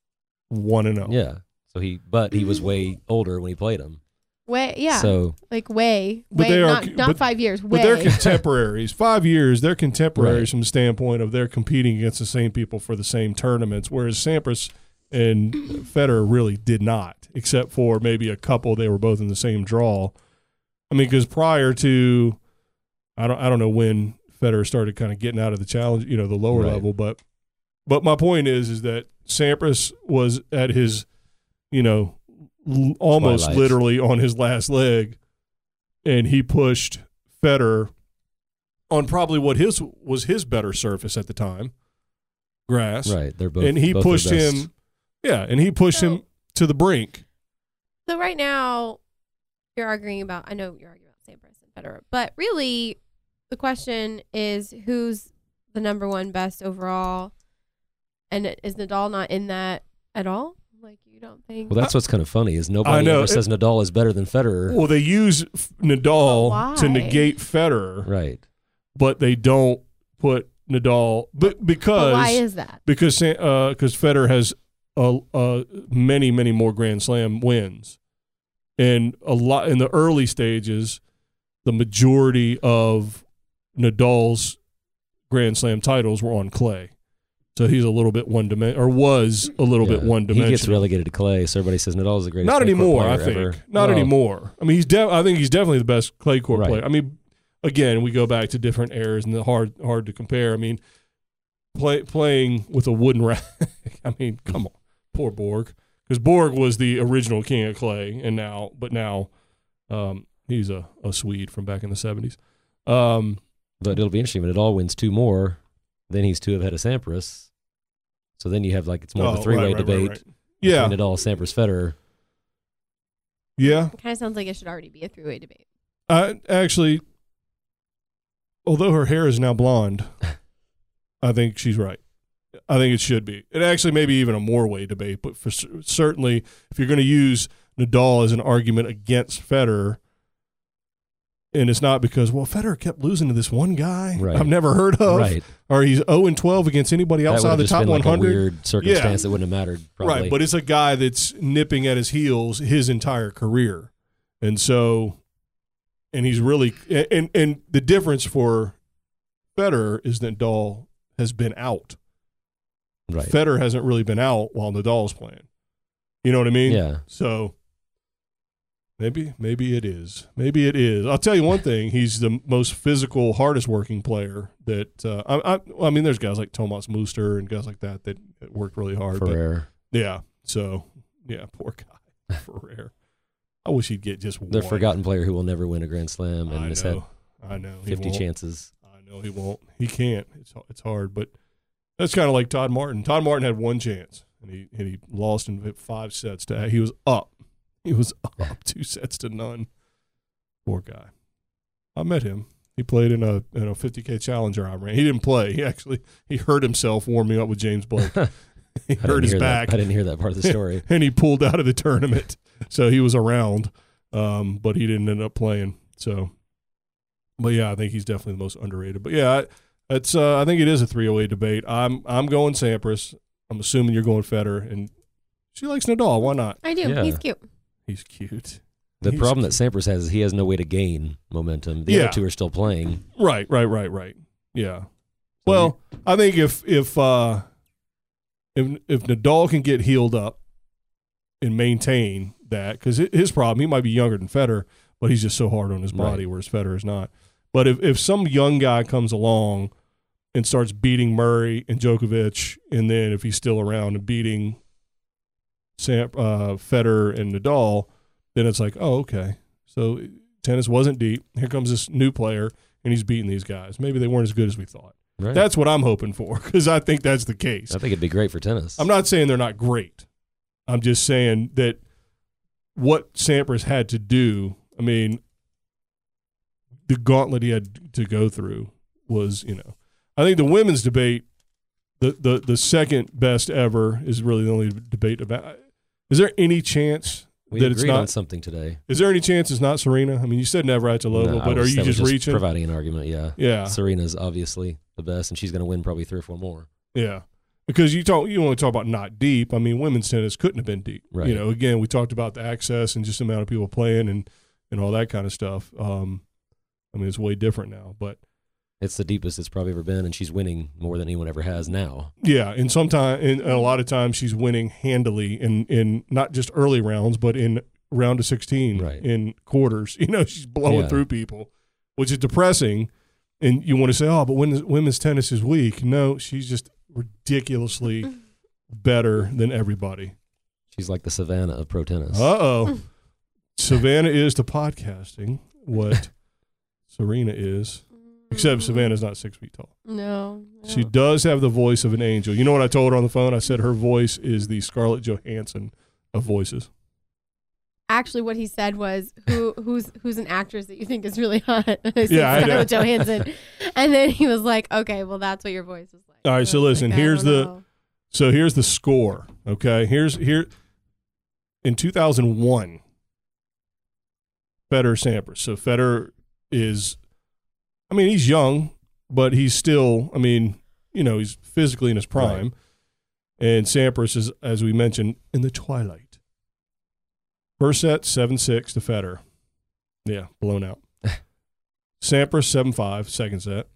[SPEAKER 2] one and oh. zero.
[SPEAKER 3] Yeah. So he, but he was way older when he played him.
[SPEAKER 4] Way, yeah,
[SPEAKER 3] So
[SPEAKER 4] like way,
[SPEAKER 2] But
[SPEAKER 4] way,
[SPEAKER 2] they are
[SPEAKER 4] not,
[SPEAKER 2] cu-
[SPEAKER 4] not
[SPEAKER 2] but-
[SPEAKER 4] five years,
[SPEAKER 2] But
[SPEAKER 4] way.
[SPEAKER 2] they're contemporaries. Five years, they're contemporaries
[SPEAKER 3] Right.
[SPEAKER 2] from the standpoint of they're competing against the same people for the same tournaments, whereas Sampras and Federer really did not, except for maybe a couple. They were both in the same draw. I mean, because prior to, I don't, I don't know when Federer started kind of getting out of the challenge, you know, the lower
[SPEAKER 3] Right.
[SPEAKER 2] level. But, but my point is, is that Sampras was at his, you know, l- almost
[SPEAKER 3] Twilight.
[SPEAKER 2] literally on his last leg, and he pushed Federer on probably what his was his better surface at the time, grass,
[SPEAKER 3] right, they're both.
[SPEAKER 2] and he
[SPEAKER 3] both their
[SPEAKER 2] pushed
[SPEAKER 3] best.
[SPEAKER 2] him. Yeah, and he pushed
[SPEAKER 4] So-
[SPEAKER 2] him to the brink.
[SPEAKER 4] So right now, you're arguing about. I know you're arguing about Sampras and Federer, but really, the question is who's the number one best overall, and is Nadal not in that at all? Like you don't think?
[SPEAKER 3] Well, that's what's kind of funny is nobody
[SPEAKER 2] know,
[SPEAKER 3] ever says Nadal is better than Federer.
[SPEAKER 2] Well, they use F- Nadal to
[SPEAKER 4] Why?
[SPEAKER 2] negate Federer,
[SPEAKER 3] Right.
[SPEAKER 2] but they don't put Nadal. But
[SPEAKER 4] But
[SPEAKER 2] because
[SPEAKER 4] why is that?
[SPEAKER 2] because San- uh, because Federer has a, a many many more Grand Slam wins, and a lot in the early stages, the majority of Nadal's Grand Slam titles were on clay, so he's a little bit one dimension or was a little bit
[SPEAKER 3] Yeah.
[SPEAKER 2] one
[SPEAKER 3] He gets
[SPEAKER 2] dimensional.
[SPEAKER 3] relegated to clay, so everybody says Nadal is the greatest.
[SPEAKER 2] Not
[SPEAKER 3] clay court
[SPEAKER 2] anymore, I
[SPEAKER 3] player
[SPEAKER 2] think.
[SPEAKER 3] ever.
[SPEAKER 2] Not
[SPEAKER 3] Well,
[SPEAKER 2] anymore. I mean, he's. De- I think he's definitely the best clay court
[SPEAKER 3] Right.
[SPEAKER 2] player. I mean, again, we go back to different eras and the hard hard to compare. I mean, play, playing with a wooden rack. I mean, come on, poor Borg, because Borg was the original king of clay, and now, but now, um, he's a, a Swede from back in the seventies. Um,
[SPEAKER 3] But it'll be interesting when Nadal wins two more. Then he's two ahead of Sampras. So then you have like it's more of
[SPEAKER 2] oh,
[SPEAKER 3] a three-way
[SPEAKER 2] right, right, right,
[SPEAKER 3] debate
[SPEAKER 2] right.
[SPEAKER 3] between
[SPEAKER 2] Yeah,
[SPEAKER 3] Nadal, Sampras, Federer.
[SPEAKER 2] yeah.
[SPEAKER 4] It kind of sounds like it should already be a three-way debate.
[SPEAKER 2] I actually, although her hair is now blonde, I think she's right. I think it should be. It actually may be even a more way debate, but for cer- certainly, if you're going to use Nadal as an argument against Federer, and it's not because well Federer kept losing to this one guy
[SPEAKER 3] Right.
[SPEAKER 2] I've never heard of,
[SPEAKER 3] Right.
[SPEAKER 2] or he's zero and twelve against anybody
[SPEAKER 3] That would
[SPEAKER 2] outside
[SPEAKER 3] have
[SPEAKER 2] the
[SPEAKER 3] just
[SPEAKER 2] top
[SPEAKER 3] been
[SPEAKER 2] one
[SPEAKER 3] like a
[SPEAKER 2] hundred.
[SPEAKER 3] weird circumstance that wouldn't have mattered. Probably.
[SPEAKER 2] Right, but it's a guy that's nipping at his heels his entire career. And so and he's really and and the difference for Federer is that Nadal has been out.
[SPEAKER 3] right.
[SPEAKER 2] Federer hasn't really been out while Nadal's playing. You know what I mean?
[SPEAKER 3] Yeah.
[SPEAKER 2] So maybe maybe it is. Maybe it is. I'll tell you one thing. He's the most physical, hardest working player. That uh, I, I, I mean, there's guys like Tomas Muster and guys like that that that worked really hard. but-
[SPEAKER 3] Ferrer.
[SPEAKER 2] yeah. So yeah, poor guy Ferrer. I wish he'd get just one.
[SPEAKER 3] The forgotten player who will never win a Grand Slam
[SPEAKER 2] I
[SPEAKER 3] and has
[SPEAKER 2] know. I know.
[SPEAKER 3] had
[SPEAKER 2] He
[SPEAKER 3] 50
[SPEAKER 2] won't.
[SPEAKER 3] chances.
[SPEAKER 2] I know. No, he won't. He can't. It's it's hard, but that's kind of like Todd Martin. Todd Martin had one chance, and he and he lost in five sets to. He was up. He was up two sets to none. Poor guy. I met him. He played in a in a 50k challenger I ran. He didn't play. He actually he hurt himself warming up with James Blake. He
[SPEAKER 3] I didn't
[SPEAKER 2] hurt his
[SPEAKER 3] hear that-
[SPEAKER 2] back
[SPEAKER 3] I didn't hear that part of the story.
[SPEAKER 2] and he pulled out of the tournament. So he was around, um, but he didn't end up playing. So, but yeah, I think he's definitely the most underrated. But yeah, I- it's uh, I think it is a 308 debate. I'm I'm going Sampras. I'm assuming you're going Federer, and she likes Nadal. Why not?
[SPEAKER 4] I do.
[SPEAKER 3] Yeah.
[SPEAKER 4] He's cute.
[SPEAKER 2] He's cute.
[SPEAKER 3] The
[SPEAKER 2] He's
[SPEAKER 3] problem that Sampras has is he has no way to gain momentum. The
[SPEAKER 2] Yeah.
[SPEAKER 3] other two are still playing.
[SPEAKER 2] Right, right, right, right. Yeah.
[SPEAKER 3] So
[SPEAKER 2] Well, I think if if uh, if if Nadal can get healed up and maintain that, because his problem, he might be younger than Federer, but he's just so hard on his body, whereas Federer is not. But if if some young guy comes along and starts beating Murray and Djokovic, and then if he's still around and beating Sam, uh, Federer and Nadal, then it's like, oh, okay. So tennis wasn't deep. Here comes this new player, and he's beating these guys. Maybe they weren't as good as we thought.
[SPEAKER 3] right.
[SPEAKER 2] That's what I'm hoping for because I think that's the case.
[SPEAKER 3] I think it'd be great for tennis.
[SPEAKER 2] I'm not saying they're not great. I'm just saying that what Sampras had to do, I mean, the gauntlet he had to go through was, you know, I think the women's debate, the, the, the second best ever is really the only debate about. Is there any chance
[SPEAKER 3] we
[SPEAKER 2] that
[SPEAKER 3] agreed
[SPEAKER 2] it's
[SPEAKER 3] on
[SPEAKER 2] not?
[SPEAKER 3] something today.
[SPEAKER 2] Is there any chance it's not Serena? I mean, you said never at Jalova,
[SPEAKER 3] No, I
[SPEAKER 2] but are
[SPEAKER 3] was-
[SPEAKER 2] you
[SPEAKER 3] that was
[SPEAKER 2] just, reaching? Ah.
[SPEAKER 3] Providing an argument, yeah.
[SPEAKER 2] yeah,
[SPEAKER 3] Serena's obviously the best, and she's going to win probably three or four more.
[SPEAKER 2] Yeah. Because you talk, you want to talk about not deep. I mean, women's tennis couldn't have been deep.
[SPEAKER 3] Right.
[SPEAKER 2] You know, again, we talked about the access and just the amount of people playing and and all that kind of stuff. Um, I mean, it's way different now. But
[SPEAKER 3] It's the deepest it's probably ever been, and she's winning more than anyone ever has now.
[SPEAKER 2] yeah, and sometimes, and a lot of times, she's winning handily in in not just early rounds, but in round of sixteen,
[SPEAKER 3] Right.
[SPEAKER 2] in quarters. You know, she's blowing
[SPEAKER 3] Yeah.
[SPEAKER 2] through people, which is depressing. And you want to say, oh, but women's, women's tennis is weak. No, she's just ridiculously better than everybody.
[SPEAKER 3] She's like the Savannah of pro tennis.
[SPEAKER 2] Uh oh. Savannah is to podcasting what Serena is, except
[SPEAKER 4] Mm-hmm.
[SPEAKER 2] Savannah's not six feet tall.
[SPEAKER 4] No.
[SPEAKER 2] She
[SPEAKER 4] no.
[SPEAKER 2] does have the voice of an angel. You know what I told her on the phone? I said her voice is the Scarlett Johansson of voices.
[SPEAKER 4] Actually, what he said was, "Who who's who's an actress that you think is really hot?" I said,
[SPEAKER 2] Yeah, I
[SPEAKER 4] Scarlett Johansson. And then he was like, "Okay, well, that's what your voice was like."
[SPEAKER 2] All right, so
[SPEAKER 4] I was
[SPEAKER 2] listen,
[SPEAKER 4] I
[SPEAKER 2] here's
[SPEAKER 4] don't
[SPEAKER 2] the-
[SPEAKER 4] know.
[SPEAKER 2] So here's the score. Okay, here's here in 2001, Federer Sampras. So Federer is, I mean, he's young, but he's still, I mean, you know, he's physically in his prime, and Sampras is, as we mentioned, in the twilight. First set seven six to Federer. Yeah, blown out. Sampras seven five second set.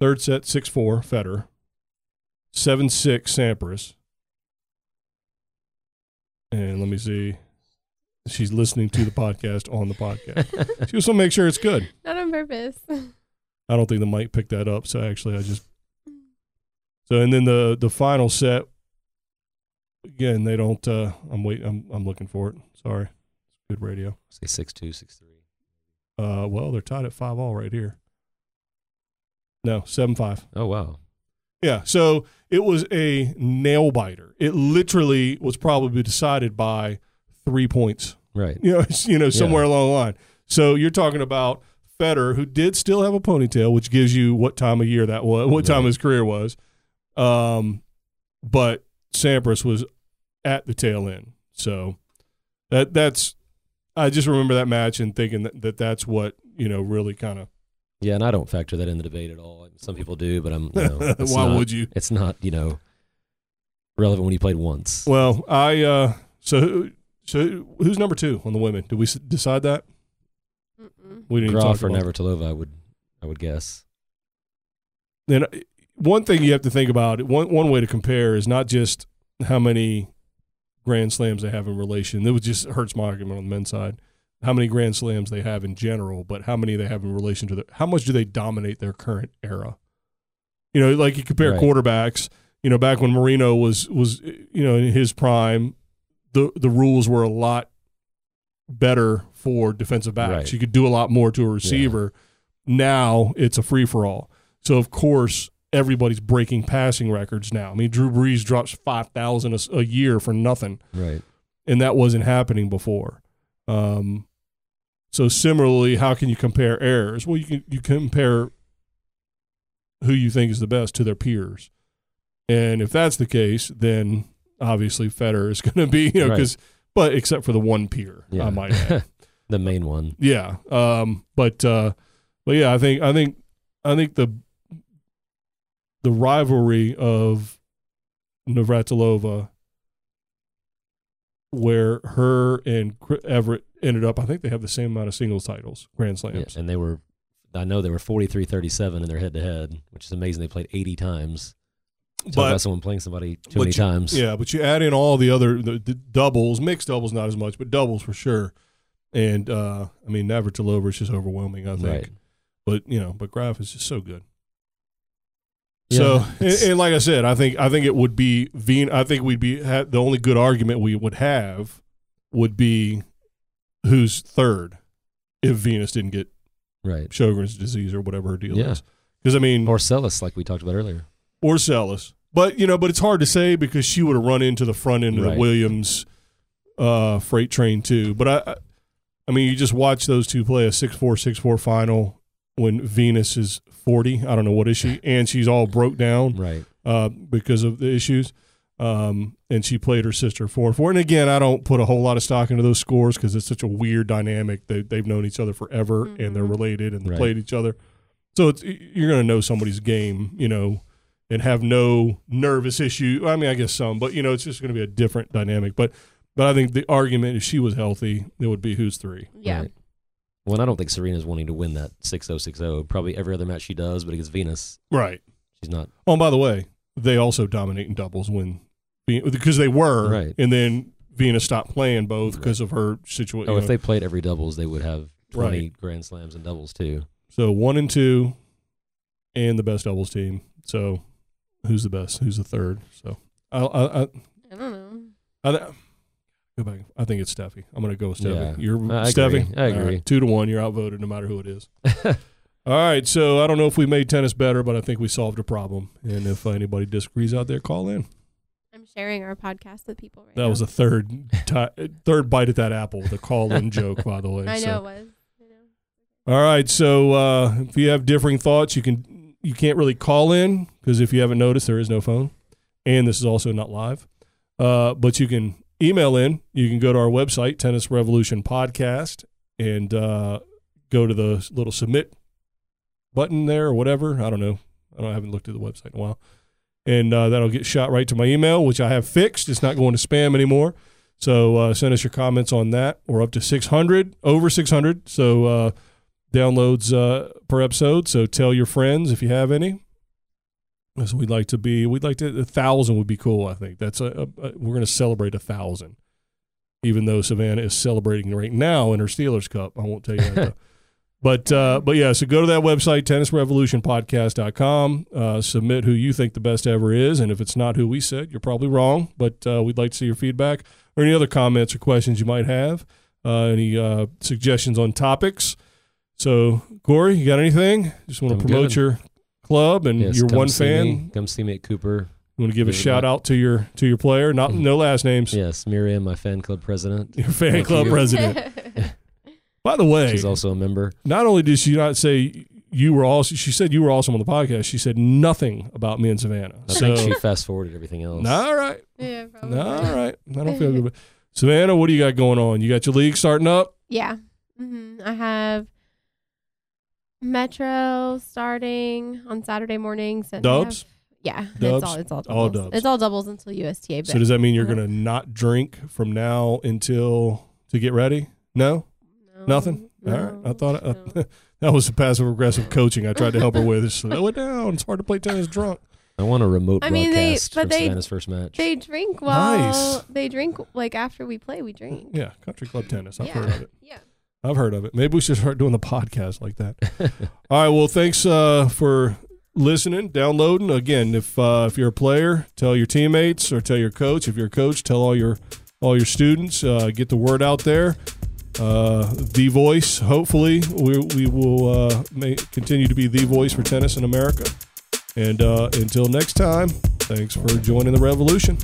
[SPEAKER 2] Third set six four Federer seven six Sampras. And let me see. She's listening to the podcast on the podcast. She just want to make sure it's good.
[SPEAKER 4] not on purpose.
[SPEAKER 2] I don't think the mic picked that up. So actually, I just so and then the the final set. Again, they don't. Uh, I'm wait. I'm I'm looking for it. Sorry, good radio.
[SPEAKER 3] Say six two, six three.
[SPEAKER 2] Uh, well, they're tied at five all right here. No, seven five.
[SPEAKER 3] Oh wow,
[SPEAKER 2] Yeah. So it was a nail biter. It literally was probably decided by three points.
[SPEAKER 3] right?
[SPEAKER 2] You know, it's, you know, somewhere along the line. So you're talking about Federer, who did still have a ponytail, which gives you what time of year that was, what time
[SPEAKER 3] Right.
[SPEAKER 2] his career was. Um, but Sampras was at the tail end. So that that's I just remember that match and thinking that, that that's what you know really kind of
[SPEAKER 3] Yeah, and I don't factor that in the debate at all. Some people do, but I'm. You know, it's
[SPEAKER 2] why
[SPEAKER 3] not-
[SPEAKER 2] would you
[SPEAKER 3] It's not you know relevant when you played once.
[SPEAKER 2] Well, I uh, so who- so who- who's number two on the women? Did we s- decide that?
[SPEAKER 4] Mm-mm.
[SPEAKER 2] We even
[SPEAKER 3] Groff or
[SPEAKER 2] about it.
[SPEAKER 3] Navratilova, I would, I would guess.
[SPEAKER 2] Then uh, one thing you have to think about one one way to compare is not just how many grand slams they have in relation. It would just hurts my argument on the men's side. How many grand slams they have in general, but how many they have in relation to their how much do they dominate their current era? You know, like you compare
[SPEAKER 3] Right.
[SPEAKER 2] quarterbacks. You know, back when Marino was was you know in his prime, the the rules were a lot better for defensive backs.
[SPEAKER 3] Right.
[SPEAKER 2] You could do a lot more to a receiver. now it's a free for all. So of course everybody's breaking passing records now. I mean, Drew Brees drops five thousand a s- a year for nothing,
[SPEAKER 3] Right.
[SPEAKER 2] and that wasn't happening before. Um, so similarly, how can you compare errors? Well, you can you compare who you think is the best to their peers, and if that's the case, then obviously Federer is going to be you know
[SPEAKER 3] Right.
[SPEAKER 2] because but except for the one peer, I
[SPEAKER 3] Yeah.
[SPEAKER 2] might add.
[SPEAKER 3] the main one.
[SPEAKER 2] Yeah. Um. But uh. But yeah, I think I think I think the the rivalry of Navratilova, where her and Cr- Everett ended up, I think they have the same amount of singles titles, Grand
[SPEAKER 3] Yeah,
[SPEAKER 2] Slams.
[SPEAKER 3] and they were, I know they were 43 37 in their head to head, which is amazing. They played 80 times. Talk
[SPEAKER 2] But-
[SPEAKER 3] about someone playing somebody too
[SPEAKER 2] but
[SPEAKER 3] many
[SPEAKER 2] you-
[SPEAKER 3] times.
[SPEAKER 2] Yeah, but you add in all the other the, the doubles, mixed doubles not as much, but doubles for sure. And uh, I mean, Navratilova is just overwhelming. I think.
[SPEAKER 3] Right.
[SPEAKER 2] but you know, but Graf is just so good.
[SPEAKER 3] Yeah,
[SPEAKER 2] so, and,
[SPEAKER 3] it's-
[SPEAKER 2] and like I said, I think I think it would be Veen. I think we'd be ha- the only good argument we would have would be who's third if Venus didn't get
[SPEAKER 3] Right.
[SPEAKER 2] Sjogren's disease or whatever her deal
[SPEAKER 3] Yeah.
[SPEAKER 2] is. Because I mean, or,
[SPEAKER 3] Or Celis, like we talked about earlier.
[SPEAKER 2] Celis, but you know, but it's hard to say because she would have run into the front end of the
[SPEAKER 3] Right.
[SPEAKER 2] Williams uh, freight train too. But I, I, I mean, you just watch those two play a six four six four final when Venus is forty. I don't know what is she, and she's all broke down
[SPEAKER 3] Right.
[SPEAKER 2] uh, because of the issues. Um, and she played her sister four and four. And again, I don't put a whole lot of stock into those scores because it's such a weird dynamic. They, they've known each other forever and they're
[SPEAKER 4] Mhm.
[SPEAKER 2] related and they
[SPEAKER 3] Right.
[SPEAKER 2] played each other. So it's, you're going to know somebody's game, you know, and have no nervous issue. I mean, I guess some, but you know, it's just going to be a different dynamic. But, but I think the argument if she was healthy, it would be who's three.
[SPEAKER 4] Yeah.
[SPEAKER 3] Right. Well, and I don't think Serena's wanting to win that 6 0 6 0. oh. Probably every other match she does, but against Venus,
[SPEAKER 2] Right.
[SPEAKER 3] she's not.
[SPEAKER 2] Oh, and by the way, they also dominate in doubles when because they were
[SPEAKER 3] Right.
[SPEAKER 2] and then Venus stopped playing both because of her situation.
[SPEAKER 3] Oh, if they played every doubles, they would have 20
[SPEAKER 2] Right.
[SPEAKER 3] Grand Slams and doubles, too.
[SPEAKER 2] so one and two, and the best doubles team. So who's the best? Who's the third? So I I I,
[SPEAKER 4] I don't know.
[SPEAKER 2] I th- go back. I think it's Steffi. I'm going to go with Steffi.
[SPEAKER 3] Yeah.
[SPEAKER 2] You're
[SPEAKER 3] I agree.
[SPEAKER 2] Steffi.
[SPEAKER 3] I
[SPEAKER 2] All
[SPEAKER 3] agree.
[SPEAKER 2] two to one. You're outvoted, no matter who it is. All right, so I don't know if we made tennis better, but I think we solved a problem. And if anybody disagrees out there, call in.
[SPEAKER 4] I'm sharing our podcast with people right
[SPEAKER 2] That
[SPEAKER 4] now.
[SPEAKER 2] was a third ti third bite at that apple with a call in joke, by the way.
[SPEAKER 4] I
[SPEAKER 2] so.
[SPEAKER 4] know it was. I know.
[SPEAKER 2] All right, so uh, if you have differing thoughts, you can you can't really call in because if you haven't noticed, there is no phone, and this is also not live. Uh, but you can email in. You can go to our website, Tennis Revolution Podcast, and uh, go to the little submit button there or whatever. I don't know. I, don't, I haven't looked at the website in a while, and uh, that'll get shot right to my email, which I have fixed. It's not going to spam anymore. So uh, send us your comments on that. We're up to 600, over 600. So uh, downloads uh, per episode. So tell your friends if you have any. So we'd like to be, we'd like to, a thousand would be cool. I think that's a, a, a we're going to celebrate a thousand, even though Savannah is celebrating right now in her Steelers Cup. I won't tell you that. though. But, uh, but yeah, so go to that website, tennisrevolutionpodcast.com. Uh, submit who you think the best ever is. And if it's not who we said, you're probably wrong. But uh, we'd like to see your feedback or any other comments or questions you might have, uh, any uh, suggestions on topics. So, Corey, you got anything? Just want
[SPEAKER 3] I'm
[SPEAKER 2] to promote
[SPEAKER 3] good.
[SPEAKER 2] your club and
[SPEAKER 3] Yes,
[SPEAKER 2] your
[SPEAKER 3] come
[SPEAKER 2] one
[SPEAKER 3] see
[SPEAKER 2] fan.
[SPEAKER 3] me. Come see me at Cooper.
[SPEAKER 2] You want to give a
[SPEAKER 3] Give it
[SPEAKER 2] shout
[SPEAKER 3] back.
[SPEAKER 2] out to your to your player, not
[SPEAKER 3] Mm.
[SPEAKER 2] no last names.
[SPEAKER 3] Yes, Miriam, my fan club president.
[SPEAKER 2] Your fan
[SPEAKER 3] Thank
[SPEAKER 2] club
[SPEAKER 3] you.
[SPEAKER 2] president. By the way,
[SPEAKER 3] She's also a member.
[SPEAKER 2] not only did she not say you were also, she said you were awesome on the podcast. She said nothing about me and Savannah.
[SPEAKER 3] I
[SPEAKER 2] so,
[SPEAKER 3] think she fast forwarded everything else.
[SPEAKER 2] nah, all right,
[SPEAKER 4] yeah, probably.
[SPEAKER 2] nah, all right. I don't feel good. About Savannah, what do you got going on? You got your league starting up.
[SPEAKER 4] Yeah. hmm I have Metro starting on Saturday mornings. And I have-
[SPEAKER 2] Dubs?
[SPEAKER 4] yeah.
[SPEAKER 2] Dubs?
[SPEAKER 4] It's all, it's all doubles.
[SPEAKER 2] All dubs.
[SPEAKER 4] It's all doubles until USTA. But
[SPEAKER 2] So does that mean you're
[SPEAKER 4] Yeah.
[SPEAKER 2] gonna not drink from now until to get ready? No,
[SPEAKER 4] no,
[SPEAKER 2] nothing. All right, I
[SPEAKER 4] Um, no,
[SPEAKER 2] thought I, uh,
[SPEAKER 4] no.
[SPEAKER 2] that was the passive aggressive coaching I tried to help her with. Just slow it down. It's hard to play tennis drunk.
[SPEAKER 3] I want a remote
[SPEAKER 4] I mean, they-
[SPEAKER 3] broadcast
[SPEAKER 4] but
[SPEAKER 3] from
[SPEAKER 4] they-
[SPEAKER 3] Savannah's first match.
[SPEAKER 4] They drink while
[SPEAKER 2] Nice.
[SPEAKER 4] they drink like after we play, we drink.
[SPEAKER 2] Yeah, country club tennis. I've
[SPEAKER 4] yeah.
[SPEAKER 2] heard of it.
[SPEAKER 4] Yeah.
[SPEAKER 2] I've heard of it. Maybe we should start doing the podcast like that. All right. Well, thanks uh, for listening, downloading. Again, if uh, if you're a player, tell your teammates or tell your coach. If you're a coach, tell all your all your students. Uh, get the word out there. uh, the voice. Hopefully, we, we will uh, may, continue to be the voice for tennis in America. And uh, until next time, thanks for joining the revolution.